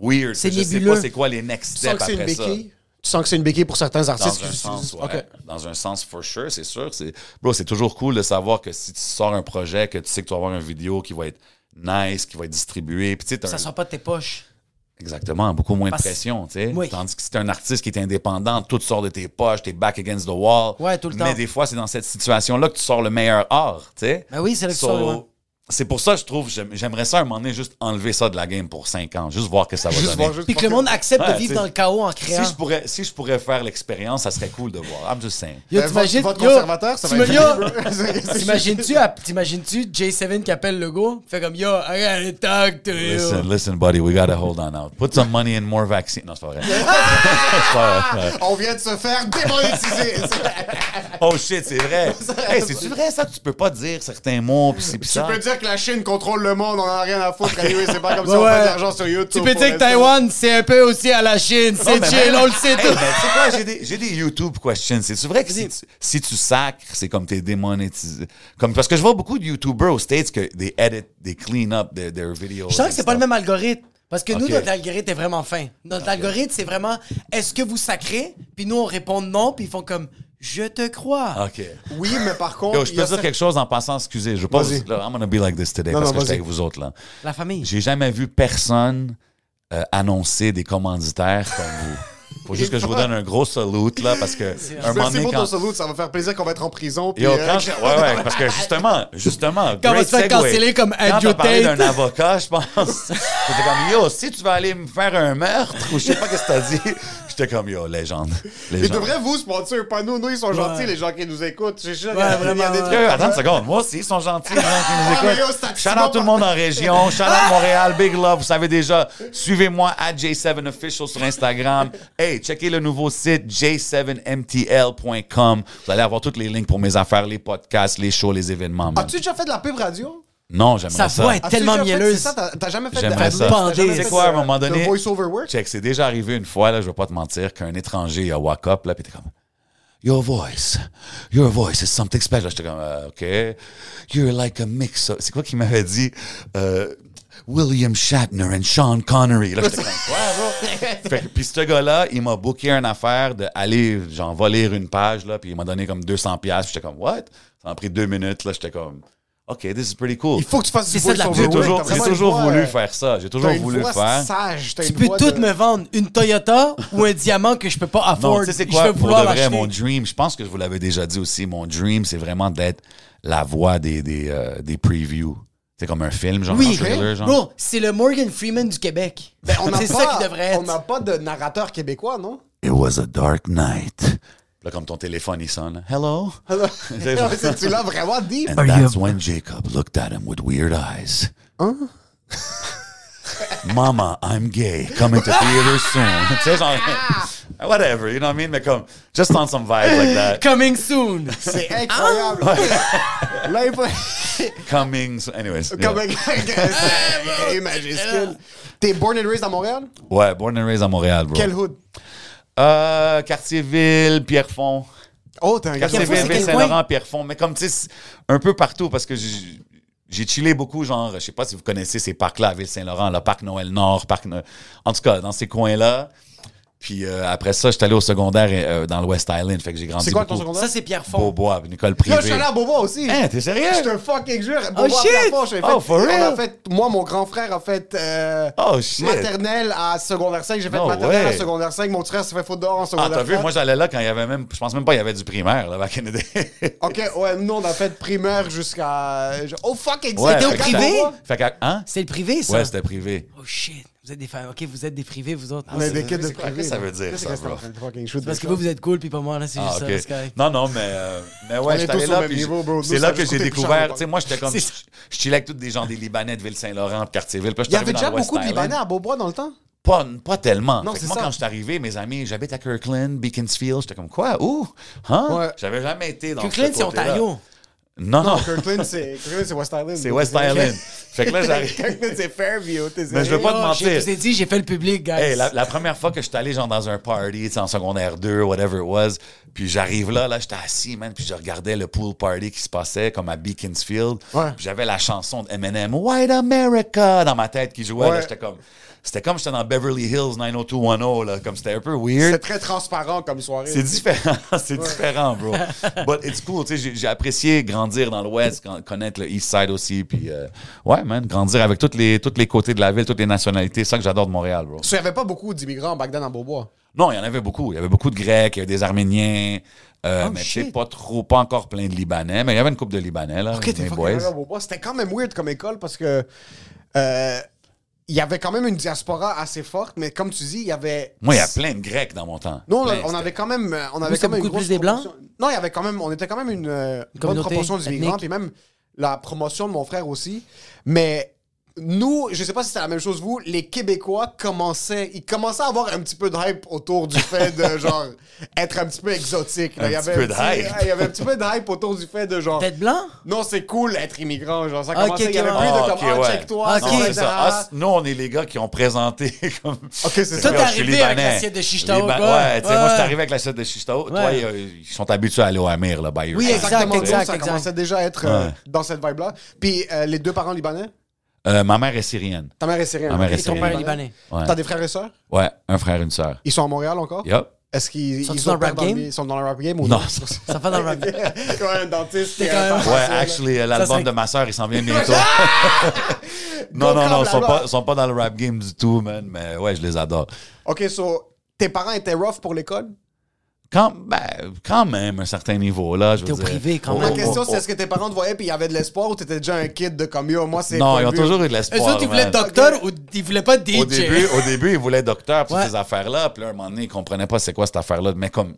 Speaker 4: weird.
Speaker 2: C'est
Speaker 4: que je sais
Speaker 2: nébuleux.
Speaker 4: pas c'est quoi les next
Speaker 3: Tu sens
Speaker 4: steps
Speaker 3: que c'est une
Speaker 4: après ça.
Speaker 3: béquille? Tu sens que c'est une béquille pour certains artistes
Speaker 4: Dans un
Speaker 3: qui-
Speaker 4: sens, ouais.
Speaker 3: Ok.
Speaker 4: Dans un sens, for sure, c'est sûr. C'est... Bro, c'est toujours cool de savoir que si tu sors un projet, que tu sais que tu vas avoir une vidéo qui va être nice, qui va être distribuée. Puis tu sais, t'as
Speaker 2: Ça
Speaker 4: un-
Speaker 2: sort pas de tes poches.
Speaker 4: Exactement, beaucoup moins
Speaker 2: Parce-
Speaker 4: de pression, tu sais.
Speaker 2: Oui.
Speaker 4: Tandis que si t'es un artiste qui est indépendant, tout sort de tes poches, t'es back against the wall.
Speaker 2: Ouais, tout le temps.
Speaker 4: Mais des fois, c'est dans cette situation-là que tu sors le meilleur art, tu sais.
Speaker 2: Ben oui, c'est là que tu sors le meilleur.
Speaker 4: C'est pour ça, je trouve, j'aime- j'aimerais ça à un moment donné juste enlever ça de la game pour 5 ans, juste voir que ça va
Speaker 3: Juste
Speaker 4: donner.
Speaker 3: voir, juste
Speaker 2: Puis que
Speaker 3: voir
Speaker 2: le monde accepte
Speaker 4: Ouais,
Speaker 2: de vivre
Speaker 4: t'sais,
Speaker 2: dans le chaos en créant.
Speaker 4: si je, pourrais, si je pourrais faire l'expérience, ça serait cool de voir. I'm just saying.
Speaker 2: Yo,
Speaker 3: Ben,
Speaker 2: t'imagines-
Speaker 3: vote- vote
Speaker 2: yo,
Speaker 3: conservateur, ça va
Speaker 2: t'im-
Speaker 3: être-
Speaker 2: yo, <laughs> T'imagines-tu, à- t'imagines-tu J7 qui appelle le go, fait comme yo, I gotta talk to you.
Speaker 4: Listen, listen, buddy, we gotta hold on out. Put some money in more vaccines. Non, c'est pas vrai. <laughs> C'est pas vrai.
Speaker 3: On vient de se faire démonétiser.
Speaker 2: <laughs>
Speaker 4: Oh shit, c'est vrai. Hey, c'est-tu vrai ça que tu peux pas dire certains mots pis c'est pis
Speaker 3: tu
Speaker 4: ça?
Speaker 3: peux dire que la Chine contrôle le monde, on en a rien à foutre. anyway, c'est pas comme si
Speaker 2: Ouais,
Speaker 3: on fait
Speaker 2: ouais.
Speaker 3: de l'argent sur YouTube.
Speaker 2: Tu peux
Speaker 3: pour
Speaker 2: dire que
Speaker 3: l'instant.
Speaker 2: Taïwan, c'est un peu aussi à la Chine,
Speaker 4: Non,
Speaker 2: c'est
Speaker 4: mais
Speaker 2: chill,
Speaker 4: même-
Speaker 2: on le sait
Speaker 4: Hey,
Speaker 2: tout.
Speaker 4: Oh, ben, tu sais quoi, j'ai des, j'ai des YouTube questions. C'est vrai que si tu, si tu sacres, c'est comme t'es démonétisé. Comme, parce que je vois beaucoup de YouTubers aux States que des edit, des clean up de their videos.
Speaker 2: Je sens que c'est pas le
Speaker 4: and
Speaker 2: même algorithme. Parce que nous,
Speaker 4: Ok.
Speaker 2: notre algorithme est vraiment fin. Notre algorithme, c'est vraiment est-ce que vous sacrez Puis nous, on répond non, puis ils font comme je te crois.
Speaker 4: stuff. Ah, OK.
Speaker 3: Oui, mais par contre.
Speaker 4: Yo, je
Speaker 3: il y
Speaker 4: peux
Speaker 3: a
Speaker 4: dire
Speaker 3: cer-
Speaker 4: quelque chose en passant, excusez, je veux pas.
Speaker 3: Vas-y.
Speaker 4: vous- là, I'm gonna be like this today
Speaker 3: Non,
Speaker 4: parce
Speaker 3: non,
Speaker 4: que j'étais
Speaker 3: vas-y.
Speaker 4: avec vous autres là.
Speaker 2: La famille.
Speaker 4: J'ai jamais vu personne euh, annoncer des commanditaires comme vous. Faut juste que je vous donne un gros salute là parce que un moment
Speaker 3: Merci
Speaker 4: donné
Speaker 3: pour
Speaker 4: quand
Speaker 3: ton salut, ça va faire plaisir qu'on va être en prison. Puis,
Speaker 4: Yo,
Speaker 3: euh,
Speaker 4: quand je- ouais, ouais, parce que justement, justement,
Speaker 2: Quand on
Speaker 4: great
Speaker 2: se fait
Speaker 4: segue.
Speaker 2: canceller comme
Speaker 4: Quand
Speaker 2: Andrew
Speaker 4: t'as parlé
Speaker 2: Tate.
Speaker 4: d'un avocat, je pense, <laughs> j'étais comme, yo, si tu vas aller me faire un meurtre, ou je sais pas qu'est-ce que t'as dit, j'étais comme, yo, légende,
Speaker 3: Ils
Speaker 4: légende.
Speaker 3: devraient vous sponsor, pas nous. Nous, ils sont gentils, les gens qui nous écoutent. Je suis sûr qu'il y a-
Speaker 2: Ouais,
Speaker 3: il y a
Speaker 2: vraiment,
Speaker 3: des
Speaker 2: ouais.
Speaker 3: trucs.
Speaker 4: Yo, euh, attends une seconde, moi aussi, ils sont gentils, les gens qui nous
Speaker 3: Ah, mais yo,
Speaker 4: écoutent.
Speaker 3: c'est un petit
Speaker 4: Shout out tout
Speaker 3: bon
Speaker 4: le monde en région, shout
Speaker 3: <laughs>
Speaker 4: out Montréal, big love, vous savez déjà, suivez-moi à J7Official sur Instagram. Hey, checkez le nouveau site j7mtl.com. Vous allez avoir toutes les liens pour mes affaires, les podcasts, les shows, les événements. man.
Speaker 3: Ah, As-tu déjà fait de la pub radio?
Speaker 4: Non, j'aimerais
Speaker 2: Sa
Speaker 4: ça.
Speaker 2: voix est
Speaker 3: As-tu
Speaker 2: tellement
Speaker 3: déjà fait-
Speaker 2: mielleuse.
Speaker 3: c'est ça, T'as t'as jamais fait de- t'as
Speaker 4: J'aimerais ça.
Speaker 3: jamais
Speaker 2: Pendée.
Speaker 3: fait
Speaker 4: Tu sais quoi, à un
Speaker 3: de-
Speaker 4: moment
Speaker 3: de
Speaker 4: donné,
Speaker 3: voice-over work?
Speaker 4: check, c'est déjà arrivé une fois, là, je vais pas te mentir, qu'un étranger, il a walk up, là, puis t'es comme, Your voice, your voice is something special. J'étais comme, Euh, OK, you're like a mix. of- C'est quoi qu'il m'avait dit? Euh, William Shatner and Sean Connery. Là, j'étais comme,
Speaker 3: <laughs>
Speaker 4: quoi, bro? Fait que- Puis ce gars-là, il m'a booké une affaire d'aller, genre, voler une page, là, puis il m'a donné comme 200$, piastres, puis j'étais comme, What? Ça m'a pris deux minutes, là, j'étais comme, OK, this is pretty cool.
Speaker 3: Il faut que tu fasses du
Speaker 2: C'est ça, de la
Speaker 3: voice-over
Speaker 4: J'ai
Speaker 2: pub.
Speaker 3: work.
Speaker 4: toujours,
Speaker 3: T'as
Speaker 4: j'ai
Speaker 3: vraiment une
Speaker 4: toujours
Speaker 3: voix,
Speaker 4: voulu
Speaker 3: euh,
Speaker 4: faire ça. J'ai
Speaker 3: t'as
Speaker 4: toujours
Speaker 3: une
Speaker 4: voulu
Speaker 3: voix
Speaker 4: faire.
Speaker 3: sage. t'as
Speaker 2: Tu
Speaker 3: une
Speaker 2: peux
Speaker 3: voix
Speaker 2: tout
Speaker 3: de-
Speaker 2: me vendre une Toyota ou un diamant que je peux pas
Speaker 4: Non,
Speaker 2: afford.
Speaker 4: tu sais, c'est
Speaker 2: je
Speaker 4: quoi
Speaker 2: veux
Speaker 4: pour
Speaker 2: vouloir
Speaker 4: de vrai,
Speaker 2: l'acheter.
Speaker 4: mon dream? Je pense que je vous l'avais déjà dit aussi. Mon dream, c'est vraiment d'être la voix des, des, euh, des previews. C'est comme un film, genre,
Speaker 2: Oui,
Speaker 4: un trailer, genre.
Speaker 2: Hein? bro, c'est le Morgan Freeman du Québec.
Speaker 3: Ben, <laughs> on n'a
Speaker 2: c'est
Speaker 3: pas-
Speaker 2: ça qui devrait
Speaker 3: On n'a
Speaker 2: être.
Speaker 3: pas de narrateur québécois, non?
Speaker 4: It was a dark night. Là, comme ton téléphone, il sonne. Hello? <laughs> C'est genre-
Speaker 3: C'est- <laughs> Tu l'as vraiment dit.
Speaker 4: And that's when Jacob looked at him with weird eyes. <laughs> Mama, I'm gay. Coming to theater soon. <laughs> tu sais, genre, whatever, you know what I mean? Mais comme, just on some vibe like that.
Speaker 2: Coming soon.
Speaker 4: <laughs>
Speaker 3: C'est incroyable. Là, il faut...
Speaker 4: Coming soon. Anyways. yeah. <laughs>
Speaker 3: Comme un <laughs> gars- Hey, majuscule. T'es born and raised à Montréal?
Speaker 4: Ouais, born and raised à Montréal, bro.
Speaker 3: Quel hood?
Speaker 4: Euh, Cartierville, Pierrefonds.
Speaker 3: Oh, t'es un gars.
Speaker 2: Cartierville.
Speaker 3: T'es
Speaker 2: c'est quel
Speaker 4: Cartierville, Saint-Laurent, Pierrefonds. Mais comme, tu sais, c'est un peu partout, parce que j'ai j'ai chillé beaucoup, genre, je sais pas si vous connaissez ces parcs-là, à Ville-Saint-Laurent, le Parc Noël Nord, Parc... No- En tout cas, dans ces coins-là. Puis euh, après ça, j'étais allé au secondaire euh, dans le West Island, fait que j'ai grandi
Speaker 3: C'est quoi ton
Speaker 4: beaucoup.
Speaker 3: secondaire?
Speaker 2: Ça, c'est Pierre Fond.
Speaker 4: Beaubois, puis une école
Speaker 3: Là, je
Speaker 4: privée.
Speaker 3: suis allé à Beaubois aussi.
Speaker 4: Hein, t'es sérieux?
Speaker 3: Je te fucking jure.
Speaker 2: Oh,
Speaker 3: Beaubois à
Speaker 2: shit!
Speaker 3: Plafond, j'ai
Speaker 4: Oh,
Speaker 3: fait-
Speaker 4: for
Speaker 3: on a
Speaker 4: real?
Speaker 3: fait- Moi, mon grand frère a fait euh,
Speaker 4: Oh, shit.
Speaker 3: maternelle à secondaire 5. J'ai fait
Speaker 4: No
Speaker 3: maternelle
Speaker 4: way.
Speaker 3: à secondaire 5. Mon frère s'est fait foutre dehors en
Speaker 4: Ah,
Speaker 3: secondaire
Speaker 4: t'as vu?
Speaker 3: 4.
Speaker 4: Moi, j'allais là quand il y avait même... Je pense même pas qu'il y avait du primaire, là, back in the day.
Speaker 3: Ok, ouais, nous, on a fait primaire jusqu'à. Oh fuck,
Speaker 4: Ouais,
Speaker 2: C'était au
Speaker 4: fait que-
Speaker 2: privé?
Speaker 4: Fait que, hein?
Speaker 2: C'est le privé, ça?
Speaker 4: Ouais, c'était privé.
Speaker 2: Oh shit. Vous êtes des fans. Ok, vous êtes des privés, vous autres.
Speaker 3: On est
Speaker 2: C'est-
Speaker 3: des kids de
Speaker 4: c'est quoi?
Speaker 3: privé.
Speaker 4: Qu'est-ce que ça
Speaker 3: là.
Speaker 4: veut dire,
Speaker 3: Qu'est-ce
Speaker 4: ça,
Speaker 3: que c'est
Speaker 4: bro?
Speaker 3: en train de fucking shoot
Speaker 2: Parce
Speaker 3: des
Speaker 2: que vous,
Speaker 3: choses?
Speaker 2: vous êtes cool, puis pas moi, là, c'est
Speaker 4: Ah,
Speaker 2: juste ça.
Speaker 4: ok.
Speaker 2: là, c'est correct.
Speaker 4: Non, non, mais, euh, mais
Speaker 3: On
Speaker 4: ouais,
Speaker 3: est
Speaker 4: j'étais
Speaker 3: tous
Speaker 4: allé
Speaker 3: au
Speaker 4: là.
Speaker 3: même
Speaker 4: puis
Speaker 3: niveau,
Speaker 4: je-
Speaker 3: bro. Nous,
Speaker 4: C'est
Speaker 3: ça
Speaker 4: là
Speaker 3: a
Speaker 4: que
Speaker 3: juste
Speaker 4: j'ai
Speaker 3: coûté plus cher,
Speaker 4: découvert.
Speaker 3: bro.
Speaker 4: Tu sais, moi, j'étais comme.
Speaker 2: C'est
Speaker 4: Je
Speaker 2: ça.
Speaker 4: je chillais avec tous des gens des Libanais de Ville-Saint-Laurent, de Cartierville. Puis
Speaker 3: Il
Speaker 4: là,
Speaker 3: y
Speaker 4: j'étais
Speaker 3: avait
Speaker 4: arrivé dans
Speaker 3: déjà
Speaker 4: le West
Speaker 3: beaucoup de
Speaker 4: Island.
Speaker 3: Libanais à Beaubois dans le temps.
Speaker 4: Pas, pas tellement.
Speaker 3: Non,
Speaker 4: Fait que
Speaker 3: c'est
Speaker 4: moi,
Speaker 3: ça.
Speaker 4: quand je suis arrivé, mes amis, j'habite à Kirkland, Beaconsfield. J'étais comme, quoi? Ouh! Hein?
Speaker 3: Ouais.
Speaker 4: J'avais jamais été dans
Speaker 2: Kirkland,
Speaker 4: ce
Speaker 2: c'est
Speaker 4: côté-là.
Speaker 2: Ontario.
Speaker 4: Non, non.
Speaker 3: Kirkland, c'est Kirkland, c'est West Island.
Speaker 4: C'est West Island. fait que là,
Speaker 3: <laughs>
Speaker 4: j'arrive.
Speaker 3: Kirkland, c'est Fairview. t'es
Speaker 4: Mais je veux
Speaker 3: sérieux?
Speaker 4: pas te
Speaker 2: Oh, Je
Speaker 4: mentir.
Speaker 2: vous ai dit, j'ai fait le public, guys.
Speaker 4: Hey, la, la première fois que j'étais allé genre dans un party, tu sais, en secondaire 2, whatever it was, puis j'arrive là, là, j'étais assis, man, puis je regardais le pool party qui se passait comme à Beaconsfield.
Speaker 3: Ouais.
Speaker 4: Puis J'avais la chanson de Eminem, White America, dans ma tête qui jouait. là,
Speaker 3: Ouais.
Speaker 4: J'étais comme, c'était comme j'étais dans Beverly Hills 90210, là, comme c'était un peu weird.
Speaker 3: C'est très transparent comme soirée.
Speaker 4: C'est différent, <laughs> c'est différent, bro. But it's cool, tu sais, j'ai- j'ai apprécié grandir dans l'Ouest, con- connaître le East Side aussi, puis euh, ouais, man, grandir avec tous les, toutes les côtés de la ville, toutes les nationalités, c'est ça que j'adore de Montréal, bro.
Speaker 3: Il n'y avait pas beaucoup d'immigrants back then à Beaubois.
Speaker 4: Non, il y en avait beaucoup. Il y avait beaucoup de Grecs, il y avait des Arméniens, euh, mais tu sais, pas trop, pas encore plein de Libanais, mais il y avait une couple de Libanais, là,
Speaker 3: Ok, t'es
Speaker 4: mes
Speaker 3: fucking
Speaker 4: boys.
Speaker 3: allé à Beaubois. C'était quand même weird comme école parce que euh, il y avait quand même une diaspora assez forte, mais comme tu dis, il y avait.
Speaker 4: Moi, il y a plein de Grecs dans mon temps.
Speaker 3: Non, on a-
Speaker 4: Plein,
Speaker 3: on avait quand même, euh, on avait
Speaker 2: c'était
Speaker 3: quand même une
Speaker 2: beaucoup
Speaker 3: grosse
Speaker 2: plus des Blancs?
Speaker 3: proportion- Non, il y avait quand même, on était quand même une, euh, bonne
Speaker 2: communauté
Speaker 3: proportion d'immigrants,
Speaker 2: ethnique.
Speaker 3: puis même la promotion de mon frère aussi. Mais nous, je sais pas si c'était la même chose vous, les Québécois commençaient, ils commençaient à avoir un petit peu de hype autour du fait de genre être un petit peu exotique. là.
Speaker 4: Un
Speaker 3: il y
Speaker 4: petit
Speaker 3: avait
Speaker 4: peu
Speaker 3: un
Speaker 4: de
Speaker 3: petit-
Speaker 4: hype.
Speaker 3: Il y avait un petit peu de hype autour du fait de genre.
Speaker 2: Tête blanc?
Speaker 3: Non, c'est cool d'être immigrant, genre ça
Speaker 2: Ok,
Speaker 3: commençait, il y avait
Speaker 2: ok,
Speaker 3: plus
Speaker 4: Ah,
Speaker 3: de
Speaker 4: ok,
Speaker 3: comme ah,
Speaker 4: ouais.
Speaker 3: check-toi,
Speaker 2: Non,
Speaker 4: c'était-
Speaker 2: Ok.
Speaker 4: c'est ça. Ah, c- nous, on est les gars qui ont présenté <laughs> comme.
Speaker 3: Ok, c'est ça.
Speaker 2: Toi, t'es
Speaker 4: Yo, je suis
Speaker 2: arrivé
Speaker 4: Libanais.
Speaker 2: avec l'assiette de Chichtao,
Speaker 4: Liban-
Speaker 2: quoi.
Speaker 4: Ouais, tu sais, moi, je
Speaker 2: Ouais.
Speaker 4: suis arrivé avec l'assiette de Chichtao. Toi, euh,
Speaker 2: Ouais.
Speaker 4: ils, ils sont habitués à aller au Amir, là, by
Speaker 2: Oui,
Speaker 4: yourself.
Speaker 2: exact,
Speaker 3: Exactement,
Speaker 2: exact,
Speaker 3: ça
Speaker 2: exact.
Speaker 3: commençait déjà à être euh,
Speaker 4: Ouais.
Speaker 3: dans cette vibe-là. Puis euh, les deux parents libanais,
Speaker 4: Euh, ma mère est syrienne.
Speaker 3: ta mère est syrienne.
Speaker 4: Ma mère
Speaker 2: Et
Speaker 4: est
Speaker 2: ton
Speaker 4: syrienne.
Speaker 2: père est libanais.
Speaker 4: Ouais.
Speaker 3: T'as des frères et sœurs?
Speaker 4: Ouais, un frère, une sœur.
Speaker 3: Ils sont à Montréal encore?
Speaker 4: Yup.
Speaker 3: Est-ce qu'ils
Speaker 2: Sont-ils
Speaker 3: ils
Speaker 2: dans le
Speaker 3: opèrent
Speaker 2: rap game?
Speaker 3: Ils sont dans le rap game ou
Speaker 4: Non,
Speaker 3: non? <laughs>
Speaker 4: ça-
Speaker 2: Ça fait dans le rap.
Speaker 3: Quand un dentiste.
Speaker 2: T'es
Speaker 3: et
Speaker 2: quand
Speaker 3: un
Speaker 2: même-
Speaker 3: pharmacien,
Speaker 4: Ouais,
Speaker 3: là.
Speaker 4: actually, euh,
Speaker 2: Ça,
Speaker 4: l'album
Speaker 2: c'est-
Speaker 4: de ma sœur, il s'en
Speaker 2: <laughs>
Speaker 4: vient bientôt. <laughs> non,
Speaker 3: Go
Speaker 4: non, non, ils sont
Speaker 3: Crabbe,
Speaker 4: pas,
Speaker 3: là-bas.
Speaker 4: sont pas dans le rap game du tout, man. Mais ouais, je les adore.
Speaker 3: Ok, so, tes parents étaient rough pour l'école?
Speaker 4: Quand, ben, quand même, un certain niveau, là. Je
Speaker 2: T'es au
Speaker 4: veux dire.
Speaker 2: privé, quand
Speaker 3: Ma
Speaker 2: même. Oh,
Speaker 3: question, c'est est-ce que tes parents te voyaient puis il y avait de l'espoir ou t'étais déjà un kid de comme yo, moi c'est.
Speaker 4: Non,
Speaker 3: pas
Speaker 4: ils ont
Speaker 3: vu.
Speaker 4: toujours eu de
Speaker 2: Eux
Speaker 4: l'espoir.
Speaker 2: autres, ils voulaient
Speaker 4: Oh, man.
Speaker 2: être docteur ou ils voulaient pas DJ.
Speaker 4: Au début, au début, ils voulaient docteur pour
Speaker 2: Ouais.
Speaker 4: ces affaires-là. Puis là, un moment donné, ils comprenaient pas c'est quoi cette affaire-là. Mais comme,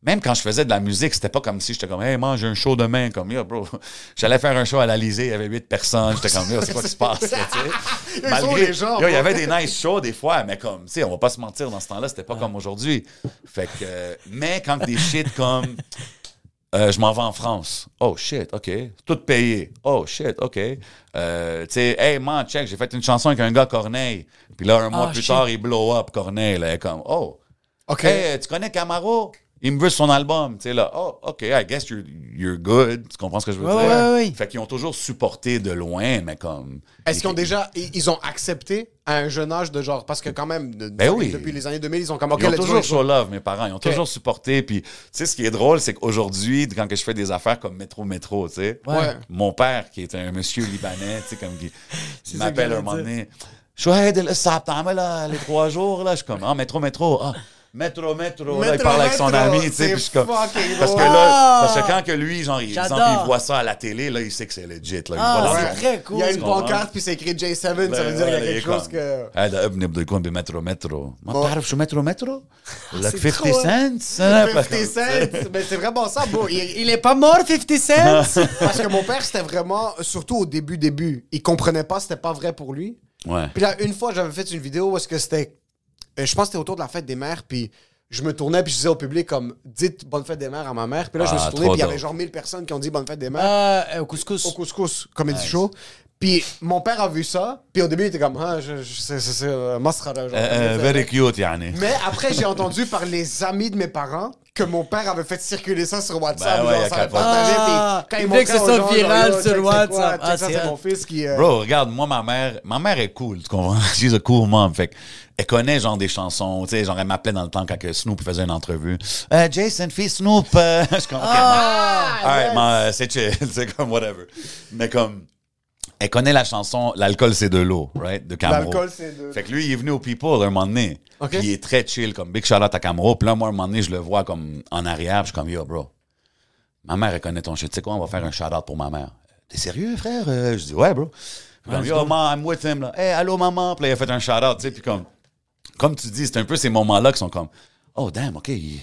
Speaker 4: même quand je faisais de la musique, c'était pas comme si j'étais comme, hey, man, j'ai un show demain. Comme, yo, bro, <laughs> j'allais faire un show à l'Alysée, il y avait huit personnes. J'étais comme, yo,
Speaker 3: <laughs>
Speaker 4: c'est quoi qui se passe, là, tu sais?
Speaker 3: Ils sont <laughs> les gens,
Speaker 4: yo, il y
Speaker 3: bro.
Speaker 4: avait des nice shows des fois, mais comme, tu sais, on va pas se mentir, dans ce temps-là, c'était pas comme aujourd'hui. Fait que, euh, mais quand des shit comme, Euh, je m'en vais en France. Oh shit, OK. Tout payé. Oh shit, OK. Euh, tu sais, hey man, check, j'ai fait une chanson avec un gars Corneille. Puis là, un mois
Speaker 2: Ah,
Speaker 4: plus
Speaker 2: shit.
Speaker 4: tard, il blow up Corneille. Là, elle est comme, oh.
Speaker 3: OK.
Speaker 4: Hey, tu connais Camaro? Il me veut son album. Tu sais, là, oh, OK, I guess you're, you're good. Tu comprends ce que je veux
Speaker 2: Ouais,
Speaker 4: dire?
Speaker 2: ouais, ouais.
Speaker 4: Fait qu'ils ont toujours supporté de loin, mais comme.
Speaker 3: Est-ce qu'ils ont déjà. Ils ils ont accepté à un jeune âge de genre. Parce que quand même, de-
Speaker 4: Ben oui.
Speaker 3: depuis les années 2000, ils ont comme. OK,
Speaker 4: Ils ont
Speaker 3: let's go,
Speaker 4: toujours
Speaker 3: let's go.
Speaker 4: show love, mes parents. Ils ont toujours supporté. Puis, tu sais, ce qui est drôle, c'est qu'aujourd'hui, quand que je fais des affaires comme Métro Métro, tu sais,
Speaker 3: Ouais.
Speaker 4: mon père, qui est un monsieur libanais, tu sais, comme
Speaker 3: <laughs>
Speaker 4: qui il
Speaker 2: ça que
Speaker 4: m'appelle
Speaker 2: j'allais
Speaker 4: un moment
Speaker 2: dire.
Speaker 4: donné, Chouaid, le septembre, là, les trois jours, là, je suis comme, ah, Métro Métro, ah. Métro, métro, là, il
Speaker 3: Métro,
Speaker 4: parle avec son
Speaker 3: Métro,
Speaker 4: ami, tu sais,
Speaker 3: c'est
Speaker 4: puis je suis comme.
Speaker 3: fucking
Speaker 4: Parce que
Speaker 3: drôle.
Speaker 4: là, parce que quand que lui, genre, il,
Speaker 2: J'adore.
Speaker 4: exemple, il voit ça à la télé, là, il sait que c'est legit, là. Il
Speaker 2: Ah,
Speaker 4: voit dans
Speaker 2: c'est
Speaker 4: le-
Speaker 2: très cool.
Speaker 3: Il y a une
Speaker 4: Tu comprends?
Speaker 3: pancarte, puis c'est écrit J7,
Speaker 4: Ben
Speaker 3: ça veut dire qu'il y a quelque chose que.
Speaker 4: هذا ابني بده يكون بمترو مترو ما بتعرف شو مترو مترو؟ لك
Speaker 2: C'est
Speaker 4: 50
Speaker 2: trop-
Speaker 4: cents <laughs>
Speaker 3: 50 cents, mais c'est vraiment ça, bro. Il- il-
Speaker 2: <laughs> Il est pas mort, 50
Speaker 4: <laughs>
Speaker 2: Cent?
Speaker 3: parce que mon père, c'était vraiment, surtout au début, début, il comprenait pas, c'était pas vrai pour lui.
Speaker 4: Ouais.
Speaker 3: Puis là, une fois, j'avais fait une vidéo où est-ce que c'était. euh, Je pense que c'était autour de la fête des mères, puis je me tournais, puis je disais au public, comme, dites bonne fête des mères à ma mère. Puis là, je me
Speaker 4: Ah,
Speaker 3: suis tourné,
Speaker 4: trop
Speaker 3: puis il y avait
Speaker 4: drôle.
Speaker 3: genre 1000 personnes qui ont dit bonne fête des mères
Speaker 2: Euh, au couscous.
Speaker 3: au couscous, comédie show. Puis mon père a vu ça, puis au début, il était comme, ah, je- je- c'est c'est- c'est, euh, mascara, genre.
Speaker 4: Euh, euh, very cute يعني
Speaker 3: <laughs> Mais après, j'ai entendu par les amis de mes parents que mon père avait fait circuler ça sur WhatsApp.
Speaker 4: Ben ouais,
Speaker 3: genre,
Speaker 4: il a
Speaker 3: ça
Speaker 4: capoté.
Speaker 3: partagé,
Speaker 2: Ah,
Speaker 3: puis quand
Speaker 2: il
Speaker 3: ils
Speaker 2: voulait que
Speaker 3: montraient
Speaker 2: ce
Speaker 3: aux
Speaker 2: soit
Speaker 3: gens, genre,
Speaker 2: viral
Speaker 3: Yo, check,
Speaker 2: sur
Speaker 3: c'est quoi,
Speaker 2: WhatsApp.
Speaker 3: check,
Speaker 2: Ah,
Speaker 3: ça,
Speaker 2: c'est
Speaker 3: c'est mon
Speaker 2: hot.
Speaker 3: fils qui. euh,
Speaker 4: Bro, regarde, moi, ma mère, ma mère est cool, tu comprends? <laughs> She's a cool mom. Fait que, elle connaît, genre, des chansons, tu sais, genre, elle m'appelait dans le temps quand que Snoop faisait une entrevue. Euh, Jason, fils Snoop, euh, <laughs> je comprends. Ah, Alright, ma- c'est chill, <laughs> c'est comme whatever. Mais comme, elle connaît la chanson L'alcool, c'est de l'eau, right? De Camaro.
Speaker 3: L'alcool, c'est de-
Speaker 4: Fait que lui, il est venu au People un moment donné.
Speaker 3: Ok.
Speaker 4: Puis il est très chill, comme Big Charlotte à Camaro. Puis là, moi, un moment donné, je le vois comme en arrière, puis je suis comme, yo, bro. Ma mère, elle connaît ton shit. Tu sais quoi, on va faire un shout-out pour ma mère. T'es sérieux, frère? Euh, je dis, ouais, bro. Puis comme, yo, man, I'm with him. Là. Hey, allô, maman. Puis là, il a fait un shout-out, tu sais. Puis comme, comme tu dis, c'est un peu ces moments-là qui sont comme, oh, damn, OK, il,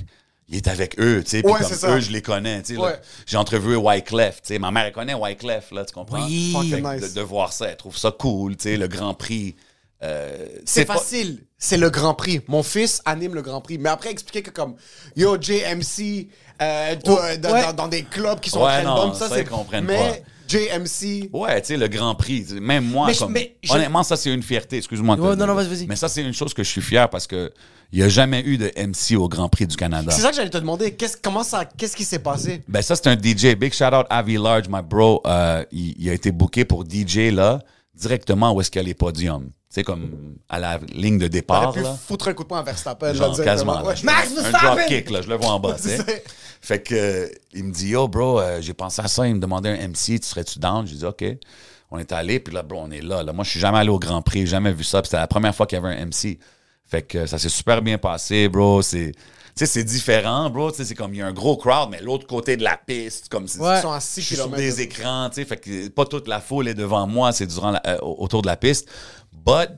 Speaker 4: il est avec eux, tu sais. Puis
Speaker 3: Ouais,
Speaker 4: comme
Speaker 3: c'est ça.
Speaker 4: eux, je les connais, tu sais. là.
Speaker 3: Ouais.
Speaker 4: J'ai entrevu Wyclef, tu sais. Ma mère, elle connaît Wyclef, là, tu comprends?
Speaker 2: Oui.
Speaker 4: Fait
Speaker 3: Fucking
Speaker 4: que
Speaker 3: nice.
Speaker 4: de, de voir ça, elle trouve ça cool, tu sais, le Grand Prix. euh,
Speaker 3: C'est
Speaker 4: pas-
Speaker 3: facile. C'est le Grand Prix. Mon fils anime le Grand Prix. Mais après, expliquer que comme Yo JMC euh, toi, euh, dans,
Speaker 2: ouais.
Speaker 3: dans- dans des clubs qui sont
Speaker 4: Ouais,
Speaker 3: en train de
Speaker 4: non,
Speaker 3: bomber, ça,
Speaker 4: ça,
Speaker 3: c'est.
Speaker 4: ils comprennent
Speaker 3: mais JMC.
Speaker 4: Ouais, tu sais, le Grand Prix. tu sais, Même moi,
Speaker 2: Mais je-
Speaker 4: comme-
Speaker 2: mais je-
Speaker 4: honnêtement, ça, c'est une fierté. Excuse-moi.
Speaker 2: Ouais,
Speaker 4: Anthony.
Speaker 2: non, non, vas-y, vas-y.
Speaker 4: Mais ça, c'est une chose que je suis fier parce qu'il n'y a jamais eu de MC au Grand Prix du Canada.
Speaker 3: C'est ça que j'allais te demander. Qu'est-ce comment ça- qu'est-ce qui s'est passé?
Speaker 4: Ben, ça, c'est un DJ. Big shout out Avi Large, my bro. Euh, il, il a été booké pour DJ, là, directement où est-ce qu'il y a les podiums. Tu sais, comme à la ligne de
Speaker 3: T'aurais
Speaker 4: départ.
Speaker 3: pu
Speaker 4: là.
Speaker 3: foutre un coup de poing à Verstappen. là,
Speaker 4: Genre,
Speaker 3: directement.
Speaker 4: quasiment. là.
Speaker 3: Ouais.
Speaker 4: Je-
Speaker 2: Max
Speaker 4: un
Speaker 2: Verstappen!
Speaker 4: dropkick, là, je le vois en bas, tu sais.
Speaker 3: C'est-
Speaker 4: Fait que, euh, il me dit, yo, bro, euh, j'ai pensé à ça. Il me demandait un MC, tu serais-tu down? J'ai dit, OK. On est allé, puis là, bro, on est là. là. Moi, je suis jamais allé au Grand Prix, j'ai jamais vu ça. Puis c'était la première fois qu'il y avait un MC. Fait que euh, ça s'est super bien passé, bro. C'est. Tu sais, c'est différent, bro. Tu sais, c'est comme il y a un gros crowd, mais l'autre côté de la piste, comme c'est
Speaker 2: Ouais.
Speaker 3: Ils sont à 6
Speaker 4: je suis sur
Speaker 3: km.
Speaker 4: des écrans, tu sais, fait que pas toute la foule est devant moi, c'est durant la- euh, autour de la piste. But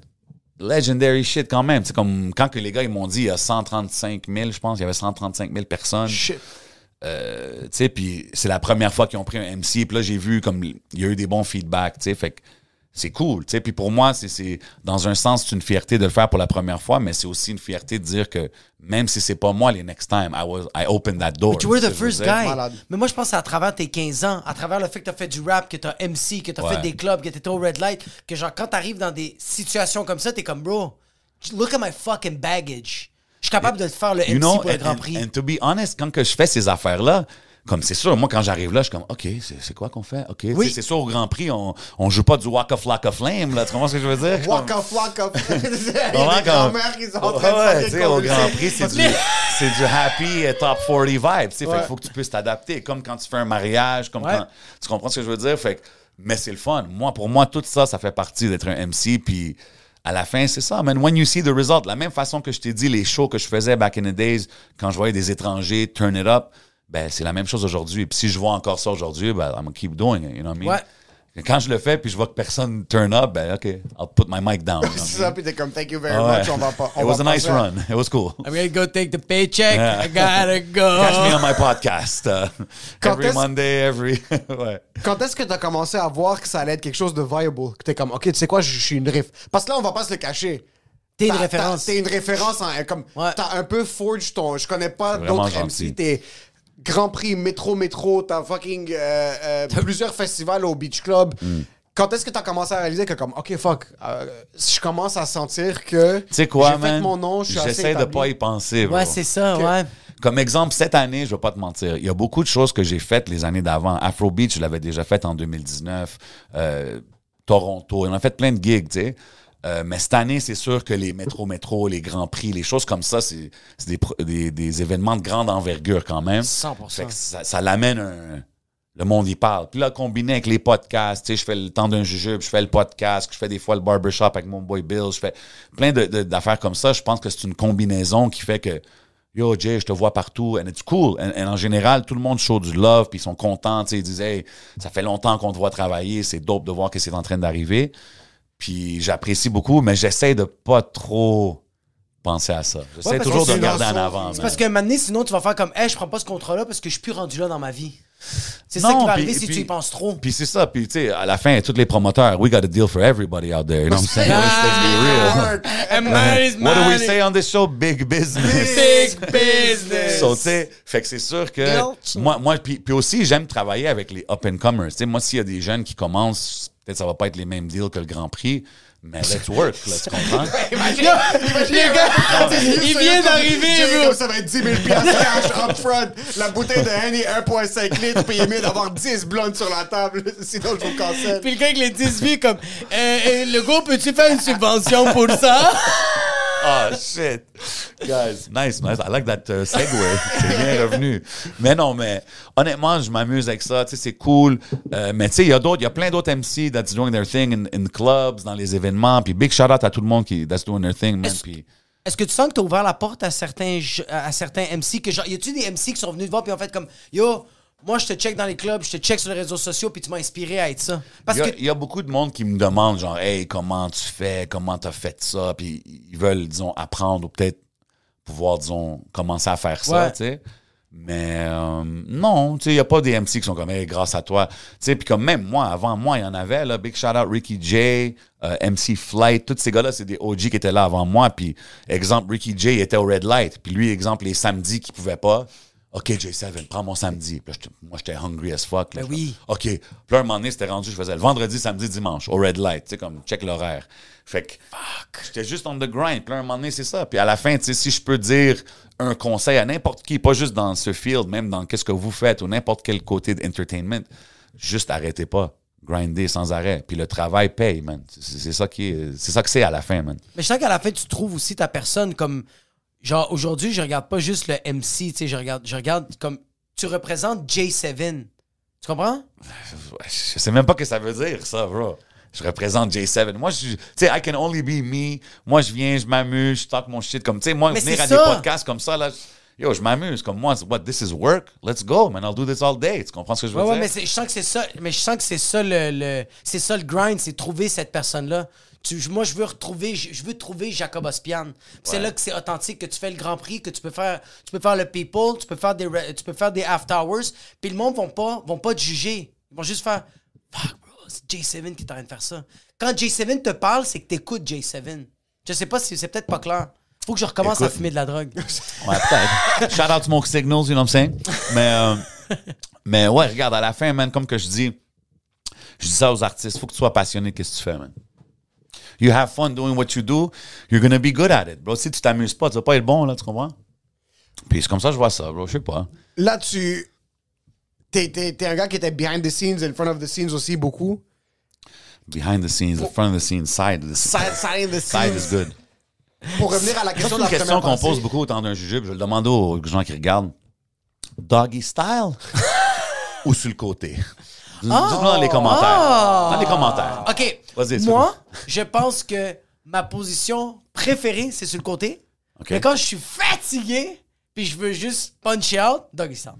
Speaker 4: legendary shit quand même. C'est comme quand que les gars ils m'ont dit il y a 135 000, je pense, il y avait 135 000 personnes.
Speaker 3: Shit.
Speaker 4: Euh, tu sais, puis c'est la première fois qu'ils ont pris un MC. Puis là, j'ai vu comme il y a eu des bons feedbacks, tu sais, fait que c'est cool, tu sais. Puis pour moi, c'est- c'est dans un sens, c'est une fierté de le faire pour la première fois, mais c'est aussi une fierté de dire que même si c'est pas moi les next time, I was I opened that door.
Speaker 2: You were the
Speaker 4: Tu sais, je veux
Speaker 2: first
Speaker 4: dire.
Speaker 2: guy.
Speaker 3: malade.
Speaker 2: Mais moi, je pense à travers tes 15 ans, à travers le fait que t'as fait du rap, que t'as MC, que t'as
Speaker 4: Ouais.
Speaker 2: fait des clubs, que t'étais au Red Light, que genre, quand t'arrives dans des situations comme ça, t'es comme, bro, look at my fucking baggage. Je suis capable de te faire le MC
Speaker 4: You know,
Speaker 2: pour le
Speaker 4: and-
Speaker 2: Grand
Speaker 4: and-
Speaker 2: Prix.
Speaker 4: and to be honest, quand que je fais ces affaires-là, comme c'est sûr, moi quand j'arrive là, je suis comme OK, c'est c'est quoi qu'on fait? OK, tu
Speaker 2: Oui.
Speaker 4: sais, c'est sûr, au Grand Prix, on, on joue pas du Walk of Flock of Flame, là, tu comprends ce que je veux dire?
Speaker 3: Walk
Speaker 4: Comme-
Speaker 3: off, walk off. <laughs> Il y a des
Speaker 4: Vraiment, comme-
Speaker 3: grands-mères qui sont en train de
Speaker 4: Ouais,
Speaker 3: faire
Speaker 4: tu
Speaker 3: des
Speaker 4: sais, au Grand
Speaker 3: convulsions.
Speaker 4: Prix, c'est du, c'est du happy euh, top 40 vibe, tu sais, fait
Speaker 3: Ouais.
Speaker 4: qu'il faut que tu puisses t'adapter, comme quand tu fais un mariage, comme
Speaker 2: Ouais.
Speaker 4: quand, tu comprends ce que je veux dire? Fait que- mais c'est le fun. Moi, pour moi, tout ça, ça fait partie d'être un MC, puis à la fin, c'est ça, man. When you see the result, la même façon que je t'ai dit, les shows que je faisais back in the days, quand je voyais des étrangers, turn it up, ben, c'est la même chose aujourd'hui. Puis si je vois encore ça aujourd'hui, ben, I'm gonna keep doing it, you know what I mean? Quand je le fais, puis je vois que personne turn up, ben, OK, I'll put my mic down. you
Speaker 3: <laughs>
Speaker 4: know what I
Speaker 3: C'est
Speaker 4: mean?
Speaker 3: ça, puis t'es comme thank you very
Speaker 4: Ah ouais.
Speaker 3: much, on va pas. on
Speaker 4: It
Speaker 3: va
Speaker 4: was a
Speaker 3: pas
Speaker 4: nice
Speaker 3: faire.
Speaker 4: run. It was cool.
Speaker 2: I'm gonna go take the paycheck.
Speaker 4: Yeah.
Speaker 2: I gotta go.
Speaker 4: Catch me on my podcast. uh,
Speaker 3: Quand
Speaker 4: every
Speaker 3: est-ce-
Speaker 4: Monday, every. <laughs> ouais.
Speaker 3: Quand est-ce que t'as commencé à voir que ça allait être quelque chose de viable? Que t'es comme, OK, tu sais quoi, je je suis une riff. Parce que là, on va pas se le cacher.
Speaker 2: T'es une
Speaker 3: T'as-
Speaker 2: référence.
Speaker 3: t'as- T'es une référence. en- comme,
Speaker 2: Ouais.
Speaker 3: T'as un peu forge ton. Je connais pas
Speaker 4: vraiment
Speaker 3: d'autres
Speaker 4: gentil.
Speaker 3: MC. T'es Grand Prix, métro, métro, t'as fucking euh, euh, plusieurs festivals au Beach Club.
Speaker 4: Mm.
Speaker 3: Quand est-ce que t'as commencé à réaliser que comme ok fuck, euh, je commence à sentir que
Speaker 4: Tu sais quoi,
Speaker 3: j'ai fait
Speaker 4: man?
Speaker 3: mon nom, je suis assez
Speaker 4: J'essaie de
Speaker 3: établi.
Speaker 4: pas y penser. bro.
Speaker 2: Ouais, c'est ça, ouais.
Speaker 4: Comme exemple, cette année, je vais pas te mentir, il y a beaucoup de choses que j'ai faites les années d'avant. Afrobeat, je l'avais déjà fait en 2019. Euh, Toronto, on a fait plein de gigs, tu sais. Euh, mais cette année, c'est sûr que les métro-métro, les grands prix, les choses comme ça, c'est c'est des, pro- des- des événements de grande envergure quand même.
Speaker 2: 100%.
Speaker 4: Fait que ça, ça l'amène un- Le monde y parle. Puis là, combiné avec les podcasts, tu sais, je fais le temps d'un jujube, je fais le podcast, je fais des fois le barbershop avec mon boy Bill, je fais plein de- de- d'affaires comme ça. Je pense que c'est une combinaison qui fait que Yo, Jay, je te vois partout, and it's cool. And- and en général, tout le monde show du love, puis ils sont contents, tu sais, ils disent Hey, ça fait longtemps qu'on te voit travailler, c'est dope de voir que c'est en train d'arriver. Puis j'apprécie beaucoup, mais j'essaie de pas trop penser à ça. J'essaie
Speaker 2: Ouais, parce
Speaker 4: toujours
Speaker 2: que
Speaker 4: de
Speaker 2: c'est
Speaker 4: regarder
Speaker 3: dans
Speaker 4: en
Speaker 3: son-
Speaker 4: avant.
Speaker 3: c'est
Speaker 4: man.
Speaker 2: Parce qu'à un moment donné, sinon, tu vas faire comme, hey, je prends pas ce contrat-là parce que je suis plus rendu là dans ma vie. C'est ça
Speaker 4: Non,
Speaker 2: qui va
Speaker 4: puis-
Speaker 2: arriver si
Speaker 4: puis-
Speaker 2: tu y penses trop.
Speaker 4: Puis c'est ça, puis tu sais, à la fin, tous les promoteurs, we got a deal for everybody out there. You know what I'm saying?
Speaker 2: Ah,
Speaker 4: Let's, let's be real. What do we say on this show? Big business. <laughs>
Speaker 2: business.
Speaker 4: So, tu sais, fait que c'est sûr que moi, moi puis, puis aussi, j'aime travailler avec les up-and-comers. Tu sais, moi, s'il y a des jeunes qui commencent, peut-être ça va pas être les mêmes deals que le Grand Prix, mais let's work, là, tu comprends?
Speaker 2: Les gars, il vient
Speaker 3: Jerry,
Speaker 2: d'arriver, bro.
Speaker 3: comme Ça va être 10 000 piastres cash upfront. La bouteille de Henny 1.5 litres, puis il est mieux d'avoir 10 blondes sur la table, <laughs> sinon je vous cancelle.
Speaker 2: Puis le gars avec les 10 vies, comme, Euh, euh, le gars, peux-tu faire une subvention pour ça?
Speaker 4: Oh shit. Guys, nice, nice. I like that uh, segue. C'est bien revenu. Mais non, mais honnêtement, je m'amuse avec ça. Tu sais, c'est cool. Euh, mais tu sais, il y a d'autres, il y a plein d'autres MC that's doing their thing in, in clubs, dans les événements. Puis big shout out à tout le monde qui that's doing their thing, man. Puis
Speaker 2: Est-ce que tu sens que t'as ouvert la porte à certains, je- à certains MC que genre, y a-tu des MC qui sont venus te voir puis en fait comme, yo, moi je te check dans les clubs, je te check sur les réseaux sociaux puis tu m'as inspiré à être ça. Parce
Speaker 4: il y, a,
Speaker 2: que
Speaker 4: il y a beaucoup de monde qui me demande, genre, hey, comment tu fais, comment t'as fait ça. Puis ils veulent, disons, apprendre ou peut-être pouvoir, disons, commencer à faire ça,
Speaker 2: Ouais.
Speaker 4: tu sais. Mais euh, non, tu sais, il n'y a pas des MC qui sont comme, hey, grâce à toi. Tu sais, puis comme même moi, avant moi, il y en avait, là, Big Shout Out, Ricky J, euh, MC Flight, tous ces gars-là, c'est des OG qui étaient là avant moi. Puis, exemple, Ricky J était au Red Light. Puis lui, exemple, les samedis qu'il pouvait pas. OK, J7, prends mon samedi. Puis là, j'étais- moi, j'étais hungry as fuck. là.
Speaker 2: Ben oui.
Speaker 4: OK. Puis là, un moment donné, c'était rendu, je faisais le vendredi, samedi, dimanche, au red light, tu sais, comme check l'horaire. Fait que j'étais juste on the grind. Puis là, un moment donné, c'est ça. Puis à la fin, tu sais, si je peux dire un conseil à n'importe qui, pas juste dans ce field, même dans qu'est-ce que vous faites ou n'importe quel côté d'entertainment, juste arrêtez pas. Grindez sans arrêt. Puis le travail paye, man. C'est c'est ça qui est- c'est ça que c'est à la fin, man.
Speaker 2: Mais je sens qu'à la fin, tu trouves aussi ta personne comme. Genre, aujourd'hui, je regarde pas juste le MC, tu sais, je regarde, je regarde comme. Tu représentes J7. Tu comprends?
Speaker 4: je sais même pas ce que ça veut dire, ça, bro. Je représente J7. Moi, je suis- tu sais, I can only be me. Moi, je viens, je m'amuse, je talk mon shit. Comme, tu sais, moi,
Speaker 2: Mais
Speaker 4: venir
Speaker 2: c'est
Speaker 4: à
Speaker 2: ça.
Speaker 4: des podcasts comme ça, là, je- yo, je m'amuse. Comme moi, c'est what, this is work? Let's go, man. I'll do this all day. Tu comprends ce que je veux
Speaker 2: Ouais, ouais,
Speaker 4: dire?
Speaker 2: mais c'est- je sens que c'est ça. Mais je sens que c'est ça le, le- c'est ça le grind, c'est trouver cette personne-là. Tu, je- moi, je veux retrouver, je, je veux trouver Jacob Ospian. Puis C'est là que c'est authentique, que tu fais le Grand Prix, que tu peux faire, tu peux faire le People, tu peux faire des, re- tu peux faire des After Hours. Puis le monde vont pas, vont pas te juger. Ils vont juste faire, fuck bro, c'est J7 qui est en train de faire ça. Quand J7 te parle, c'est que t'écoutes J7. Je sais pas si c'est peut-être pas clair. Faut que je recommence à
Speaker 4: Écoute.
Speaker 2: fumer de la
Speaker 4: <laughs>
Speaker 2: drogue.
Speaker 4: Ouais, peut-être. Shout out Smoke Signals, you know what I'm saying? Mais, euh, mais ouais, regarde, à la fin, man, comme que je dis, je dis ça aux artistes, faut que tu sois passionné de ce que tu fais, man. You have fun doing what you do, you're gonna be good at it, bro. Si tu t'amuses pas, tu vas pas être bon, là, tu comprends? Puis c'est comme ça que je vois ça, bro, je sais pas.
Speaker 3: Là, tu. T'es, t'es- t'es un gars qui était behind the scenes, in front of the scenes aussi beaucoup.
Speaker 4: Behind the scenes, the front of the scenes, side of the scenes.
Speaker 3: Side, side the
Speaker 4: Side is
Speaker 3: scenes.
Speaker 4: good.
Speaker 3: Pour revenir à la question
Speaker 4: C'est
Speaker 3: de
Speaker 4: une
Speaker 3: la
Speaker 4: question
Speaker 3: semaine
Speaker 4: qu'on
Speaker 3: passée.
Speaker 4: pose beaucoup au temps d'un jujube, je vais le demande aux gens qui regardent.
Speaker 3: <laughs>
Speaker 4: Doggy style ou sur le côté? Dis-moi dans les commentaires. Dans les commentaires.
Speaker 2: Ah! OK.
Speaker 4: Vas-y, explique-moi.
Speaker 2: Moi, je pense que ma position préférée, c'est sur le côté.
Speaker 4: OK.
Speaker 2: Mais quand je suis fatigué, puis je veux juste punch out, doggy style.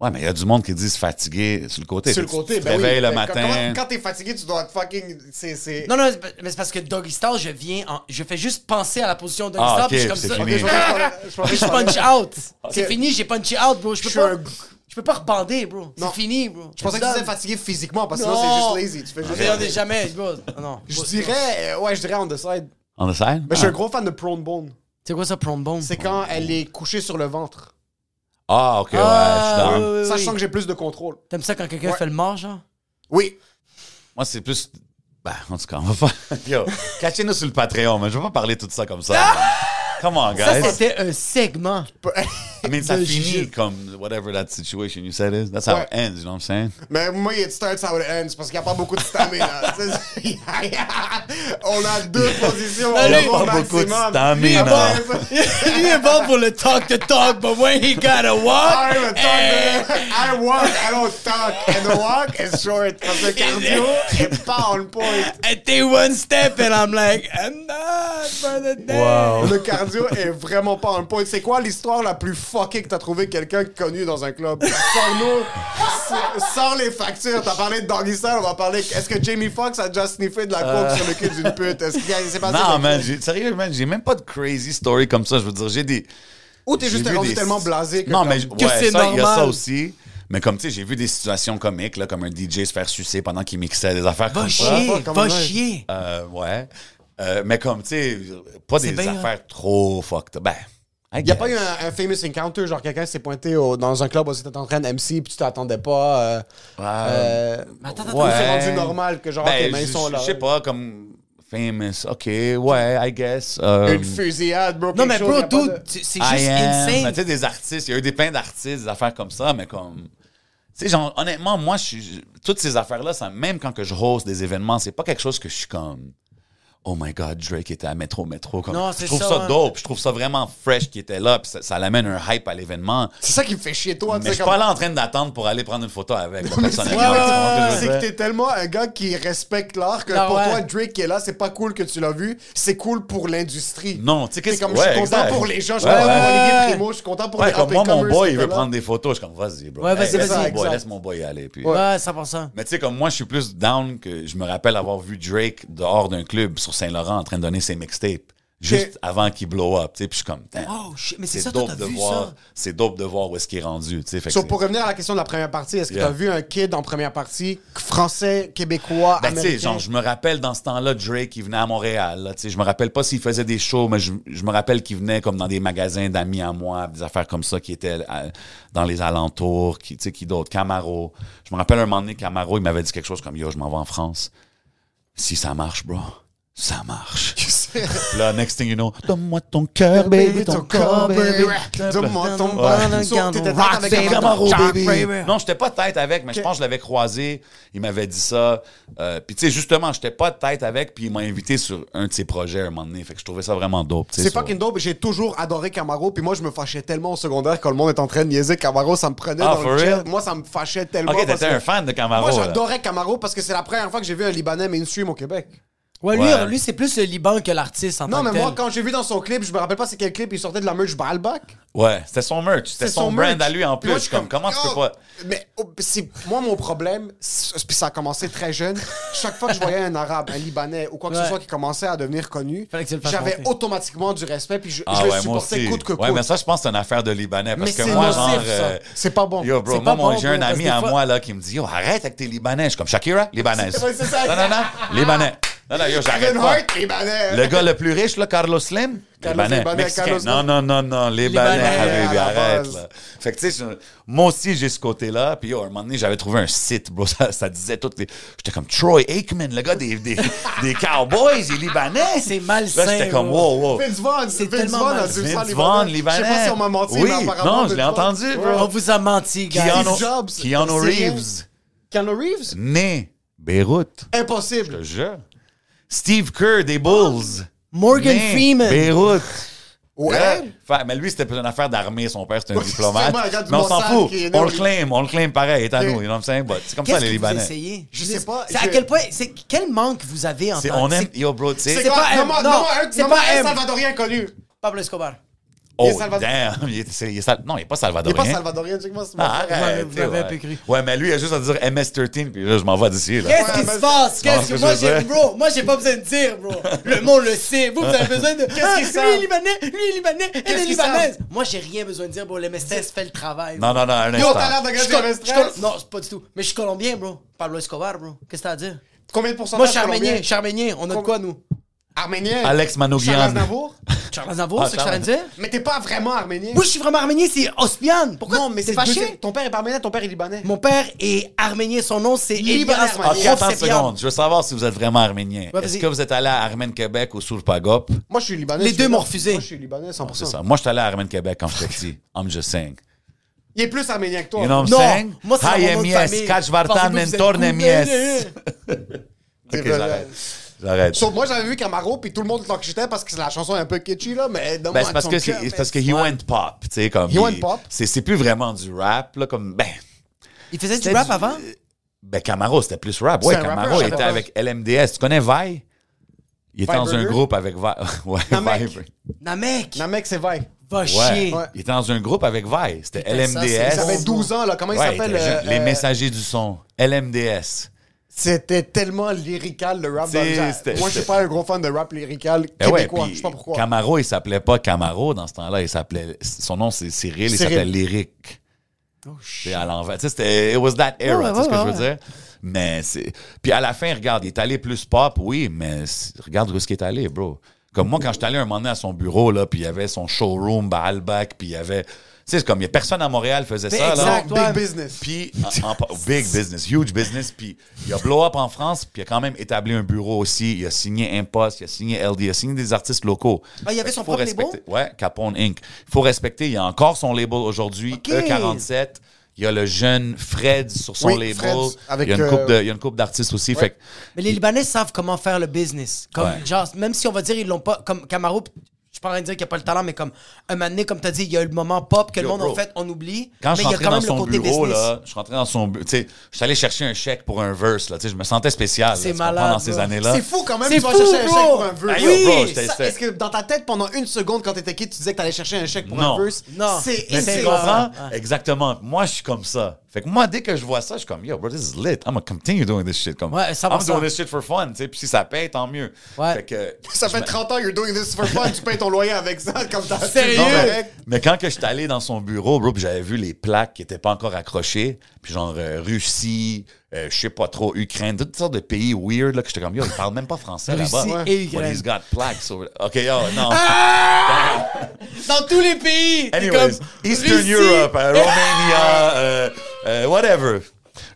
Speaker 4: Ouais, mais il y a du monde qui disent fatigué sur le côté.
Speaker 3: Sur le
Speaker 4: Tu- tu
Speaker 3: côté,
Speaker 4: te
Speaker 3: ben oui.
Speaker 4: réveilles le
Speaker 3: Quand-
Speaker 4: matin.
Speaker 3: Quand, quand t'es fatigué, tu dois être fucking. C'est, c'est...
Speaker 2: Non, non, c'est pas- mais c'est parce que doggy style, je viens en- Je fais juste penser à la position de doggy
Speaker 4: Ah,
Speaker 2: style,
Speaker 4: OK,
Speaker 2: puis je suis comme
Speaker 4: c'est
Speaker 2: ça.
Speaker 4: fini.
Speaker 2: OK,
Speaker 3: Je pensais que je parlais- je pensais que
Speaker 2: Je
Speaker 3: je parlais-
Speaker 2: punch out. C'est fini, j'ai punch out, bro. Je peux
Speaker 3: Je suis
Speaker 2: pas.
Speaker 3: un-
Speaker 2: Je peux pas rebander, bro.
Speaker 3: Non.
Speaker 2: C'est fini, bro.
Speaker 3: Je pensais que tu
Speaker 2: Done.
Speaker 3: disais fatigué physiquement, parce que
Speaker 2: Non.
Speaker 3: sinon c'est juste lazy. Tu fais juste.
Speaker 2: Regardez jamais, bro. Non.
Speaker 3: Je dirais. euh, Ouais, je dirais on the side.
Speaker 4: On the
Speaker 3: Ben,
Speaker 4: side?
Speaker 3: Mais je suis un gros fan de prone bone.
Speaker 2: C'est quoi ça, prone bone?
Speaker 3: C'est quand elle est couchée sur le ventre.
Speaker 4: Ah, ok, ouais,
Speaker 2: Ah,
Speaker 4: je suis dans.
Speaker 2: oui, oui,
Speaker 3: Sachant
Speaker 2: oui.
Speaker 3: que j'ai plus de contrôle.
Speaker 2: T'aimes ça quand quelqu'un
Speaker 3: Ouais.
Speaker 2: fait le mort, genre?
Speaker 3: Oui.
Speaker 4: Moi, c'est plus. Ben, en tout cas, on va faire. <laughs> Yo, cachez-nous sur le Patreon, mais je vais pas parler tout ça comme ça. Come on, guys.
Speaker 2: Ah! Ça, c'était un segment.
Speaker 3: <laughs>
Speaker 4: mais ça
Speaker 2: de
Speaker 4: finit
Speaker 2: jeu.
Speaker 4: comme whatever that situation you said is. That's how it ends, you know what I'm saying?
Speaker 3: Mais moi, it starts how it ends, parce qu'il n'y a pas beaucoup de stamina.
Speaker 4: <laughs>
Speaker 3: là. <laughs> Tu sais, on a deux positions.
Speaker 4: Il y a
Speaker 2: lui,
Speaker 4: pas beaucoup de stamina.
Speaker 2: <laughs> Lui est bon pour le talk to talk, but when he gotta walk.
Speaker 3: I'm a talk I walk, I don't talk. And the walk is short. Parce que le cardio est pas on point.
Speaker 2: I take one step and I'm like, I'm not for the day. Wow.
Speaker 3: Le cardio est vraiment pas on point. C'est quoi l'histoire la plus fuckée que t'as trouvé quelqu'un connu dans un club? Sans nous, sans- sans les factures. T'as parlé de Doggy Style, on va parler. Est-ce que Jamie Foxx a déjà sniffé de la coke sur le cul d'une pute? Est-ce qu'il y a- il s'est passé
Speaker 4: Euh. Non,
Speaker 3: quelque
Speaker 4: man,
Speaker 3: chose?
Speaker 4: j'ai- sérieux, man, j'ai même pas de crazy story comme ça. Je veux dire, j'ai des.
Speaker 3: Ou t'es juste
Speaker 4: J'ai vu
Speaker 3: rendu
Speaker 4: des-
Speaker 3: tellement blasé que.
Speaker 4: Non,
Speaker 3: comme-
Speaker 4: mais
Speaker 2: que
Speaker 4: ouais,
Speaker 2: c'est
Speaker 4: ça, il y a ça
Speaker 2: normal.
Speaker 4: aussi. Mais comme, tu sais, j'ai vu des situations comiques, là, comme un DJ se faire sucer pendant qu'il mixait des affaires
Speaker 2: Va
Speaker 4: comme ça.
Speaker 2: chier,
Speaker 3: comme
Speaker 2: va
Speaker 3: moi.
Speaker 2: chier.
Speaker 4: Euh, ouais. Euh, mais comme, tu sais, pas des
Speaker 2: C'est bien, hein.
Speaker 4: affaires trop fucked. up. Ben,
Speaker 3: Il n'y a pas eu un, un famous encounter, genre quelqu'un s'est pointé au- dans un club où c'était en train de MC puis tu t'attendais pas. Euh, euh,
Speaker 2: attends,
Speaker 3: ou
Speaker 2: attends,
Speaker 3: c'est
Speaker 4: ouais.
Speaker 3: rendu normal que genre tes
Speaker 4: Ben,
Speaker 3: mains
Speaker 4: je-
Speaker 3: sont
Speaker 4: je-
Speaker 3: là.
Speaker 4: Je sais pas, comme famous. OK, ouais, I guess. euh,
Speaker 3: Une fusillade, bro.
Speaker 2: Non,
Speaker 3: quelque
Speaker 2: mais
Speaker 3: chose,
Speaker 2: bro,
Speaker 3: y a pas
Speaker 2: dude,
Speaker 3: de-
Speaker 2: tu- c'est
Speaker 4: I
Speaker 2: juste
Speaker 4: am.
Speaker 2: insane.
Speaker 4: Mais Tu sais, des artistes, il y a eu des plein d'artistes, des affaires comme ça, mais comme. Tu sais, genre, honnêtement, moi, je suis- toutes ces affaires-là, ça, même quand que je host des événements, c'est pas quelque chose que je suis comme. Oh my God, Drake était à Métro Métro. Comme,
Speaker 2: Non,
Speaker 4: je
Speaker 2: c'est
Speaker 4: trouve ça,
Speaker 2: ça, hein.
Speaker 4: dope, je trouve ça vraiment fresh qu'il était là, puis ça, ça l'amène un hype à l'événement.
Speaker 3: C'est ça qui me fait chier, toi. tu
Speaker 4: Mais je
Speaker 3: sais,
Speaker 4: suis
Speaker 3: comme-
Speaker 4: pas là en train d'attendre pour aller prendre une photo avec, moi,
Speaker 3: <laughs>
Speaker 4: personnellement.
Speaker 3: Ouais,
Speaker 4: tu
Speaker 3: ouais,
Speaker 4: comprends ce que je veux
Speaker 3: C'est
Speaker 4: dire?
Speaker 3: que t'es tellement un gars qui respecte l'art que
Speaker 2: Ah,
Speaker 3: pour
Speaker 2: ouais.
Speaker 3: toi, Drake qui est là, c'est pas cool que tu l'as vu, c'est cool pour l'industrie.
Speaker 4: Non, tu sais,
Speaker 3: C'est
Speaker 4: qu'est-ce
Speaker 3: comme
Speaker 4: ouais,
Speaker 3: je suis content
Speaker 4: exact.
Speaker 3: pour les gens, je suis
Speaker 4: Ouais,
Speaker 3: content pour
Speaker 4: ouais.
Speaker 3: Olivier Primo, je suis content pour
Speaker 4: Ouais,
Speaker 3: les
Speaker 4: comme moi, mon
Speaker 3: up-and-comers
Speaker 4: boy,
Speaker 3: qui
Speaker 4: il veut
Speaker 3: étaient là.
Speaker 4: prendre des photos. Je suis comme, vas-y, bro.
Speaker 2: Ouais, vas-y,
Speaker 4: laisse
Speaker 3: vas-y.
Speaker 4: mon boy,
Speaker 3: Exact.
Speaker 4: laisse mon boy y aller. Puis,
Speaker 2: Ouais, 100%.
Speaker 4: Mais tu sais, comme moi, je suis plus down que je me rappelle avoir vu Drake dehors d'un club sur Saint-Laurent en train de donner ses mixtapes. Juste
Speaker 3: Ok.
Speaker 4: avant qu'il blow up, tu sais, puis je suis comme, Damn,
Speaker 2: Oh, shit, mais c'est
Speaker 4: c'est
Speaker 2: ça, toi,
Speaker 4: dope
Speaker 2: t'as
Speaker 4: de
Speaker 2: vu
Speaker 4: voir,
Speaker 2: ça?
Speaker 4: c'est dope de voir où est-ce qu'il est rendu, tu sais. fait que
Speaker 3: So,
Speaker 4: c'est-
Speaker 3: pour revenir à la question de la première partie, est-ce que
Speaker 4: Yeah.
Speaker 3: t'as vu un kid en première partie, français, québécois,
Speaker 4: Ben, tu sais,
Speaker 3: américain? <laughs>
Speaker 4: genre, je me rappelle dans ce temps-là, Drake, il venait à Montréal. là, tu sais, je me rappelle pas s'il faisait des shows, mais je, je me rappelle qu'il venait comme dans des magasins d'amis à moi, des affaires comme ça qui étaient à- dans les alentours, qui, tu sais, qui d'autres. Camaro. Je me rappelle un moment donné, Camaro, il m'avait dit quelque chose comme Yo, je m'en vais en France. Si ça marche, bro, ça marche. Puis là, next thing you know, donne-moi ton cœur, baby, ton corps, baby.
Speaker 3: Donne-moi ton
Speaker 2: Ouais.
Speaker 3: So, t'étais
Speaker 2: Rock,
Speaker 3: avec un
Speaker 2: baby,
Speaker 3: bâton.
Speaker 2: Camaro,
Speaker 3: Jack,
Speaker 2: baby.
Speaker 3: baby.
Speaker 4: Non, j'étais pas de tête avec, mais je pense que je l'avais croisé. Il m'avait dit ça. Euh, puis tu sais, justement, j'étais pas de tête avec, puis il m'a invité sur un de ses projets à un moment donné. Fait que je trouvais ça vraiment dope. tu sais,
Speaker 3: C'est
Speaker 4: ça.
Speaker 3: fucking dope, j'ai toujours adoré Camaro, puis moi je me fâchais tellement au secondaire quand le monde est en train de niaiser Camaro, ça me prenait
Speaker 4: Ah,
Speaker 3: dans
Speaker 4: for
Speaker 3: le
Speaker 4: real?
Speaker 3: chest. Moi ça me fâchait tellement.
Speaker 4: Ok,
Speaker 3: parce
Speaker 4: t'étais
Speaker 3: que-
Speaker 4: un fan de Camaro.
Speaker 3: Moi
Speaker 4: là.
Speaker 3: j'adorais Camaro parce que c'est la première fois que j'ai vu un Libanais mainstream au Québec.
Speaker 2: Ouais, lui,
Speaker 4: Ouais.
Speaker 2: lui c'est plus le Liban que l'artiste en
Speaker 3: Non,
Speaker 2: tant
Speaker 3: mais
Speaker 2: que tel.
Speaker 3: moi quand j'ai vu dans son clip, je me rappelle pas c'est quel clip, il sortait de la merch Baalbak.
Speaker 4: Ouais, c'était son merch. C'était
Speaker 3: C'est
Speaker 4: son, brand
Speaker 3: merch.
Speaker 4: à lui en
Speaker 3: Puis
Speaker 4: plus.
Speaker 3: moi,
Speaker 4: je suis comme, comment tu peux
Speaker 3: oh,
Speaker 4: pas.
Speaker 3: Mais oh, c'est- moi, mon problème, c'est- puis ça a commencé très jeune, chaque fois que je voyais un Arabe, un Libanais ou quoi que ce
Speaker 2: Ouais.
Speaker 3: soit qui commençait à devenir connu,
Speaker 2: Fallait que tu le fasses
Speaker 3: j'avais
Speaker 2: monter.
Speaker 3: automatiquement du respect, puis je,
Speaker 4: Ah
Speaker 3: je
Speaker 4: ouais,
Speaker 3: le
Speaker 4: moi
Speaker 3: supportais
Speaker 4: aussi.
Speaker 3: coûte que coûte.
Speaker 4: Ouais, mais ça, je pense que c'est une affaire de Libanais. Parce
Speaker 3: Mais
Speaker 4: que
Speaker 3: c'est
Speaker 4: moi,
Speaker 3: nocif,
Speaker 4: genre.
Speaker 3: ça.
Speaker 4: euh,
Speaker 3: C'est pas bon.
Speaker 4: Yo, bro,
Speaker 2: C'est
Speaker 4: moi,
Speaker 2: pas
Speaker 4: mon-
Speaker 2: bon,
Speaker 4: j'ai un
Speaker 2: bro, parce
Speaker 4: ami
Speaker 2: que
Speaker 4: à
Speaker 2: des fois-
Speaker 4: moi, là, qui me dit, yo, arrête avec tes Libanais. Je suis comme, Shakira,
Speaker 3: <laughs>
Speaker 4: Libanaise.
Speaker 3: Ouais, c'est ça.
Speaker 4: Non, non,
Speaker 3: <laughs>
Speaker 4: non. Libanais. Non, non, yo, j'arrête
Speaker 3: Kevin
Speaker 4: pas.
Speaker 3: Hart, Libanais.
Speaker 4: Le gars le plus riche, là, Carlos Slim?
Speaker 3: Carlos
Speaker 4: Libanais.
Speaker 3: Libanais,
Speaker 4: Mexicain.
Speaker 3: Carlos
Speaker 4: non,
Speaker 3: Slim.
Speaker 4: non, non, non. Libanais,
Speaker 2: Libanais,
Speaker 4: Habibi,
Speaker 3: à la
Speaker 4: arrête,
Speaker 3: base.
Speaker 4: là. Fait que, tu sais, je- moi aussi, j'ai ce côté-là. Puis, yo, un moment donné, j'avais trouvé un site, bro. <laughs> Ça, ça disait toutes les. J'étais comme Troy Aikman, le gars des, des, des Cowboys, il est Libanais.
Speaker 2: C'est malsain,
Speaker 4: Là, j'étais comme,
Speaker 2: bro.
Speaker 4: wow, wow.
Speaker 3: Vince Vaughn,
Speaker 2: C'est
Speaker 3: Vince
Speaker 2: tellement
Speaker 3: Vaughn a
Speaker 2: mal.
Speaker 3: dû le
Speaker 4: Vince
Speaker 3: faire,
Speaker 4: Vaughn, Libanais.
Speaker 3: Je sais pas si on m'a menti,
Speaker 4: Oui,
Speaker 3: mais apparemment,
Speaker 4: non, je l'ai
Speaker 3: Vince Vaughn-
Speaker 4: entendu, bro.
Speaker 3: Ouais.
Speaker 2: On vous a menti, gars.
Speaker 4: Keanu,
Speaker 3: Jobs,
Speaker 4: Keanu
Speaker 3: c'est rien.
Speaker 4: Reeves,
Speaker 3: Keanu Reeves?
Speaker 4: né Beyrouth.
Speaker 3: Impossible.
Speaker 4: Le jeu. Steve Kerr des Bulls.
Speaker 2: Morgan
Speaker 4: né
Speaker 2: Freeman.
Speaker 4: Beyrouth.
Speaker 3: Ouais.
Speaker 4: Fait- mais lui, c'était plus une affaire d'armée. Son père, c'était un
Speaker 3: Ouais,
Speaker 4: diplomate.
Speaker 3: c'est moi, le gars du
Speaker 4: Mais on s'en
Speaker 3: Mossad
Speaker 4: fout.
Speaker 3: qui est né
Speaker 4: On
Speaker 3: au-
Speaker 4: le claim. On le claim pareil. est à
Speaker 3: Ok.
Speaker 4: nous. You know what I'm saying? But C'est comme ça,
Speaker 2: Qu'est-ce que
Speaker 4: les
Speaker 2: vous
Speaker 4: Libanais.
Speaker 2: essayez?
Speaker 3: Je sais pas,
Speaker 2: C'est à
Speaker 3: je-
Speaker 2: quel point... c'est Quel manque vous avez en
Speaker 4: C'est-
Speaker 2: tant
Speaker 4: On
Speaker 2: que...
Speaker 4: aime.
Speaker 2: c'est-
Speaker 4: Yo, bro, tu sais.
Speaker 3: C'est quoi?
Speaker 2: pas M,
Speaker 3: Nomme-moi-
Speaker 2: non,
Speaker 3: nomme-moi un-
Speaker 2: c'est
Speaker 3: nomme-moi
Speaker 2: pas
Speaker 3: un
Speaker 2: M.
Speaker 3: Salvadorien connu.
Speaker 2: Pablo Escobar.
Speaker 4: Oh,
Speaker 3: Salvadorien.
Speaker 4: damn. Il est, c'est- il est sal- non, il n'est pas
Speaker 3: Il est
Speaker 4: salvadorien.
Speaker 3: pas salvadorien, tu sais comment c'est
Speaker 4: Ah,
Speaker 3: mon frère.
Speaker 4: arrête,
Speaker 2: Vous l'avez
Speaker 4: ouais.
Speaker 2: un peu cru.
Speaker 4: Ouais, mais lui, il a juste à dire MS-13, puis là, je m'en vais d'ici. là.
Speaker 2: Qu'est-ce
Speaker 3: Ouais,
Speaker 2: qui
Speaker 3: mais-
Speaker 2: se passe?
Speaker 4: Non,
Speaker 2: Qu'est-ce que
Speaker 4: c'est
Speaker 2: moi
Speaker 4: ça, c'est
Speaker 2: j'ai. Bro, moi j'ai pas besoin de dire, bro. Le monde le sait. Vous, vous avez besoin de. Ah,
Speaker 3: qu'ils
Speaker 2: lui
Speaker 3: savent?
Speaker 2: est libanais, lui est libanais, elle est
Speaker 3: qu'ils
Speaker 2: libanaise. Moi j'ai rien besoin de dire, bro. Le MSTS fait le travail.
Speaker 4: Non,
Speaker 2: bro.
Speaker 4: non, non, un
Speaker 3: Yo,
Speaker 4: instant.
Speaker 3: t'as l'air de
Speaker 2: Je suis
Speaker 3: gars
Speaker 2: col-
Speaker 3: de
Speaker 2: je suis col- Non, c'est pas du tout. Mais je suis colombien, bro. Pablo Escobar, bro. Qu'est-ce que t'as à dire?
Speaker 3: Combien de pourcentage
Speaker 2: Moi je suis arménien,
Speaker 3: Ah, colombien?
Speaker 2: je suis arménien. On a de quoi, nous?
Speaker 3: Arménien.
Speaker 4: Alex Manoukian.
Speaker 3: Charles Aznavour?
Speaker 2: Charles Aznavour,
Speaker 4: Ah,
Speaker 2: c'est ce que je suis en train de
Speaker 4: Charles-
Speaker 2: dire?
Speaker 3: Mais t'es pas vraiment arménien.
Speaker 2: Oui, je suis vraiment arménien, c'est Ospian. Pourquoi
Speaker 3: non, mais
Speaker 2: t'es
Speaker 3: c'est
Speaker 2: fâché?
Speaker 3: deuxième- Ton père est pas arménien, ton père est libanais.
Speaker 2: Mon père est arménien, son nom c'est
Speaker 3: Libanais,
Speaker 2: Elias
Speaker 3: arménien.
Speaker 4: Ok, attends une
Speaker 2: Sefian.
Speaker 4: seconde. Je veux savoir si vous êtes vraiment arménien.
Speaker 2: Ouais,
Speaker 4: Est-ce
Speaker 2: vas-y.
Speaker 4: que vous êtes allé à Armène Québec ou Sourpagop?
Speaker 3: Moi, je suis libanais.
Speaker 2: Les
Speaker 3: je
Speaker 2: deux
Speaker 3: suis-
Speaker 2: m'ont refusé.
Speaker 3: Moi, je suis libanais, 100%.
Speaker 4: Ah, C'est ça. Moi, je suis allé à Armène Québec quand j'étais petit. I'm just saying.
Speaker 3: Il est plus arménien que toi.
Speaker 4: You know what I'm
Speaker 2: Non,
Speaker 4: saying?
Speaker 2: moi, c'est dans mon nom de
Speaker 4: yes,
Speaker 2: famille.
Speaker 4: Kachvartan,
Speaker 2: Pensez-vous que vous
Speaker 4: Mentor,
Speaker 2: êtes
Speaker 4: Nemies.
Speaker 3: C'est
Speaker 4: Ok,
Speaker 3: vrai.
Speaker 4: j'arrête. J'arrête.
Speaker 3: Sauf moi, j'avais vu Camaro, puis tout le monde tant que j'étais parce que la chanson est un peu kitschy, là, mais dans
Speaker 4: Ben,
Speaker 3: mon
Speaker 4: c'est parce
Speaker 3: accent
Speaker 4: que,
Speaker 3: de
Speaker 4: c'est
Speaker 3: cœur,
Speaker 4: c'est
Speaker 3: mais-
Speaker 4: parce que he went pop, tu sais, comme.
Speaker 3: He
Speaker 4: il-
Speaker 3: went pop.
Speaker 4: C'est c'est plus vraiment du rap, là, comme, ben.
Speaker 2: Il faisait du
Speaker 4: c'était
Speaker 2: rap
Speaker 4: du-
Speaker 2: avant?
Speaker 4: Ben, Camaro, c'était plus rap. Ouais,
Speaker 3: C'est un
Speaker 4: Camaro
Speaker 3: rappeur, je
Speaker 4: il était
Speaker 3: savais
Speaker 4: avec LMDS. Tu connais Vi? Il était dans un
Speaker 3: Burger?
Speaker 4: groupe avec Vi. <laughs> Ouais,
Speaker 3: Namek.
Speaker 4: Vi.
Speaker 2: Namek,
Speaker 3: Namek, c'est vrai.
Speaker 2: va
Speaker 4: Ouais.
Speaker 2: chier.
Speaker 3: Ouais.
Speaker 4: Il était dans un groupe avec Vi. C'était
Speaker 2: Putain, ça, c'est-
Speaker 4: LMDS.
Speaker 3: Ça fait
Speaker 2: Oh,
Speaker 3: 12 ans, là. Comment il
Speaker 4: Ouais, il
Speaker 3: s'appelle
Speaker 4: était jeune.
Speaker 3: euh,
Speaker 4: Les
Speaker 3: euh,
Speaker 4: messagers du son. LMDS.
Speaker 3: C'était tellement lyrical, le rap.
Speaker 4: C'est-
Speaker 3: dans le genre.
Speaker 4: c'était-
Speaker 3: Moi, je suis
Speaker 4: c'était-
Speaker 3: pas un gros fan de rap lyrical
Speaker 4: Ben ouais,
Speaker 3: québécois.
Speaker 4: puis
Speaker 3: Je sais pas pourquoi.
Speaker 4: Camaro, il s'appelait pas Camaro dans ce temps-là. Il s'appelait. Son nom, c'est Cyril. Il
Speaker 3: Cyril.
Speaker 4: s'appelait Lyric. C'est à l'envers. Tu sais, c'était. It was that era.
Speaker 2: Oh, Ouais, ouais,
Speaker 4: tu sais ce que
Speaker 2: ouais,
Speaker 4: je veux dire? Mais c'est. Puis à la fin, regarde, il est allé plus pop, oui, mais c'est- regarde où est-ce qu'il est allé, bro. Comme moi, quand je suis allé un moment donné à son bureau, là, puis il y avait son showroom, Baalbek, puis il y avait. Tu sais, c'est comme, il y a personne à Montréal qui faisait
Speaker 2: Mais
Speaker 4: ça, là.
Speaker 2: exact,
Speaker 3: Big
Speaker 2: ouais.
Speaker 3: business.
Speaker 4: Puis, en- en- big business, huge business. Puis, il a blow up en France, puis il a quand même établi un bureau aussi. Il a signé Impost, il a signé LD, il a signé des artistes locaux.
Speaker 2: Ah, il avait son
Speaker 4: Faut
Speaker 2: propre
Speaker 4: respecter- Ouais, Capone Inc. Il faut respecter, il a encore son label aujourd'hui,
Speaker 2: Ok.
Speaker 4: E47. Il y a le jeune Fred sur son
Speaker 3: Oui,
Speaker 4: label.
Speaker 3: Fred, avec,
Speaker 4: il, y a une
Speaker 3: euh,
Speaker 4: couple de- il y a une couple d'artistes aussi. Fait que-
Speaker 2: Mais les Libanais savent comment faire le business. Comme,
Speaker 4: Ouais.
Speaker 2: genre, même si on va dire ils l'ont pas, comme Camaro, pis je suis pas en train de dire qu'il n'y a pas le talent, mais comme un moment donné, comme tu as dit, il y a eu le moment pop que le
Speaker 4: Yo,
Speaker 2: monde,
Speaker 4: bro.
Speaker 2: en fait, on oublie.
Speaker 4: quand je
Speaker 2: mais il
Speaker 4: suis
Speaker 2: y a
Speaker 4: rentré
Speaker 2: quand
Speaker 4: dans
Speaker 2: même le
Speaker 4: son
Speaker 2: côté
Speaker 4: bureau,
Speaker 2: business.
Speaker 4: là, je suis rentré dans son bureau, tu sais, je suis allé chercher un chèque pour un verse, là, tu sais, je me sentais spécial, là,
Speaker 2: C'est
Speaker 4: tu comprends,
Speaker 2: malade,
Speaker 4: dans ces
Speaker 2: bro.
Speaker 4: années-là.
Speaker 3: C'est fou quand même,
Speaker 2: C'est
Speaker 3: tu vas
Speaker 2: fou,
Speaker 3: chercher un chèque
Speaker 2: bro.
Speaker 3: pour un verse.
Speaker 4: Ah, yo,
Speaker 2: Oui,
Speaker 4: bro, j'étais-
Speaker 3: Ça,
Speaker 4: j'étais-
Speaker 3: Est-ce que dans ta tête, pendant une seconde, quand t'étais kid, tu disais que t'allais chercher un chèque pour
Speaker 4: Non.
Speaker 3: un verse?
Speaker 2: Non.
Speaker 3: C'est
Speaker 4: Mais
Speaker 2: c'est
Speaker 4: tu
Speaker 3: insane.
Speaker 4: comprends?
Speaker 2: ouais, ouais.
Speaker 4: Exactement. Moi, je suis comme ça. Fait que moi, dès que je vois ça, je suis comme, yo, bro, this is lit. I'm gonna continue doing this shit. Comme,
Speaker 2: Ouais, ça va,
Speaker 4: I'm doing
Speaker 2: ça.
Speaker 4: this shit for fun. tu sais. Puis si ça paye, tant mieux.
Speaker 2: Ouais.
Speaker 4: Fait que,
Speaker 3: Ça fait 30 ans, you're doing this for fun, tu payes ton loyer avec ça, comme t'as
Speaker 2: Sérieux?
Speaker 4: Non, mais-
Speaker 3: Correct.
Speaker 4: mais quand que je suis allé dans son bureau, bro, puis j'avais vu les plaques qui n'étaient pas encore accrochées, puis genre euh, Russie, euh, je sais pas trop, Ukraine, toutes sortes de pays weird, là, que j'étais comme, yo, ils parlent même pas français
Speaker 2: Russie
Speaker 4: là-bas.
Speaker 2: et
Speaker 4: But
Speaker 2: Ukraine. Ah!
Speaker 4: he's got plaques over- OK, yo, non.
Speaker 2: Dans tous les pays! t'es
Speaker 4: Anyways,
Speaker 2: comme,
Speaker 4: Eastern
Speaker 2: Russie,
Speaker 3: <laughs>
Speaker 4: Europe, euh, Romania, euh, euh, whatever.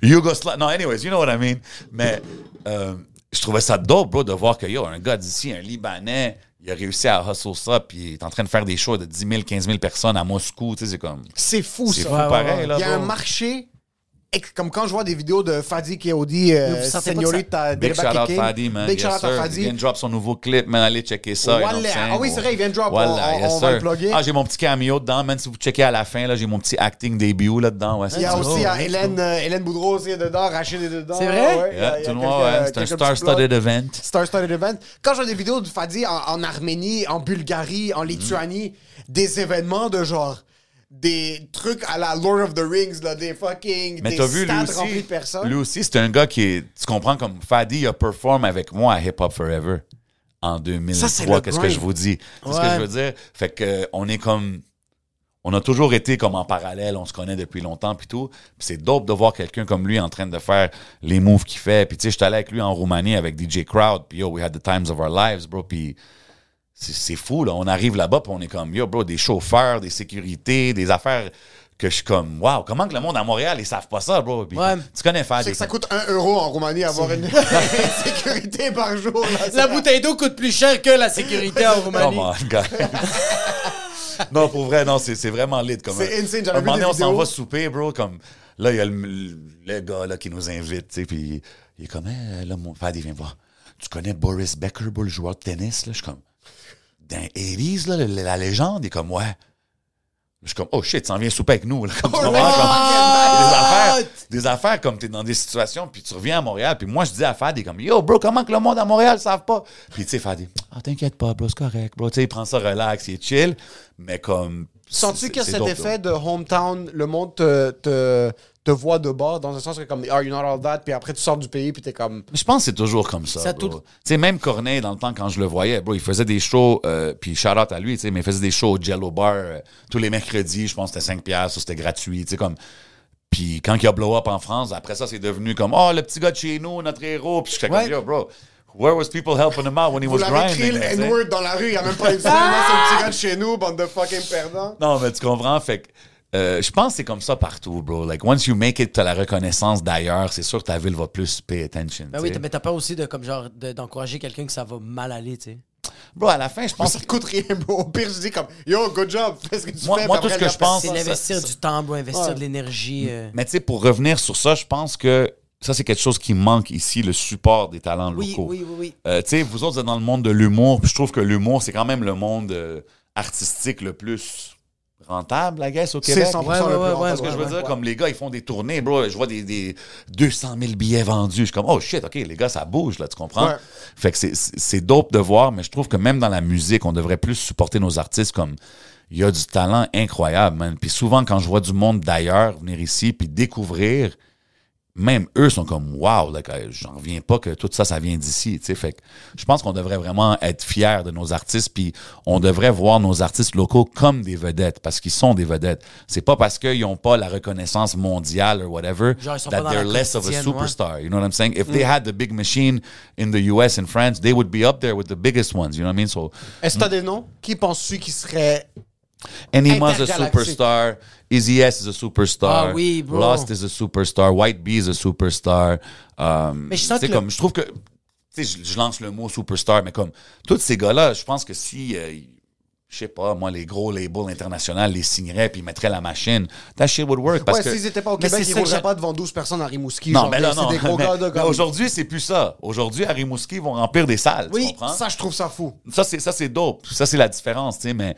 Speaker 4: Yougoslavie. Non, anyways, you know what I mean. Mais euh, je trouvais ça dope, bro, de voir que, yo, un gars d'ici, un Libanais, il a réussi à hustle ça, puis il est en train de faire des shows de 10 000, 15 000 personnes à Moscou. Tu sais, c'est comme.
Speaker 3: C'est fou,
Speaker 4: C'est
Speaker 3: ça.
Speaker 4: fou pareil, là.
Speaker 3: Il y a un
Speaker 4: bro.
Speaker 3: marché. Et que- comme quand je vois des vidéos de Fadi Keodi,
Speaker 2: Vous
Speaker 3: euh,
Speaker 2: vous sentez pas
Speaker 3: Señorita
Speaker 4: Big
Speaker 3: Dereba
Speaker 4: shout out
Speaker 3: Keke.
Speaker 4: Fadi, man.
Speaker 3: Big
Speaker 4: yes,
Speaker 3: shout out à
Speaker 4: sir. Il
Speaker 3: Fadi.
Speaker 4: vient de drop son nouveau clip, man. Allez checker ça. you know what I'm
Speaker 3: Wallah.
Speaker 4: saying?
Speaker 3: Ah oui, c'est vrai, il vient de drop.
Speaker 4: Wallah,
Speaker 3: On- on- on va le plugger.
Speaker 4: Ah, j'ai mon petit cameo dedans, man. Si vous checkez à la fin, là, j'ai mon petit acting début là-dedans. Ouais,
Speaker 3: Il y a
Speaker 4: c'est- Oh,
Speaker 3: aussi
Speaker 2: go,
Speaker 3: à
Speaker 2: let's
Speaker 3: Hélène, euh, Hélène Boudreau aussi est dedans, Rachid est dedans.
Speaker 2: C'est vrai?
Speaker 3: Ouais, il y a- il
Speaker 4: Yeah,
Speaker 3: y a
Speaker 4: tout le
Speaker 3: quelques-
Speaker 4: monde, ouais. C'est un
Speaker 3: quelques
Speaker 4: star-studded
Speaker 3: petits plugs.
Speaker 4: event.
Speaker 3: Star-studded event. Quand j'ai des vidéos du Fadi en, en Arménie, en Bulgarie, en Lituanie, des événements de genre des trucs à la Lord of the Rings, là, des fucking
Speaker 4: Mais
Speaker 3: des
Speaker 4: t'as vu, lui
Speaker 3: stades remplis
Speaker 4: aussi,
Speaker 3: de personnes.
Speaker 4: lui aussi, c'est un gars qui est. Tu comprends comme Fadi a perform avec moi à Hip Hop Forever en
Speaker 3: c'est le
Speaker 4: 2003. Qu'est-ce que
Speaker 3: grind.
Speaker 4: je vous dis? C'est ce
Speaker 2: Ouais.
Speaker 4: que je veux dire? Fait que, euh, on est comme. On a toujours été comme en parallèle, on se connaît depuis longtemps puis tout. Puis c'est dope de voir quelqu'un comme lui en train de faire les moves qu'il fait. Puis tu sais, j'étais allé avec lui en Roumanie avec DJ Crowd, puis yo, we had the times of our lives, bro. Puis c'est- c'est fou, là. On arrive là-bas, puis on est comme, yo, bro, des chauffeurs, des sécurités, des affaires que je suis comme, wow, comment que le monde à Montréal, ils savent pas ça, bro? Puis
Speaker 2: Ouais.
Speaker 4: Tu connais Fad.
Speaker 3: C'est que ça
Speaker 4: il est comme-
Speaker 3: coûte 1 euro en Roumanie avoir une <laughs> sécurité par jour. là,
Speaker 2: <laughs> La
Speaker 3: ça.
Speaker 2: bouteille d'eau coûte plus cher que la sécurité
Speaker 4: <laughs>
Speaker 2: en Roumanie.
Speaker 4: Come on, guys. non, pour vrai, non, c'est c'est vraiment lit. comme-
Speaker 3: C'est insane,
Speaker 4: Un
Speaker 3: j'avais vu
Speaker 4: moment
Speaker 3: des
Speaker 4: donné, on s'en
Speaker 3: vidéos.
Speaker 4: va souper, bro, comme, là, il y a le, le gars, là, qui nous invite, tu sais, puis il est comme, Eh, là, mon Fad, il vient me voir. Tu connais Boris Becker, bro, le joueur de tennis, là? Je suis comme, dans les 80s, là, la, la légende, il est comme, ouais. Je suis comme, oh shit, tu en viens souper avec nous. Là, comme, tu comprends, comme- des affaires, des affaires comme t'es dans des situations, puis tu reviens à Montréal, puis moi je dis à Fadi comme Yo bro, comment que le monde à Montréal ne savent pas? Puis tu sais, Fadi, ah t'inquiète pas, bro, c'est correct, bro. Tu sais, il prend ça relax, il est chill, mais comme.
Speaker 3: Sens-tu
Speaker 4: c'est-
Speaker 3: que
Speaker 4: c'est
Speaker 3: cet
Speaker 4: dope,
Speaker 3: effet
Speaker 4: bro.
Speaker 3: de hometown, le monde te, te, te voit de bord, dans un sens que comme, are you not all that, puis après tu sors du pays, puis t'es comme,
Speaker 4: Je pense que c'est toujours comme ça.
Speaker 2: Ça
Speaker 4: bro.
Speaker 2: tout-
Speaker 4: Tu sais, même Corneille, dans le temps, quand je le voyais, bro, il faisait des shows, euh, puis shout out à lui, tu sais, mais il faisait des shows au Jello Bar euh, tous les mercredis, je pense que c'était 5 piastres ou c'était gratuit, tu sais, comme. Puis quand il y a blow up en France, après ça, c'est devenu comme, oh, le petit gars de chez nous, notre héros, puis je suis
Speaker 2: Ouais.
Speaker 4: comme, yo, bro, Where was people helping him out when he
Speaker 3: Vous
Speaker 4: was
Speaker 3: l'avez crié
Speaker 4: grinding?
Speaker 3: le
Speaker 4: tu sais?
Speaker 3: N-word dans la rue, il a même pas dit c'est un petit gars de chez nous, bande de fucking perdants.
Speaker 4: Non, mais tu comprends, fait que. euh, je pense que c'est comme ça partout, bro. Like, once you make it, t'as la reconnaissance d'ailleurs. C'est sûr que ta ville va plus pay attention.
Speaker 2: Ben
Speaker 4: tu
Speaker 2: oui,
Speaker 4: sais.
Speaker 2: t'as- mais t'as pas aussi de comme genre de- d'encourager quelqu'un que ça va mal aller, tu sais.
Speaker 4: Bro, à la fin, je
Speaker 3: Mais
Speaker 4: pense
Speaker 3: ça te coûte rien, <laughs> bro. Au pire, je dis comme Yo, good job, fais ce que tu
Speaker 4: Moi-
Speaker 3: fais.
Speaker 4: moi,
Speaker 3: puis
Speaker 4: tout ce
Speaker 3: après,
Speaker 4: que
Speaker 3: la
Speaker 4: je pense,
Speaker 2: C'est
Speaker 3: personne-
Speaker 4: ça-
Speaker 2: d'investir
Speaker 4: ça- Mm.
Speaker 2: du temps, bro, investir
Speaker 3: Ouais.
Speaker 2: de l'énergie. euh.
Speaker 4: Mais tu sais, pour revenir sur ça, je pense que ça, c'est quelque chose qui manque ici, le support des talents
Speaker 2: Oui,
Speaker 4: locaux.
Speaker 2: oui, oui, oui.
Speaker 4: Euh, tu sais, vous autres, vous êtes dans le monde de l'humour, puis je trouve que l'humour, c'est quand même le monde euh, artistique le plus rentable, I guess, au
Speaker 3: C'est
Speaker 4: Québec.
Speaker 3: 100%
Speaker 2: Ouais, ouais,
Speaker 3: le
Speaker 2: ouais,
Speaker 3: plan.
Speaker 2: ouais,
Speaker 3: parce
Speaker 4: Ce que
Speaker 3: que
Speaker 4: je
Speaker 3: je
Speaker 4: veux dire, comme les gars, ils font des tournées, bro. Je vois des, des 200 000 billets vendus. Je suis comme, oh shit, OK, les gars, ça bouge, là, tu comprends?
Speaker 3: Ouais.
Speaker 4: Fait que c'est- c'est c'est dope de voir, mais je trouve que même dans la musique, on devrait plus supporter nos artistes comme il y a du talent incroyable, man. Puis souvent, quand je vois du monde d'ailleurs venir ici puis découvrir, même eux sont comme, wow, like, euh, j'en reviens pas que tout ça, ça vient d'ici, tu sais. Fait que je pense qu'on devrait vraiment être fiers de nos artistes, puis on devrait voir nos artistes locaux comme des vedettes, parce qu'ils sont des vedettes. C'est pas parce qu'ils ont pas la reconnaissance mondiale or whatever
Speaker 2: Genre, ils sont pas
Speaker 4: that
Speaker 2: dans
Speaker 4: they're
Speaker 2: la
Speaker 4: less of a
Speaker 2: quotidienne, ouais. Mm.
Speaker 4: superstar. You know what I'm saying? If they had the big machine in the US and France, they would be up there with the biggest ones. You know what I mean? So
Speaker 3: Est-ce que t'as des noms? Qui penses-tu qui serait.
Speaker 4: Enima's a
Speaker 3: Intergalactic.
Speaker 4: superstar. Easy S is a superstar.
Speaker 2: Ah oui, bro.
Speaker 4: Lost is a superstar. White Bee is a superstar. Um,
Speaker 2: Mais je sens
Speaker 4: tu sais,
Speaker 2: que le-
Speaker 4: comme, je trouve que. Tu sais, je, je lance le mot superstar, mais comme. Tous ces gars-là, je pense que si. euh, je sais pas, moi, les gros labels internationaux les signeraient puis ils mettraient la machine, that shit would work. Parce
Speaker 3: Ouais,
Speaker 4: que.
Speaker 3: s'ils étaient pas au
Speaker 2: Mais
Speaker 3: Québec,
Speaker 2: c'est ça
Speaker 3: ils
Speaker 2: que
Speaker 3: rouleraient
Speaker 2: j'a-
Speaker 3: pas devant 12 personnes à Rimouski.
Speaker 4: Non,
Speaker 3: genre,
Speaker 4: mais là, non.
Speaker 3: C'est des gros
Speaker 4: mais-
Speaker 3: gars de
Speaker 4: <laughs> mais
Speaker 3: comme-
Speaker 4: Aujourd'hui, c'est plus ça. Aujourd'hui, à Rimouski, ils vont remplir des salles. tu
Speaker 3: Oui,
Speaker 4: comprends?
Speaker 3: ça, je trouve ça fou.
Speaker 4: ça c'est ça c'est dope ça c'est la différence tu sais mais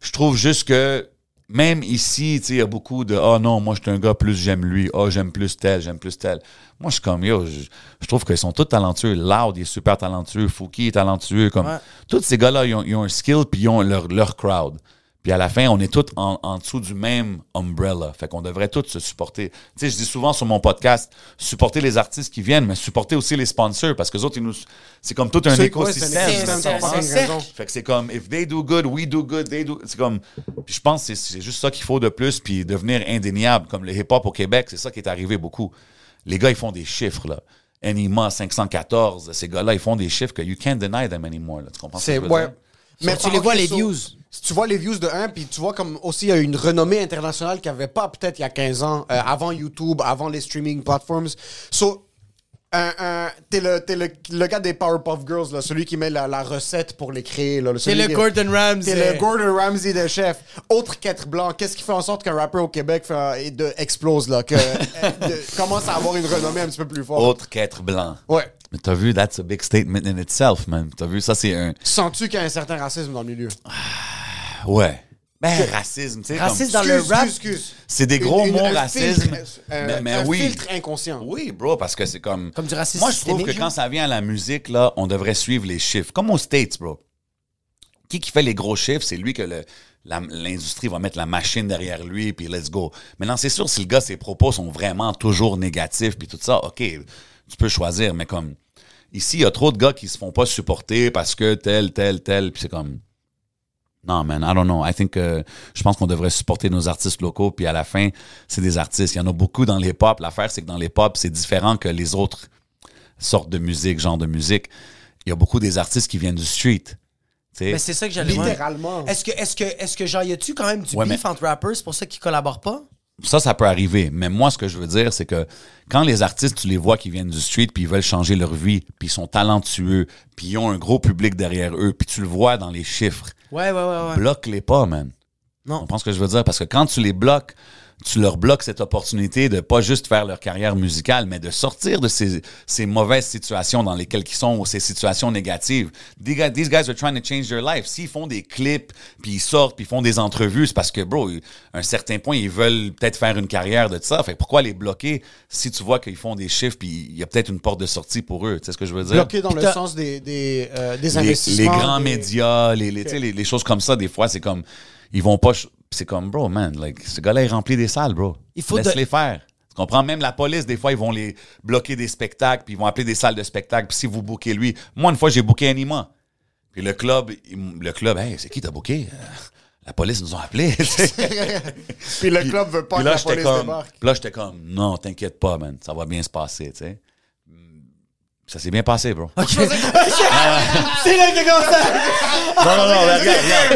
Speaker 4: je trouve juste que même ici tu sais il y a beaucoup de oh non moi je suis un gars plus j'aime lui oh j'aime plus tel j'aime plus tel moi je suis comme yo je, je trouve qu'ils sont tous talentueux Loud il est super talentueux Fouki est talentueux comme
Speaker 2: Ouais.
Speaker 4: tous ces gars là ils ont, ils ont un skill puis ils ont leur leur crowd puis à la fin, on est tous en, en dessous du même umbrella. Fait qu'on devrait tous se supporter. Tu sais, je dis souvent sur mon podcast, supporter les artistes qui viennent, mais supporter aussi les sponsors parce que eux autres, ils nous, c'est comme tout un
Speaker 3: C'est quoi,
Speaker 4: écosystème.
Speaker 3: un
Speaker 2: C'est-
Speaker 3: écosystème,
Speaker 2: c'est-
Speaker 3: t'as
Speaker 2: c'est-
Speaker 3: fucking
Speaker 2: c'est-
Speaker 3: raison.
Speaker 4: Fait que c'est comme, if they do good, we do good, they do. C'est comme, puis je pense que c'est- c'est juste ça qu'il faut de plus, puis devenir indéniable. Comme le hip-hop au Québec, c'est ça qui est arrivé beaucoup. Les gars, ils font des chiffres, là. Anima 514, ces gars-là, ils font des chiffres que you can't deny them anymore. là. Tu comprends ce que
Speaker 3: C'est
Speaker 4: je veux dire?
Speaker 3: ouais. Mais
Speaker 2: tu les vois, les views.
Speaker 3: Si tu vois les views de un, puis tu vois comme aussi il y a une renommée internationale qu'il n'y avait pas peut-être il y a 15 ans, euh, avant YouTube, avant les streaming platforms. So, un- un- t'es le, t'es le, le gars des Powerpuff Girls, là, celui qui met la, la recette pour les créer. Là,
Speaker 2: C'est
Speaker 3: celui
Speaker 2: le
Speaker 3: qui-
Speaker 2: Gordon Ramsay.
Speaker 3: T'es le Gordon Ramsay de chef. Autre qu'être blanc, qu'est-ce qui fait en sorte qu'un rappeur au Québec fait, un- et de, explose, là, que, <laughs> euh, de- commence à avoir une renommée un petit peu plus forte?
Speaker 4: Autre qu'être blanc.
Speaker 3: Ouais.
Speaker 4: Mais t'as vu, that's a big statement in itself, man. T'as vu, ça, c'est un.
Speaker 3: Sens-tu qu'il y a un certain racisme dans le milieu?
Speaker 4: Ouais. Ben, racisme, tu sais. comme-
Speaker 2: Racisme dans le rap.
Speaker 3: excuse.
Speaker 4: C'est des gros
Speaker 3: Une- une-
Speaker 4: mots
Speaker 3: un
Speaker 4: racisme.
Speaker 3: filtre, euh,
Speaker 4: mais mais
Speaker 3: un
Speaker 4: oui.
Speaker 3: filtre inconscient.
Speaker 4: Oui, bro, parce que c'est comme.
Speaker 2: Comme du racisme
Speaker 4: Moi, je trouve
Speaker 2: systémique,
Speaker 4: que quand ça vient à la musique, là, on devrait suivre les chiffres. Comme aux States, bro. Qui qui fait les gros chiffres, c'est lui que le- la- l'industrie va mettre la machine derrière lui, puis let's go. Maintenant, c'est sûr, si le gars, ses propos sont vraiment toujours négatifs, puis tout ça, OK, tu peux choisir, mais comme. Ici, il y a trop de gars qui se font pas supporter parce que tel, tel, tel, puis c'est comme. Non, man, I don't know. I think euh, je pense qu'on devrait supporter nos artistes locaux, puis à la fin, c'est des artistes. Il y en a beaucoup dans les pop. L'affaire, c'est que dans les pop, c'est différent que les autres sortes de musique, genres de musique. Il y a beaucoup des artistes qui viennent du street. tu sais.
Speaker 2: Mais c'est ça que j'allais voir.
Speaker 3: Littéralement.
Speaker 2: Est-ce que, est-ce que, est-ce que genre, y a-tu quand même du
Speaker 4: Ouais,
Speaker 2: beef
Speaker 4: mais-
Speaker 2: entre rappers, c'est pour ça qu'ils collaborent pas?
Speaker 4: Ça, ça peut arriver. Mais moi, ce que je veux dire, c'est que quand les artistes, tu les vois qui viennent du street, puis ils veulent changer leur vie, puis ils sont talentueux, puis ils ont un gros public derrière eux, puis tu le vois dans les chiffres.
Speaker 2: Ouais, ouais, ouais, ouais.
Speaker 4: bloque les pas, man.
Speaker 2: Non.
Speaker 4: On pense ce que je veux dire parce que quand tu les bloques, tu leur bloques cette opportunité de pas juste faire leur carrière musicale, mais de sortir de ces, ces mauvaises situations dans lesquelles ils sont ou ces situations négatives. These guys, these guys are trying to change their life. S'ils font des clips, puis ils sortent, puis ils font des entrevues, c'est parce que, bro, ils- à un certain point, ils veulent peut-être faire une carrière de ça. Fait que pourquoi les bloquer si tu vois qu'ils font des chiffres, puis il y a peut-être une porte de sortie pour eux? Tu sais ce que je veux dire?
Speaker 3: Bloqué dans le
Speaker 2: Putain.
Speaker 3: sens des, des, euh, des
Speaker 4: les, les
Speaker 3: investissements.
Speaker 4: grands
Speaker 3: des-
Speaker 4: médias, les, les, tu sais, les, les choses comme ça, des fois, c'est comme. Ils vont pas. ch- C'est comme, bro, man, like, ce gars-là, il remplit des salles, bro.
Speaker 2: Il faut
Speaker 4: Laisse-les
Speaker 2: de-
Speaker 4: faire. Tu comprends? Même la police, des fois, ils vont les bloquer des spectacles, puis ils vont appeler des salles de spectacle. Puis si vous bouquez lui. Moi, une fois, j'ai booké Anima. Puis le club, il m- le club, hey, c'est qui t'as booké? Euh, La police nous
Speaker 3: <laughs>
Speaker 4: a appelés. tu sais.
Speaker 3: Puis le club veut pas
Speaker 4: Puis
Speaker 3: que
Speaker 4: là,
Speaker 3: la
Speaker 4: j'étais
Speaker 3: police
Speaker 4: comme,
Speaker 3: débarque.
Speaker 4: puis là, j'étais comme, non, t'inquiète pas, man, ça va bien se passer, tu sais. Ça s'est bien passé, bro.
Speaker 2: C'est là que comme
Speaker 4: <laughs>
Speaker 2: ça.
Speaker 4: Non, non, non, regarde,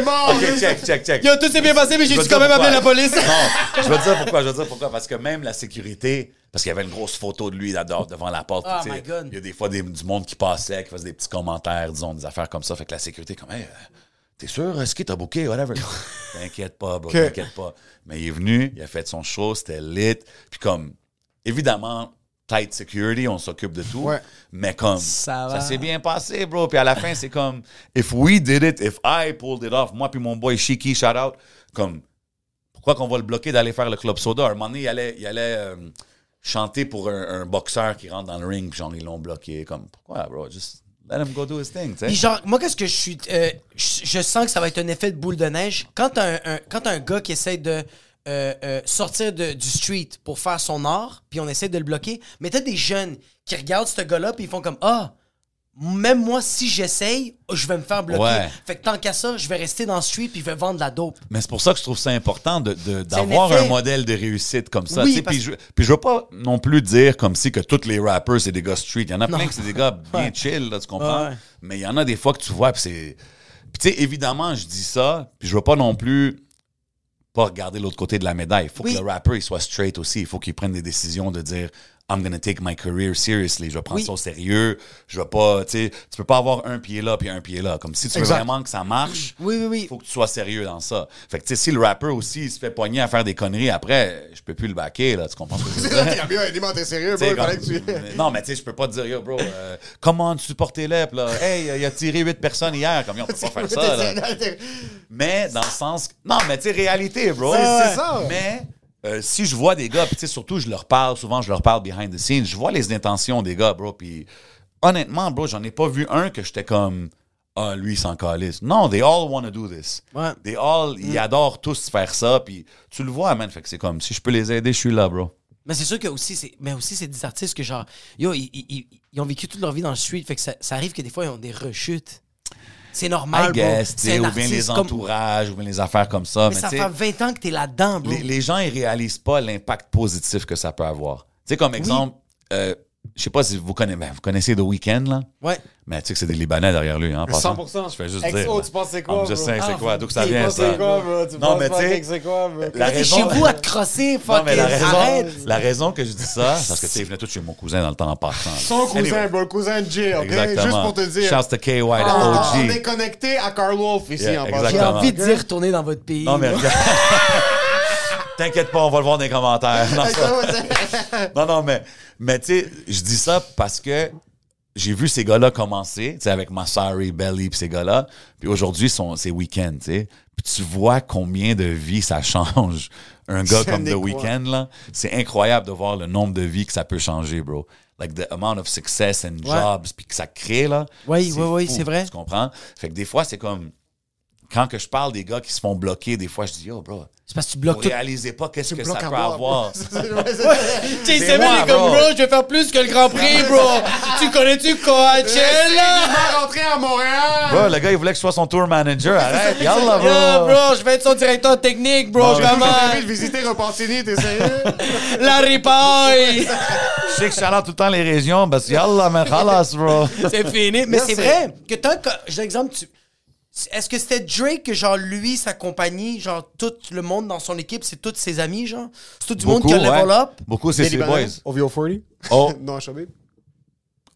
Speaker 4: regarde. Ok, check, check, check.
Speaker 2: Yo, tout s'est bien passé, mais j'ai
Speaker 4: Je vais
Speaker 2: dû
Speaker 4: te
Speaker 2: quand même
Speaker 4: dire
Speaker 2: appeler la
Speaker 4: pourquoi.
Speaker 2: police.
Speaker 4: Non, je vais te dire pourquoi, je vais te dire pourquoi. Parce que même la sécurité, parce qu'il y avait une grosse photo de lui là dehors, devant la porte.
Speaker 2: Oh
Speaker 4: tu sais.
Speaker 2: my God.
Speaker 4: Il y a des fois des- du monde qui passait, qui faisait des petits commentaires, disons, des affaires comme ça. Fait que la sécurité, comme, hey, euh, t'es sûr, est-ce qu'il t'a
Speaker 2: <laughs>
Speaker 4: booké, whatever. t'inquiète pas, bro, t'inquiète pas. Mais il est venu, il a fait son show, c'était lit. Puis comme, évidemment, tight security, on s'occupe de tout.
Speaker 3: Ouais.
Speaker 4: Mais comme,
Speaker 2: Ça
Speaker 4: ça,
Speaker 2: va.
Speaker 4: s'est bien passé, bro. Puis à la fin, c'est comme, if we did it, if I pulled it off, moi puis mon boy Shiki, shout out, comme, pourquoi qu'on va le bloquer d'aller faire le club soda? À un moment donné, il allait, il allait euh, chanter pour un, un boxeur qui rentre dans le ring, puis genre, ils l'ont bloqué. Comme, pourquoi, bro? Just let him go do his thing, tu
Speaker 2: Puis
Speaker 4: sais.
Speaker 2: genre, moi, qu'est-ce que je suis. euh, je, je sens que ça va être un effet de boule de neige. Quand t'as un, un- quand t'as un gars qui essaie de euh, euh, sortir de- du street pour faire son art, puis on essaie de le bloquer, mais t'as des jeunes qui regardent ce gars-là, puis ils font comme Ah, même moi, si j'essaye, je vais me faire bloquer.
Speaker 4: Ouais.
Speaker 2: Fait que tant qu'à ça, je vais rester dans le street, puis je vais vendre de la dope.
Speaker 4: Mais c'est pour ça que je trouve ça important de- de- d'avoir
Speaker 2: effet.
Speaker 4: un modèle de réussite comme ça.
Speaker 2: Oui,
Speaker 4: tu sais,
Speaker 2: parce-
Speaker 4: Puis je, puis je veux pas non plus dire comme si que tous les rappers, c'est des gars street. Il y en a plein que c'est des
Speaker 2: <laughs>
Speaker 4: gars bien chill, là, tu comprends?
Speaker 2: Ouais.
Speaker 4: Mais il y en a des fois que tu vois, puis c'est... Puis tu sais, évidemment, je dis ça, puis je veux pas non plus pas regarder l'autre côté de la médaille. Il faut
Speaker 2: Oui.
Speaker 4: que le rapper, il soit straight aussi. Il faut qu'il prenne des décisions de dire... I'm gonna take my career seriously. Je vais prendre
Speaker 2: Oui.
Speaker 4: ça au sérieux. Je vais pas, tu sais, tu peux pas avoir un pied là puis un pied là. Comme si tu veux
Speaker 2: Exact.
Speaker 4: vraiment que ça marche,
Speaker 2: Oui, oui, oui.
Speaker 4: faut que tu sois sérieux dans ça. Fait que, tu sais, si le rapper aussi, il se fait pogner à faire des conneries après, je peux plus le baquer, là, tu comprends ce que je veux dire?
Speaker 3: Il y a bien un élément, t'es sérieux,
Speaker 4: <laughs> Tu
Speaker 3: bro.
Speaker 4: sais,
Speaker 3: Il fallait que tu. <laughs>
Speaker 4: comme- Non, mais tu sais, je peux pas te dire, yo, bro, euh, comment supporter l'EP, là? Hey, euh, il a tiré huit personnes hier, comme,
Speaker 2: <laughs>
Speaker 4: yo, on peut pas faire ça, là. Mais dans le sens. Non, mais tu sais, réalité, bro.
Speaker 3: C'est- c'est ça.
Speaker 4: Mais euh, si je vois des gars, puis tu sais, surtout, je leur parle, souvent, je leur parle behind the scenes, je vois les intentions des gars, bro. Puis honnêtement, bro, j'en ai pas vu un que j'étais comme. Ah, lui, il s'en calisse. Non, they all want to do this.
Speaker 2: Ouais. Mm.
Speaker 4: They all, ils adorent tous faire ça. Puis tu le vois, man. Fait que c'est comme, si je peux les aider, je suis là, bro.
Speaker 2: Mais c'est sûr que aussi, c'est, mais aussi, c'est des artistes que genre, yo, ils, ils- ils- ils ont vécu toute leur vie dans le street, fait que ça, ça arrive que des fois, ils ont des rechutes. C'est normal,
Speaker 4: I
Speaker 2: bro.
Speaker 4: guess, tu
Speaker 2: c'est
Speaker 4: sais,
Speaker 2: un
Speaker 4: ou bien les
Speaker 2: artiste comme-
Speaker 4: entourages, ou bien les affaires comme ça.
Speaker 2: Mais,
Speaker 4: mais
Speaker 2: ça
Speaker 4: tu
Speaker 2: fait
Speaker 4: sais-
Speaker 2: 20 ans que t'es là-dedans, bro.
Speaker 4: les, les gens, ils réalisent pas l'impact positif que ça peut avoir. Tu sais, comme exemple, euh, je sais pas si vous connaissez, ben, vous connaissez The Weeknd, là?
Speaker 2: Ouais.
Speaker 4: Mais tu sais que c'est des Libanais derrière lui, hein, en passant.
Speaker 3: 100%.
Speaker 4: Je fais juste
Speaker 3: XO,
Speaker 4: dire. là.
Speaker 3: oh, tu penses c'est quoi,
Speaker 4: Ah, Je
Speaker 3: bro?
Speaker 4: sais, c'est quoi? D'où que ça
Speaker 2: tu
Speaker 4: vient,
Speaker 2: penses
Speaker 4: ça?
Speaker 3: C'est quoi, bro? Tu
Speaker 4: Non,
Speaker 3: penses
Speaker 4: mais tu
Speaker 3: pas
Speaker 4: sais,
Speaker 3: que c'est quoi, bro?
Speaker 4: la
Speaker 2: T'es
Speaker 4: raison...
Speaker 2: chez vous à te crosser,
Speaker 4: Non,
Speaker 2: fucking,
Speaker 4: mais la raison,
Speaker 2: arrête.
Speaker 4: la raison que je dis ça, c'est parce que tu sais, ils venaient tous chez mon cousin dans le temps en partant. là.
Speaker 3: Son cousin,
Speaker 4: Anyway,
Speaker 3: bro, le cousin de Jay, ok?
Speaker 4: Exactement.
Speaker 3: Juste pour te dire.
Speaker 4: Shouts to KY, the
Speaker 3: Ah, on est
Speaker 4: OG.
Speaker 3: connecté à Carl Wolf ici,
Speaker 4: Yeah,
Speaker 3: en
Speaker 2: J'ai
Speaker 3: <laughs>
Speaker 4: exactement.
Speaker 3: passant.
Speaker 2: envie de dire retourner dans votre pays.
Speaker 4: Non, mais
Speaker 2: bro.
Speaker 4: regarde. <laughs> T'inquiète pas, on va le voir dans les commentaires. Non, ça- Non, non, mais, mais tu sais, je dis ça parce que j'ai vu ces gars-là commencer, tu sais, avec Masari, Belly, puis ces gars-là. Puis aujourd'hui, sont- c'est Weekend, tu sais. Puis tu vois combien de vies ça <laughs> change. Un gars
Speaker 3: Je
Speaker 4: comme The
Speaker 3: n'y
Speaker 4: Weeknd, là, c'est incroyable de voir le nombre de vies que ça peut changer, bro. Like the amount of success and
Speaker 2: Ouais.
Speaker 4: jobs, puis que ça crée, là.
Speaker 2: Oui, oui, oui,
Speaker 4: fou,
Speaker 2: c'est vrai.
Speaker 4: Tu comprends? Fait que des fois, c'est comme. Quand que je parle des gars qui se font bloquer, des fois, je dis, yo, bro,
Speaker 2: C'est parce que tu
Speaker 4: vous
Speaker 2: bloques tout.
Speaker 4: réalisez pas qu'est-ce que ça
Speaker 3: bloques
Speaker 4: peut
Speaker 3: à
Speaker 2: <laughs>
Speaker 3: boire, <laughs>
Speaker 4: avoir.
Speaker 2: T'sais,
Speaker 4: C'est
Speaker 2: Samuel
Speaker 4: moi,
Speaker 2: est comme,
Speaker 4: bro.
Speaker 2: bro, je vais faire plus que le Grand Prix, bro. tu connais-tu Coachella?
Speaker 3: va rentrer à Montréal!
Speaker 4: Bro, le gars, il voulait que je sois son tour manager. Arrête, yalla,
Speaker 2: Yeah,
Speaker 4: bro.
Speaker 2: bro, je vais être son directeur technique, bro.
Speaker 4: Bon.
Speaker 3: J'ai envie de
Speaker 2: Comment?
Speaker 3: visiter Repentigny, t'es
Speaker 4: <laughs>
Speaker 3: sérieux?
Speaker 2: <laughs> La ripaille!
Speaker 4: Je sais que je suis allé tout le temps les régions, parce que yalla, mais khalas, bro.
Speaker 2: <laughs> C'est fini. Mais c'est
Speaker 3: Merci.
Speaker 2: vrai que tant que. J'ai l'exemple, tu. Est-ce que c'était Drake que, genre, lui, sa compagnie, genre, tout le monde dans son équipe, c'est tous ses amis, genre? C'est tout du monde qui a level up?
Speaker 4: Beaucoup, c'est ses boys.
Speaker 3: OVO 40?
Speaker 4: Oh.
Speaker 3: Non, Shabib.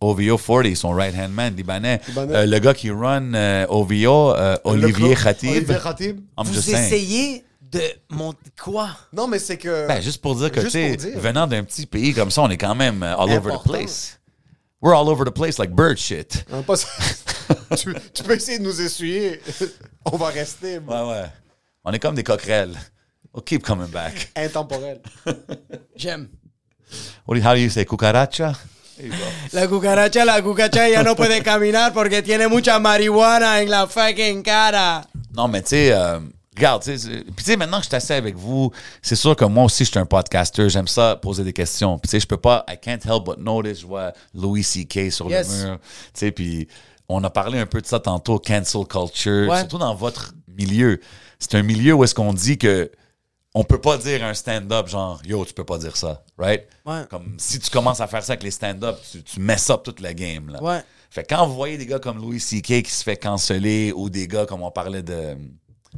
Speaker 4: OVO 40, son right-hand man, Libanais.
Speaker 3: Libanais.
Speaker 4: Euh, le gars qui run euh, OVO, euh,
Speaker 3: Le
Speaker 4: Olivier
Speaker 3: club.
Speaker 4: Khatib.
Speaker 3: Olivier Khatib.
Speaker 4: I'm just
Speaker 2: Vous
Speaker 4: saying.
Speaker 2: essayez de monter quoi?
Speaker 3: Non, mais c'est que.
Speaker 4: Ben, juste pour dire que, tu
Speaker 3: Juste
Speaker 4: sais,
Speaker 3: pour dire.
Speaker 4: venant d'un petit pays comme ça, on est quand même euh, all over the
Speaker 3: Important.
Speaker 4: place. We're all over the place like bird shit.
Speaker 3: Non, pas ça. <laughs> tu, tu peux essayer de nous essuyer. <laughs> On va rester, bro.
Speaker 4: Ah Ouais, ouais. On est comme des coquerelles. We'll keep coming back. <laughs>
Speaker 3: intemporel.
Speaker 2: J'aime.
Speaker 4: What do you- how do you say, cucaracha?
Speaker 2: La cucaracha, la cucaracha, ya no puede caminar porque tiene mucha marihuana en la fucking cara.
Speaker 4: Non, mais tu sais, euh, regarde, tu sais, c'est- puis tu sais, maintenant que je suis assis avec vous, c'est sûr que moi aussi, je suis un podcaster, j'aime ça poser des questions. Puis tu sais, je peux pas, I can't help but notice, je vois Louis C.K. sur
Speaker 2: Yes.
Speaker 4: le mur. Tu sais, puis on a parlé un peu de ça tantôt, cancel culture,
Speaker 2: Ouais.
Speaker 4: surtout dans votre milieu. C'est un milieu où est-ce qu'on dit que on peut pas dire un stand-up genre yo, tu peux pas dire ça, right?
Speaker 2: Ouais.
Speaker 4: Comme si tu commences à faire ça avec les stand-up, tu, tu mess up toute la game. Là.
Speaker 2: Ouais.
Speaker 4: Fait que quand vous voyez des gars comme Louis C.K. qui se fait canceller ou des gars comme on parlait de.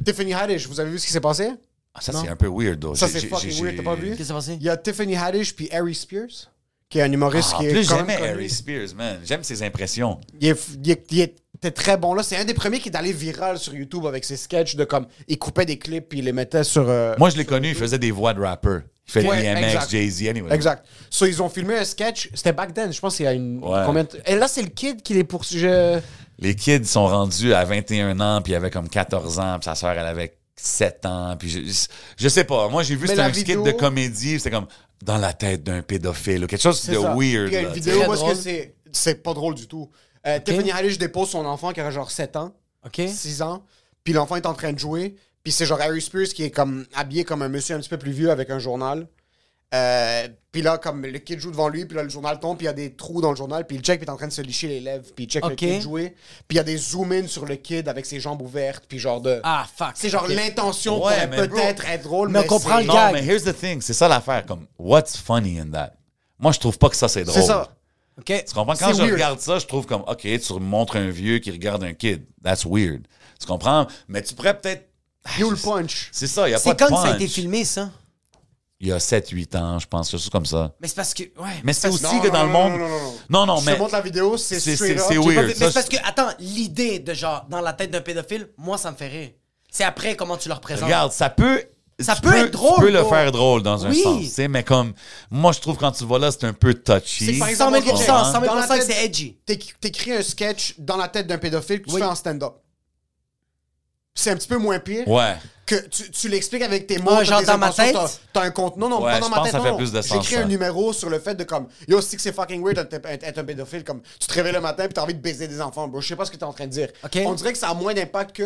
Speaker 3: Tiffany Haddish, vous avez vu ce qui s'est passé?
Speaker 4: Ah, ça, c'est un peu weird, though.
Speaker 3: Ça,
Speaker 4: J'ai-
Speaker 3: c'est
Speaker 4: j'ai-
Speaker 3: fucking
Speaker 4: j'ai-
Speaker 3: weird, t'as pas vu?
Speaker 2: Qu'est-ce qui s'est passé?
Speaker 3: Il y a Tiffany Haddish puis Harry Spears, qui est un humoriste
Speaker 4: Ah, en
Speaker 3: qui est.
Speaker 4: plus,
Speaker 3: quand
Speaker 4: j'aimais
Speaker 3: même connu.
Speaker 4: Harry Spears, man. J'aime ses impressions.
Speaker 3: Il, est, il est- il était très bon là. C'est un des premiers qui est allé viral sur YouTube avec ses sketchs de comme. Il coupait des clips puis il les mettait sur. euh,
Speaker 4: Moi, je l'ai connu, il faisait des voix de rappeur. Il fait
Speaker 3: Ouais,
Speaker 4: DMX,
Speaker 3: exact.
Speaker 4: Jay-Z, anyway.
Speaker 3: Exact. So, ils ont filmé un sketch. C'était back then, je pense, il y a une.
Speaker 4: Ouais.
Speaker 3: Combien de- Et là, c'est le kid qui les euh, poursuivait.
Speaker 4: Les kids sont rendus à 21 ans, puis il avait comme 14 ans, puis sa sœur, elle avait 7 ans, puis je, je- je sais pas. Moi, j'ai vu,
Speaker 3: Mais
Speaker 4: c'était
Speaker 3: la
Speaker 4: un
Speaker 3: vidéo-
Speaker 4: skit de comédie, c'était comme dans la tête d'un pédophile ou quelque chose de weird.
Speaker 3: Il y a une
Speaker 4: là, tu sais.
Speaker 3: vidéo
Speaker 2: Très
Speaker 3: parce
Speaker 2: drôle.
Speaker 3: que c'est- c'est pas drôle du tout. Euh, Tiffany Haddish dépose son enfant qui a genre 7 ans,
Speaker 2: OK.
Speaker 3: 6 ans, puis l'enfant est en train de jouer. Puis c'est genre Harry Spears qui est comme habillé comme un monsieur un petit peu plus vieux avec un journal. Euh, puis là, comme le kid joue devant lui, puis là, le journal tombe, puis il y a des trous dans le journal, puis il check, puis il est en train de se licher les lèvres, puis il check
Speaker 2: Ok.
Speaker 3: le kid jouer. Puis il y a des zoom-in sur le kid avec ses jambes ouvertes, puis genre de.
Speaker 2: Ah, fuck.
Speaker 3: C'est genre
Speaker 2: Ok.
Speaker 3: l'intention
Speaker 4: Ouais, mais
Speaker 3: pourrait
Speaker 4: bro-
Speaker 3: peut-être être drôle,
Speaker 2: Mais
Speaker 3: mais,
Speaker 2: on comprend
Speaker 3: c'est-
Speaker 2: le
Speaker 4: Non,
Speaker 2: gag.
Speaker 4: mais here's the thing, c'est ça l'affaire. Comme, what's funny in that? Moi, je trouve pas que ça, c'est drôle.
Speaker 3: C'est ça.
Speaker 2: OK.
Speaker 4: Tu comprends? Quand
Speaker 3: C'est
Speaker 4: je
Speaker 3: weird.
Speaker 4: regarde ça, je trouve comme, OK, tu montres un vieux qui regarde un kid. That's weird. Tu comprends? Mais tu pourrais peut-être.
Speaker 3: You le punch.
Speaker 4: C'est ça, il n'y a pas
Speaker 2: C'est
Speaker 4: de
Speaker 2: quand que
Speaker 4: punch.
Speaker 2: ça a été filmé, ça?
Speaker 4: Il y a 7-8 ans, je pense, quelque chose comme ça.
Speaker 2: Mais c'est parce que. Ouais.
Speaker 4: Mais c'est
Speaker 2: parce-
Speaker 4: aussi
Speaker 3: non,
Speaker 4: que
Speaker 3: non,
Speaker 4: dans
Speaker 3: non,
Speaker 4: le monde.
Speaker 3: non, non, non,
Speaker 4: non, non,
Speaker 3: Je
Speaker 4: mais.
Speaker 3: te montre la vidéo, c'est
Speaker 4: C'est-
Speaker 3: straight
Speaker 4: c'est- c'est
Speaker 3: up.
Speaker 2: J'ai pas
Speaker 4: weird.
Speaker 2: fait-
Speaker 4: Ça,
Speaker 2: Mais c'est parce
Speaker 4: c'est-
Speaker 2: que. Attends, l'idée de genre dans la tête d'un pédophile, moi, ça me fait rire. C'est après comment tu le représentes.
Speaker 4: Regarde, ça peut.
Speaker 2: Ça
Speaker 4: tu
Speaker 2: peut
Speaker 4: peux-
Speaker 2: être drôle,
Speaker 4: Tu peux le
Speaker 2: bro.
Speaker 4: faire drôle dans un
Speaker 2: Oui.
Speaker 4: sens, tu sais, mais comme. Moi, je trouve quand tu vois là, c'est un peu touchy.
Speaker 3: par
Speaker 2: 100
Speaker 3: exemple,
Speaker 2: 000
Speaker 3: on dirait-
Speaker 2: 100 000
Speaker 3: dans la
Speaker 2: que
Speaker 3: tête-
Speaker 2: c'est edgy.
Speaker 3: T'éc- T'écris un sketch dans la tête d'un pédophile que tu
Speaker 2: Oui.
Speaker 3: fais en stand-up. C'est un petit peu moins pire.
Speaker 4: Ouais.
Speaker 3: Que tu, tu l'expliques avec tes mots.
Speaker 2: Ouais,
Speaker 3: t'as
Speaker 2: genre
Speaker 3: des
Speaker 2: dans ma
Speaker 3: intentions,
Speaker 2: tête?
Speaker 3: t'as- T'as un compte. Non, non,
Speaker 4: Ouais,
Speaker 3: pas dans
Speaker 4: je
Speaker 3: ma
Speaker 4: pense
Speaker 3: tête.
Speaker 4: que ça
Speaker 3: non,
Speaker 4: fait plus de
Speaker 3: non.
Speaker 4: sens,
Speaker 3: J'écris
Speaker 4: ça.
Speaker 3: un numéro sur le fait de comme. Yo, si que c'est fucking weird d'être d'être un pédophile. Comme tu te réveilles le matin puis t'as envie de baiser des enfants, bro. Je sais pas ce que t'es en train de dire.
Speaker 2: Ok.
Speaker 3: On dirait que ça a moins d'impact que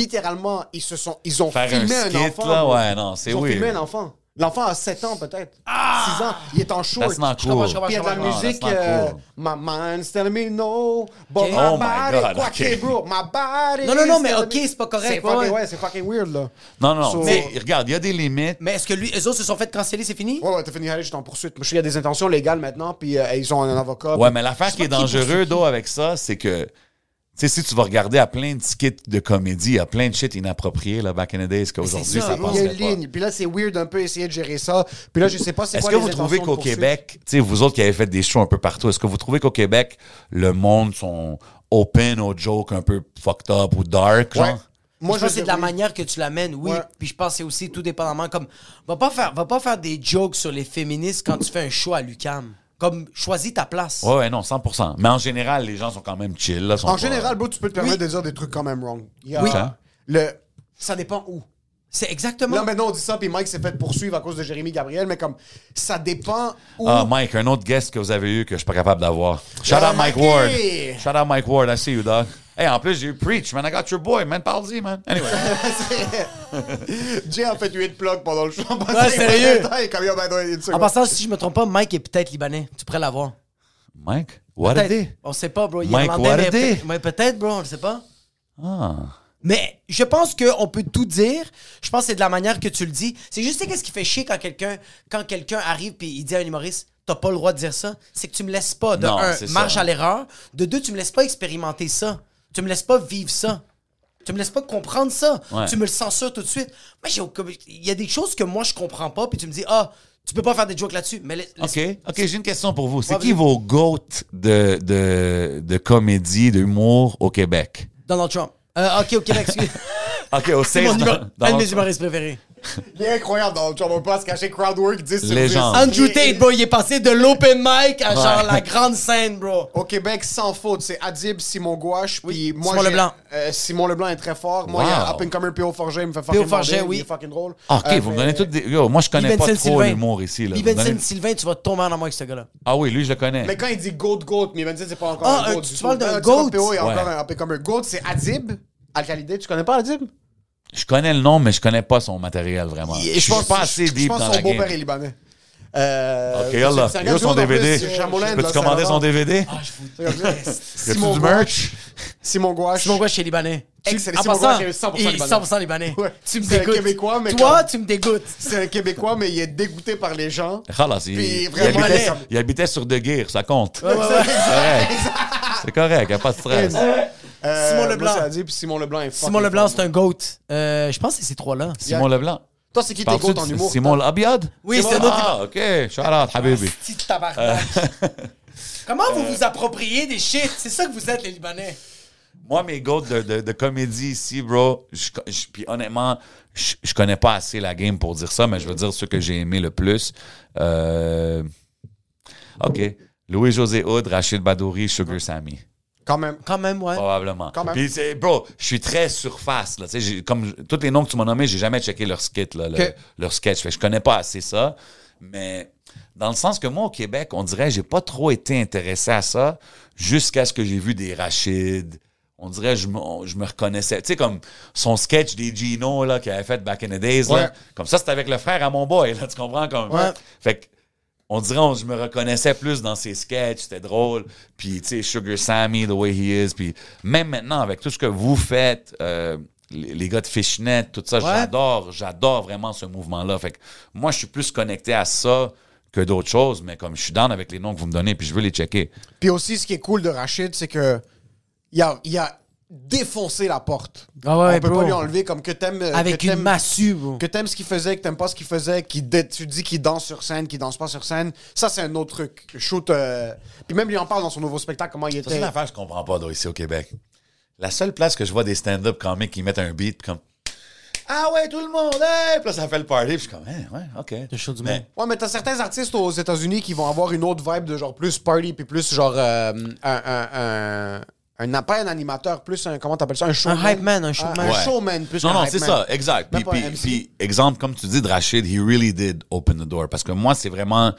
Speaker 3: littéralement, ils se sont. Ils ont
Speaker 4: Faire un
Speaker 3: filmé
Speaker 4: skit,
Speaker 3: enfant.
Speaker 4: là,
Speaker 3: bro.
Speaker 4: ouais, non, c'est
Speaker 3: Ils ont
Speaker 4: weird.
Speaker 3: filmé un enfant. L'enfant a 7 ans peut-être. 6 ans. Il est en short.
Speaker 4: That's not
Speaker 3: Ah! Je
Speaker 4: cool.
Speaker 3: comprends, Puis il y a de la
Speaker 4: Non,
Speaker 3: musique.
Speaker 4: that's not
Speaker 3: euh,
Speaker 4: cool.
Speaker 3: My mind's telling me no, but
Speaker 2: Ok.
Speaker 3: my
Speaker 4: Oh my
Speaker 3: body,
Speaker 4: God,
Speaker 3: quoique,
Speaker 4: ok.
Speaker 3: bro, my body.
Speaker 2: Non, non, non, mais
Speaker 3: is telling
Speaker 2: ok,
Speaker 3: me-
Speaker 2: c'est pas correct,
Speaker 3: C'est fucking-
Speaker 2: ouais.
Speaker 3: ouais, c'est fucking weird, là.
Speaker 4: Non, non,
Speaker 3: So-
Speaker 4: tu sais, regarde, il y a des limites.
Speaker 2: Mais est-ce que lui, eux autres se sont fait canceller, c'est fini?
Speaker 3: Ouais, ouais, t'as fini, allez, j'étais en poursuite. Moi, je suis- il y a des intentions légales maintenant, puis euh, ils ont un avocat.
Speaker 4: Ouais,
Speaker 3: puis-
Speaker 4: mais l'affaire qui est
Speaker 2: pas qui poursuit
Speaker 4: dangereuse, d'eau avec ça, c'est que, tu sais, si tu vas regarder à plein de skits de comédie, à plein de shit inapproprié, là, back in the days, qu'aujourd'hui,
Speaker 2: ça,
Speaker 4: ça
Speaker 2: il y
Speaker 3: Il y a
Speaker 4: passerait
Speaker 3: une
Speaker 4: pas.
Speaker 3: ligne. Puis là, c'est weird un peu essayer de gérer ça. Puis là, je sais pas c'est
Speaker 4: Est-ce
Speaker 3: quoi
Speaker 4: que
Speaker 3: les
Speaker 4: vous trouvez
Speaker 3: intentions
Speaker 4: qu'au
Speaker 3: de poursuite.
Speaker 4: Québec, tu sais, vous autres qui avez fait des shows un peu partout, est-ce que vous trouvez qu'au Québec, le monde sont open aux jokes un peu fucked up ou dark,
Speaker 3: Ouais.
Speaker 4: genre?
Speaker 2: Moi, je pense que c'est
Speaker 3: sais
Speaker 2: de la
Speaker 3: oui.
Speaker 2: manière que tu l'amènes, oui.
Speaker 3: Ouais.
Speaker 2: Puis je pense que c'est aussi tout dépendamment comme va pas faire va pas faire des jokes sur les féministes quand tu fais un choix à Lucam. Comme choisis ta place.
Speaker 4: Ouais, ouais, non, 100 Mais en général, les gens sont quand même chill. Là, sont
Speaker 3: En
Speaker 4: pas-
Speaker 3: général, bro, tu peux te permettre de dire des trucs quand même wrong. Il y a-
Speaker 2: Oui.
Speaker 3: Le... Ça dépend où.
Speaker 2: C'est exactement.
Speaker 3: Là, maintenant, on dit ça, puis Mike s'est fait poursuivre à cause de Jérémy Gabriel, mais comme, ça dépend où.
Speaker 4: Ah, Mike, un autre guest que vous avez eu que je suis pas capable d'avoir. Shout
Speaker 3: Ah,
Speaker 4: out Mike
Speaker 3: Mikey!
Speaker 4: Ward. Shout out Mike Ward. I see you, dog. Hey, en plus, j'ai eu Preach, man. I got your boy, man. Parle-y, man. Anyway.
Speaker 3: <laughs> Jay a fait 8 plugs pendant le show.
Speaker 2: Ouais, Ah, sérieux.
Speaker 3: Il est comme, yo, ben, non, une
Speaker 2: en
Speaker 3: seconde.
Speaker 2: passant, si je me trompe pas, Mike est peut-être libanais. Tu pourrais l'avoir.
Speaker 4: Mike? What a
Speaker 2: Peut-être.
Speaker 4: day.
Speaker 2: On sait pas, bro. Il est
Speaker 4: Mike
Speaker 2: irlandais, mais
Speaker 4: Wardé.
Speaker 2: peut- mais peut-être, bro. On ne sait pas.
Speaker 4: Ah.
Speaker 2: Mais je pense qu'on peut tout dire. Je pense que c'est de la manière que tu le dis. C'est juste, tu sais, qu'est-ce qui fait chier quand quelqu'un quand quelqu'un arrive puis il dit à un humoriste, t'as pas le droit de dire ça. C'est que tu me laisses pas, de
Speaker 4: Non,
Speaker 2: un,
Speaker 4: c'est ça.
Speaker 2: marge à l'erreur. De deux, tu me laisses pas expérimenter ça. Tu me laisses pas vivre ça. Tu me laisses pas comprendre ça.
Speaker 4: Ouais.
Speaker 2: Tu me le censures tout de suite. Moi, j'ai aucun- il y a des choses que moi, je comprends pas, puis tu me dis, ah, tu peux pas faire des jokes là-dessus. Mais laisse-
Speaker 4: OK.
Speaker 2: laisse-
Speaker 4: OK, j'ai une question pour vous. C'est
Speaker 2: Ouais,
Speaker 4: qui
Speaker 2: vas-y.
Speaker 4: vos goats de, de, de comédie, d'humour au Québec?
Speaker 2: Donald Trump. Euh, OK, au Québec, excuse.
Speaker 4: <laughs> OK, au
Speaker 2: C'est mon
Speaker 4: States,
Speaker 2: humor-
Speaker 4: dans- dans-
Speaker 2: un de mes humoristes préférés.
Speaker 3: Il est incroyable dans le show. On va pas se cacher. Crowdwork 10 sur
Speaker 4: Légende.
Speaker 3: 10.
Speaker 2: Andrew Tate, bro, il est passé de l'open mic à genre
Speaker 4: Ouais.
Speaker 2: la grande scène, bro.
Speaker 3: Au Québec, sans faute, c'est Adib, Simon Gouache, puis moi.
Speaker 2: Simon
Speaker 3: j'ai-
Speaker 2: Leblanc.
Speaker 3: euh, Simon Leblanc est très fort. Moi, il y a
Speaker 4: Wow.
Speaker 3: Up and Comer, P.O. Forget, il me fait fucking
Speaker 2: Forget,
Speaker 3: bander,
Speaker 2: oui.
Speaker 3: Il est fucking drôle.
Speaker 4: Ah, OK,
Speaker 3: Euh,
Speaker 4: vous me
Speaker 3: mais-
Speaker 4: donnez toutes des... Yo, moi, je connais pas trop l'humour ici. Là. Vous me
Speaker 2: Steven
Speaker 4: donnez-
Speaker 2: Sylvain, tu vas tomber en amour avec ce gars-là.
Speaker 4: Ah oui, lui, je le connais.
Speaker 3: Mais quand il dit goat, goat, mais Benson, c'est pas encore
Speaker 2: Ah,
Speaker 3: un
Speaker 2: euh,
Speaker 3: goat.
Speaker 2: tu
Speaker 3: du
Speaker 2: parles
Speaker 3: tout.
Speaker 2: d'un
Speaker 3: Non, tu vois,
Speaker 2: goat?
Speaker 3: PO est
Speaker 4: Ouais.
Speaker 3: encore un Up and Comer. Goat, c'est Adib. Alcalidé, tu connais pas Adib?
Speaker 4: Je connais le nom, mais je connais pas son matériel, vraiment.
Speaker 3: Il-
Speaker 4: je suis pas assez
Speaker 3: je- je
Speaker 4: deep
Speaker 3: pense
Speaker 4: dans
Speaker 3: son
Speaker 4: la game.
Speaker 3: beau-père est libanais. Euh,
Speaker 4: OK, là,
Speaker 3: c'est un
Speaker 4: il a
Speaker 3: gars
Speaker 4: son
Speaker 3: en plus,
Speaker 4: DVD.
Speaker 3: c'est Chamolaine,
Speaker 4: Peux-tu
Speaker 3: là,
Speaker 4: commander
Speaker 3: Saint-Laurent.
Speaker 4: son DVD?
Speaker 3: Simon
Speaker 4: <laughs> Y a-tu
Speaker 3: Gouache.
Speaker 4: du merch?
Speaker 3: Simon Gouache.
Speaker 2: Simon Gouache, c'est Libanais. Tu-
Speaker 3: Excellent.
Speaker 2: En
Speaker 3: Simon
Speaker 2: passant,
Speaker 3: Gouache est 100%
Speaker 2: il est
Speaker 3: Libanais.
Speaker 2: 100% Libanais.
Speaker 3: Ouais.
Speaker 2: Tu me
Speaker 3: C'est un
Speaker 2: dégoûtes.
Speaker 3: Québécois, mais
Speaker 2: Toi,
Speaker 3: comme-
Speaker 2: tu me dégoûtes.
Speaker 3: C'est un Québécois, mais il est dégoûté par les gens.
Speaker 4: Khalas, il,
Speaker 3: Puis
Speaker 4: il
Speaker 3: vraiment,
Speaker 4: habitait,
Speaker 3: les-
Speaker 4: il habitait sur De Geer, ça compte. C'est correct. C'est correct, y a pas de stress.
Speaker 3: Euh,
Speaker 2: Simon
Speaker 3: moi,
Speaker 2: Leblanc.
Speaker 3: ça a dit, puis Simon Leblanc est
Speaker 2: Simon
Speaker 3: fucking
Speaker 2: Leblanc,
Speaker 3: fort.
Speaker 2: c'est un GOAT. Euh, je pense que c'est ces
Speaker 3: <laughs>
Speaker 2: trois-là.
Speaker 4: Simon Leblanc.
Speaker 3: Toi, c'est qui tes
Speaker 4: Parles-tu
Speaker 3: goûts en
Speaker 4: de
Speaker 3: humour?
Speaker 4: Simon Labiad?
Speaker 2: Oui, c'est un autre
Speaker 4: Ah, OK. Shout out, habibi.
Speaker 2: petit tabarnak.
Speaker 4: Euh.
Speaker 2: Comment
Speaker 3: Euh.
Speaker 2: vous vous appropriez des shit? C'est ça que vous êtes, les Libanais.
Speaker 4: Moi, mes goats de, de, de comédie ici, bro, je, je- puis honnêtement, je, je connais pas assez la game pour dire ça, mais je veux dire ce que j'ai aimé le plus. Euh, OK. Louis-José Hood, Rachid Badouri, Sugar Sammy.
Speaker 3: Quand même.
Speaker 2: Quand même, ouais.
Speaker 4: Probablement.
Speaker 3: Quand même.
Speaker 4: Puis, c'est- bro, je suis très surface. Là, Tu sais, j'ai- comme j- tous les noms que tu m'as nommés, j'ai jamais checké leur skit, là, le-
Speaker 2: Ok.
Speaker 4: leur sketch. Fait que je connais pas assez ça. Mais dans le sens que moi, au Québec, on dirait j'ai pas trop été intéressé à ça jusqu'à ce que j'ai vu des Rachid. On dirait je me, on- je me reconnaissais. Tu sais, comme son sketch des Gino là, qu'il avait fait back in the days. là.
Speaker 3: Ouais.
Speaker 4: Comme ça, c'était avec le frère à mon boy. Là, tu comprends? Comme...
Speaker 3: Ouais.
Speaker 4: Fait que on dirait on- je me reconnaissais plus dans ses sketchs, c'était drôle. Puis, tu sais, Sugar Sammy, the way he is. Puis, même maintenant, avec tout ce que vous faites, euh, les les gars de Fishnet, tout ça, j'adore, j'adore vraiment ce mouvement-là. Fait que moi, je suis plus connecté à ça que d'autres choses, mais comme je suis down avec les noms que vous me donnez, puis je veux les checker.
Speaker 3: Puis aussi, ce qui est cool de Rachid, c'est que il a, il a défoncé la porte.
Speaker 2: Ah ouais,
Speaker 3: On peut
Speaker 2: bro.
Speaker 3: pas lui enlever comme que t'aimes. euh,
Speaker 2: Avec
Speaker 3: que
Speaker 2: une
Speaker 3: t'aimes-
Speaker 2: massue, bro.
Speaker 3: Que t'aimes ce qu'il faisait, que t'aimes pas ce qu'il faisait, qu'il dé- tu dis qu'il danse sur scène, qu'il danse pas sur scène. Ça, c'est un autre truc. Shoot. euh, Puis même, lui en parle dans son nouveau spectacle, comment il
Speaker 4: C'est
Speaker 3: était.
Speaker 4: une affaire que je comprends pas, là, ici au Québec. La seule place que je vois des stand-up comiques qui mettent un beat, puis comme Ah ouais, tout le monde, hey! Puis là, ça fait le party, puis je suis comme, Eh, ouais, OK.
Speaker 2: Le show du
Speaker 4: Mais-
Speaker 2: monde.
Speaker 3: Ouais, mais t'as certains artistes aux États-Unis qui vont avoir une autre vibe de genre plus party, puis plus genre euh, un. un, un un, pas un animateur, plus un, comment t'appelles ça, un showman. Ah,
Speaker 2: hype man, un showman.
Speaker 3: Un
Speaker 4: Ouais.
Speaker 3: showman, plus
Speaker 4: Non,
Speaker 3: qu'un
Speaker 4: non,
Speaker 3: hype
Speaker 4: c'est
Speaker 3: man.
Speaker 4: ça, exact.
Speaker 3: Même
Speaker 4: Puis,
Speaker 3: pas un
Speaker 4: puis-
Speaker 3: MC.
Speaker 4: puis, exemple, comme tu dis de Rachid, he really did open the door. Parce que moi, c'est vraiment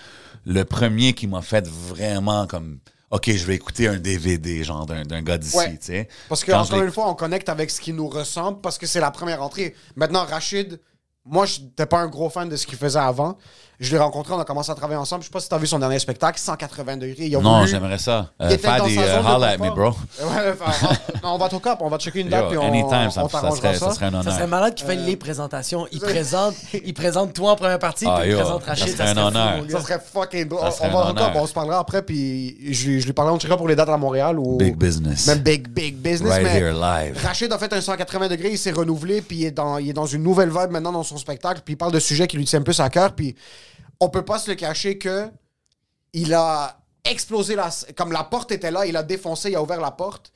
Speaker 4: le premier qui m'a fait vraiment comme, OK, je vais écouter un DVD, genre, d'un d'un gars d'ici,
Speaker 3: Ouais.
Speaker 4: tu sais.
Speaker 3: Parce que,
Speaker 4: Quand je
Speaker 3: encore
Speaker 4: l'ai-
Speaker 3: une fois, on connecte avec ce qui nous ressemble parce que c'est la première entrée. Maintenant, Rachid, moi, je n'étais pas un gros fan de ce qu'il faisait avant. Je l'ai rencontré, on a commencé à travailler ensemble. Je sais pas si tu as vu son dernier spectacle, 180 degrés. Il a
Speaker 4: Non,
Speaker 3: voulu-
Speaker 4: j'aimerais ça.
Speaker 3: Il
Speaker 4: Euh,
Speaker 3: était
Speaker 4: Fad,
Speaker 3: dans
Speaker 4: il,
Speaker 3: sa
Speaker 4: euh,
Speaker 3: zone de
Speaker 4: holla at me,
Speaker 3: confort.
Speaker 4: bro.
Speaker 3: Ouais, enfin, on- on va <laughs> au cap, on va checker une date, puis
Speaker 4: Yo,
Speaker 3: on,
Speaker 4: anytime,
Speaker 3: on
Speaker 4: ça, ça
Speaker 3: t'arrangera
Speaker 4: serait,
Speaker 3: ça.
Speaker 4: ça serait
Speaker 2: Ça
Speaker 4: un
Speaker 2: serait
Speaker 4: honneur.
Speaker 2: malade qu'il fasse
Speaker 3: Euh.
Speaker 2: les présentations.
Speaker 3: <laughs>
Speaker 2: Il présente, il présente toi en première partie,
Speaker 4: Ah,
Speaker 2: puis il
Speaker 4: yo,
Speaker 2: présente
Speaker 4: ça
Speaker 2: Rachid.
Speaker 4: serait un
Speaker 2: fou,
Speaker 4: honneur.
Speaker 2: mon gars.
Speaker 3: Ça serait fucking drôle.
Speaker 4: Ça
Speaker 3: On-
Speaker 4: serait
Speaker 3: on
Speaker 4: un
Speaker 3: va au cap,
Speaker 4: honneur.
Speaker 3: on se parlera après, puis je, lui- je lui parlerai, on checkera pour les dates à Montréal. Ou...
Speaker 4: Big business.
Speaker 3: Même big, big business.
Speaker 4: Right
Speaker 3: mais
Speaker 4: here, live.
Speaker 3: Rachid a fait un 180 degrés, il s'est renouvelé, puis il est, dans, il est dans une nouvelle vibe maintenant dans son spectacle, puis il parle de sujets qui lui tiennent plus à cœur, puis on peut pas se le cacher que il a explosé la... Comme la porte était là, il a défoncé, il a ouvert la porte.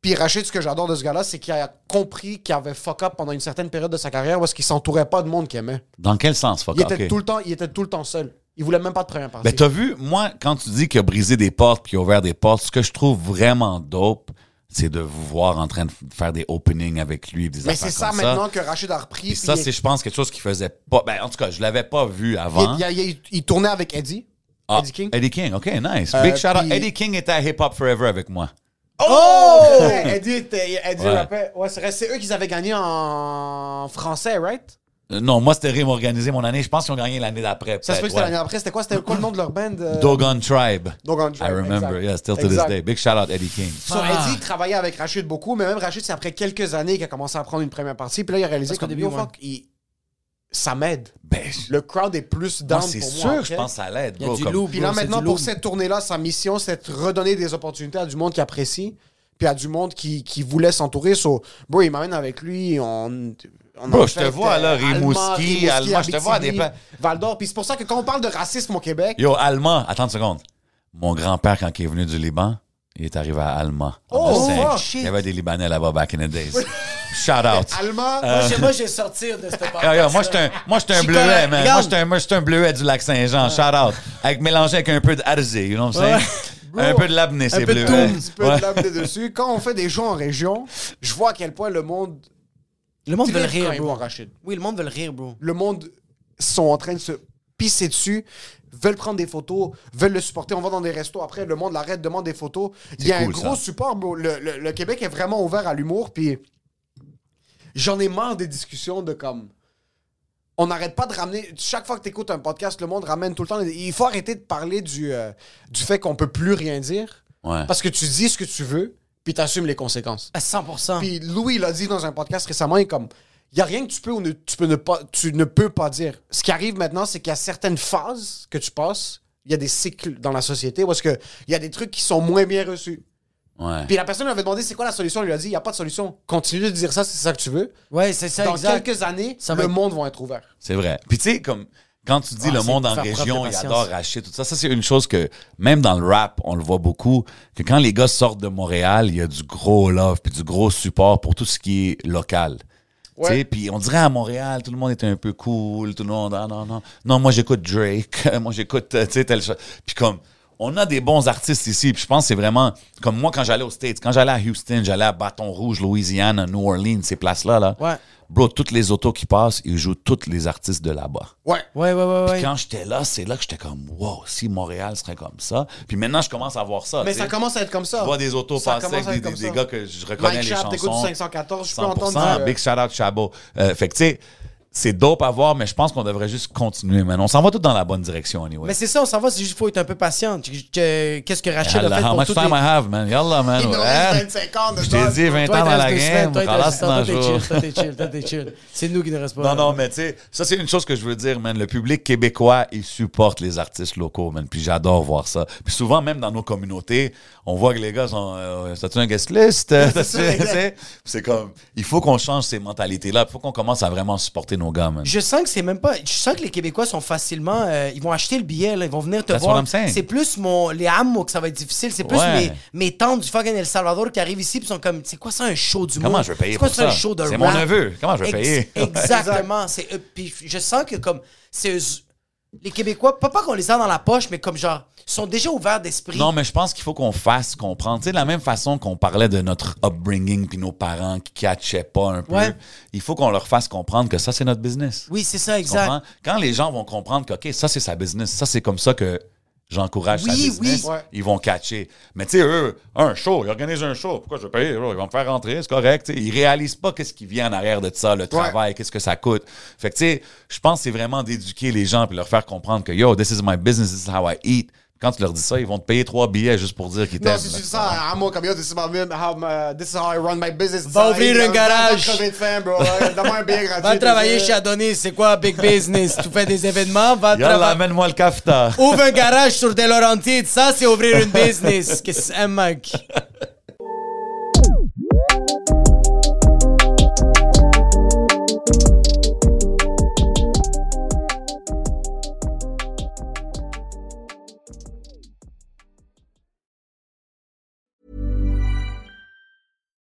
Speaker 3: Puis Rachid, ce que j'adore de ce gars-là, c'est qu'il a compris qu'il avait fuck up pendant une certaine période de sa carrière parce qu'il s'entourait pas de monde qu'il aimait.
Speaker 4: Dans quel sens, fuck
Speaker 3: Il était,
Speaker 4: OK.
Speaker 3: tout le temps, il était tout le temps seul. Il voulait même pas de première partie.
Speaker 4: Ben, t'as vu, moi, quand tu dis qu'il a brisé des portes, puis qu'il a ouvert des portes, ce que je trouve vraiment dope, c'est de vous voir en train de faire des openings avec lui. Des
Speaker 3: Mais
Speaker 4: affaires
Speaker 3: Ben, c'est ça
Speaker 4: comme
Speaker 3: maintenant que Rachid a repris.
Speaker 4: Puis
Speaker 3: puis
Speaker 4: ça,
Speaker 3: il-
Speaker 4: c'est, je pense, quelque chose qui faisait pas. Ben, en tout cas, je l'avais pas vu avant.
Speaker 3: il, il- il- il tournait avec Eddie.
Speaker 4: Ah,
Speaker 3: Eddie King.
Speaker 4: Eddie King, OK, nice.
Speaker 3: Euh,
Speaker 4: Big shout out.
Speaker 3: puis-
Speaker 4: Eddie King était à Hip Hop Forever avec moi.
Speaker 3: Oh! Eddie, était- Eddie
Speaker 4: Ouais.
Speaker 3: rappait. Ouais, c'est vrai, c'est eux qui avaient gagné en français, right?
Speaker 4: Euh, non, moi, c'était Rime organisé mon année. Je pense qu'ils ont gagné l'année d'après.
Speaker 3: Ça se peut
Speaker 4: peut-être,
Speaker 3: que c'était
Speaker 4: Ben, ouais.
Speaker 3: l'année après. C'était quoi? C'était quoi le nom de leur band? euh?
Speaker 4: Dogon Tribe.
Speaker 3: Dogon Tribe,
Speaker 4: I remember,
Speaker 3: exact.
Speaker 4: yeah, still to
Speaker 3: Exact.
Speaker 4: this day. Big shout out Eddie King. Ah.
Speaker 3: Sur Eddie, il travaillait avec Rachid beaucoup, mais même Rachid, c'est après quelques années qu'il a commencé à prendre une première partie. Puis là, il a réalisé
Speaker 2: Parce qu'au
Speaker 3: qu'au
Speaker 2: début,
Speaker 3: début,
Speaker 2: ouais.
Speaker 3: fuck, il- ça m'aide.
Speaker 4: Ben, je-
Speaker 3: Le crowd est plus
Speaker 4: moi,
Speaker 3: down
Speaker 4: c'est
Speaker 3: pour
Speaker 4: sûr,
Speaker 3: moi.
Speaker 4: je
Speaker 3: après.
Speaker 4: pense à l'aide.
Speaker 2: Il y a
Speaker 4: bro,
Speaker 2: du
Speaker 4: comme-
Speaker 2: loup,
Speaker 3: Puis
Speaker 2: bro,
Speaker 3: là,
Speaker 2: c'est
Speaker 3: maintenant,
Speaker 2: du
Speaker 3: pour
Speaker 2: lourd.
Speaker 3: cette tournée-là, sa mission, c'est de redonner des opportunités à du monde qui apprécie, puis à du monde qui, qui voulait s'entourer. So, bro, il m'amène avec lui. On, on
Speaker 4: Bro,
Speaker 3: en
Speaker 4: je te
Speaker 3: fait,
Speaker 4: vois, là,
Speaker 3: euh, Allemand,
Speaker 4: Rimouski, Allemand, je te vois à des
Speaker 3: Abitibi,
Speaker 4: pla-
Speaker 3: Val d'Or. Puis c'est pour ça que quand on parle de racisme au Québec,
Speaker 4: Yo, Allemand, attends une seconde. Mon grand-père, quand il est venu du Liban, il est arrivé à Allemand. On a
Speaker 3: Oh,
Speaker 4: cinq.
Speaker 3: fuck,
Speaker 4: Il y avait des Libanais là-bas back in the days. shout out.
Speaker 3: <laughs> Allemand,
Speaker 2: Moi, j'ai- Moi, j'ai sorti de cette
Speaker 4: Euh, <laughs> Ah,
Speaker 2: part.
Speaker 4: yo, moi, j'étais un, moi, j'étais un
Speaker 2: Chico,
Speaker 4: bleuet, man. Moi,
Speaker 2: regarde.
Speaker 4: j'étais un, moi, j'étais un bleuet du lac Saint-Jean. Shout out. Avec, mélangé avec un peu d'Arzé, you know what I'm saying? Un peu de l'abné, c'est
Speaker 2: peu de
Speaker 4: bleuet.
Speaker 3: un petit peu
Speaker 4: Ouais.
Speaker 3: de l'âme dessus. Quand on fait des shows en région, je vois à quel point le monde
Speaker 2: Le monde veut le
Speaker 3: tripe quand
Speaker 2: rire,
Speaker 3: il voit
Speaker 2: bro.
Speaker 3: Rachid.
Speaker 2: Oui, le monde veut le rire, bro.
Speaker 3: le monde sont en train de se pisser dessus, veulent prendre des photos, veulent le supporter. On va dans des restos après, le monde l'arrête, demande des photos. Il y a un
Speaker 4: cool,
Speaker 3: gros
Speaker 4: ça.
Speaker 3: support, bro. Le, le- le Québec est vraiment ouvert à l'humour, puis j'en ai marre des discussions de comme. on n'arrête pas de ramener. Chaque fois que tu écoutes un podcast, le monde ramène tout le temps. Il faut arrêter de parler du, euh, du fait qu'on peut plus rien dire.
Speaker 4: Ouais.
Speaker 3: Parce que tu dis ce que tu veux, puis tu assumes les conséquences.
Speaker 2: À 100%.
Speaker 3: Puis Louis l'a dit dans un podcast récemment, il est comme il y a rien que tu peux ou ne, tu peux ne pas tu ne peux pas dire. Ce qui arrive maintenant, c'est qu'il y a certaines phases que tu passes, il y a des cycles dans la société où est-ce que il y a des trucs qui sont moins bien reçus.
Speaker 4: Ouais.
Speaker 3: Puis la personne lui avait demandé c'est quoi la solution, il lui a dit il y a pas de solution. Continue de dire ça, c'est ça que tu veux.
Speaker 2: ouais, c'est ça,
Speaker 3: dans
Speaker 2: exact.
Speaker 3: quelques années,
Speaker 2: Ça va
Speaker 3: le
Speaker 2: être-
Speaker 3: monde va être ouvert.
Speaker 4: C'est vrai. Puis tu sais, comme quand tu dis
Speaker 2: Ah,
Speaker 4: le
Speaker 2: c'est
Speaker 4: monde en
Speaker 2: faire preuve de
Speaker 4: région, il
Speaker 2: patience.
Speaker 4: adore racheter tout ça. Ça, c'est une chose que, même dans le rap, on le voit beaucoup, que quand les gars sortent de Montréal, il y a du gros love puis du gros support pour tout ce qui est local. Tu sais, Puis on dirait à Montréal, tout le monde est un peu cool, tout le monde, ah non, non, non, moi j'écoute Drake, <laughs> moi j'écoute, euh, tu sais, telle chose. Puis comme, on a des bons artistes ici, puis je pense que c'est vraiment, comme moi quand j'allais aux States, quand j'allais à Houston, j'allais à Baton Rouge, Louisiane, à New Orleans, ces places-là, là.
Speaker 2: Ouais.
Speaker 4: Bro, toutes les autos qui passent, ils jouent tous les artistes de là-bas.
Speaker 3: Ouais.
Speaker 2: Ouais, ouais, ouais,
Speaker 4: Puis
Speaker 2: ouais.
Speaker 4: quand j'étais là, c'est là que j'étais comme, wow, si Montréal serait comme ça. Puis maintenant, je commence à voir ça.
Speaker 3: Mais
Speaker 4: tu
Speaker 3: ça
Speaker 4: sais.
Speaker 3: commence à être comme ça.
Speaker 4: Je vois des autos
Speaker 3: Ça
Speaker 4: passer
Speaker 3: commence à
Speaker 4: avec
Speaker 3: être
Speaker 4: des,
Speaker 3: comme
Speaker 4: des
Speaker 3: ça.
Speaker 4: gars que je reconnais
Speaker 3: Mike
Speaker 4: les
Speaker 3: Sharp, t'écoutes
Speaker 4: chansons.
Speaker 3: du 514, je peux
Speaker 4: 100%,
Speaker 3: entendre du-
Speaker 4: Big shout out Chabot. Euh, fait que tu sais, c'est dope à voir, mais je pense qu'on devrait juste continuer, man. On s'en va tout dans la bonne direction, anyway.
Speaker 2: Mais c'est ça, on s'en va, c'est juste faut être un peu patient. Tu- que- Qu'est-ce que Rachel a
Speaker 4: Yallah,
Speaker 2: fait
Speaker 4: how
Speaker 2: pour
Speaker 4: much
Speaker 2: toutes
Speaker 4: time I
Speaker 2: les...
Speaker 4: have, man? Yallah, man.
Speaker 3: Il nous
Speaker 4: Ouais.
Speaker 3: reste 25 ans de
Speaker 4: Je
Speaker 3: toi.
Speaker 4: t'ai dit 20
Speaker 2: Toi,
Speaker 4: ans
Speaker 2: il te
Speaker 4: dans
Speaker 2: reste
Speaker 4: la
Speaker 2: deux semaines,
Speaker 4: game.
Speaker 2: toi, il te
Speaker 4: Ralasse
Speaker 2: reste-
Speaker 4: dans
Speaker 2: toi,
Speaker 4: le
Speaker 2: t'es
Speaker 4: jour.
Speaker 2: chill, toi, t'es chill, toi, t'es chill. C'est nous qui ne reste pas.
Speaker 4: Non, non, mais tu sais, ça, c'est une chose que je veux dire, man. Le public québécois, il supporte les artistes locaux, man. Puis j'adore voir ça. Puis souvent, même dans nos communautés, on voit que les gars sont. Euh, T'as-tu un guest list? T'as-tu- <laughs> tu sais? Puis c'est comme. Il faut qu'on change ces mentalités-là. Il faut qu'on commence à vraiment supporter nos gars, man.
Speaker 2: Je sens que c'est même pas. Je sens que les Québécois sont facilement. euh, ils vont acheter le billet, là, ils vont venir te
Speaker 4: That's what
Speaker 2: voir.
Speaker 4: I'm saying.
Speaker 2: C'est plus mon, les hameaux que ça va être difficile. C'est plus
Speaker 4: Ouais.
Speaker 2: mes, mes tantes du fucking El Salvador qui arrivent ici et sont comme c'est quoi ça un show du monde
Speaker 4: Comment je vais payer
Speaker 2: C'est quoi
Speaker 4: pour
Speaker 2: un
Speaker 4: ça?
Speaker 2: show de
Speaker 4: C'est mon
Speaker 2: rap?
Speaker 4: neveu. Comment je vais
Speaker 2: Ex-
Speaker 4: payer?
Speaker 2: <laughs> Exactement. c'est euh, puis je sens que comme c'est eux- les Québécois, pas, pas qu'on les a dans la poche, mais comme genre sont déjà ouverts d'esprit.
Speaker 4: Non, mais je pense qu'il faut qu'on fasse comprendre. Tu sais, de la même façon qu'on parlait de notre upbringing puis nos parents qui catchaient pas un peu,
Speaker 2: Ouais.
Speaker 4: il faut qu'on leur fasse comprendre que ça, c'est notre business.
Speaker 2: Oui, c'est ça,
Speaker 4: Tu
Speaker 2: exact.
Speaker 4: comprends? Quand les gens vont comprendre que, OK, ça, c'est sa business, ça, c'est comme ça que j'encourage sa
Speaker 2: Oui,
Speaker 4: business,
Speaker 2: oui. Ouais.
Speaker 4: ils vont catcher. Mais tu sais, eux, un show, ils organisent un show, pourquoi je vais payer? Ils vont me faire rentrer, c'est correct. tu sais. Ils réalisent pas qu'est-ce qui vient en arrière de ça, le travail, qu'est-ce que ça coûte. Fait que tu sais, je pense que c'est vraiment d'éduquer les gens puis leur faire comprendre que, yo, this is my business, this is how I eat. Quand tu leur dis ça, ils vont te payer trois billets juste pour dire qu'ils t'aiment.
Speaker 3: Non, si tu dis ça à moi comme yo, this is, my, how my- this is how I run my business.
Speaker 2: Va ouvrir un garage.
Speaker 3: Va crever de faim, bro. Donne-moi un billet
Speaker 2: <laughs>
Speaker 3: gratuit.
Speaker 2: Va travailler
Speaker 3: t'es-
Speaker 2: chez Adonis, c'est quoi big business Tu fais des événements, va
Speaker 4: Yallah,
Speaker 2: travailler.
Speaker 4: amène-moi
Speaker 3: <laughs>
Speaker 4: le kafta.
Speaker 2: Ouvre un garage sur Des Laurentides, ça c'est ouvrir une business. Qu'est-ce que c'est, mec?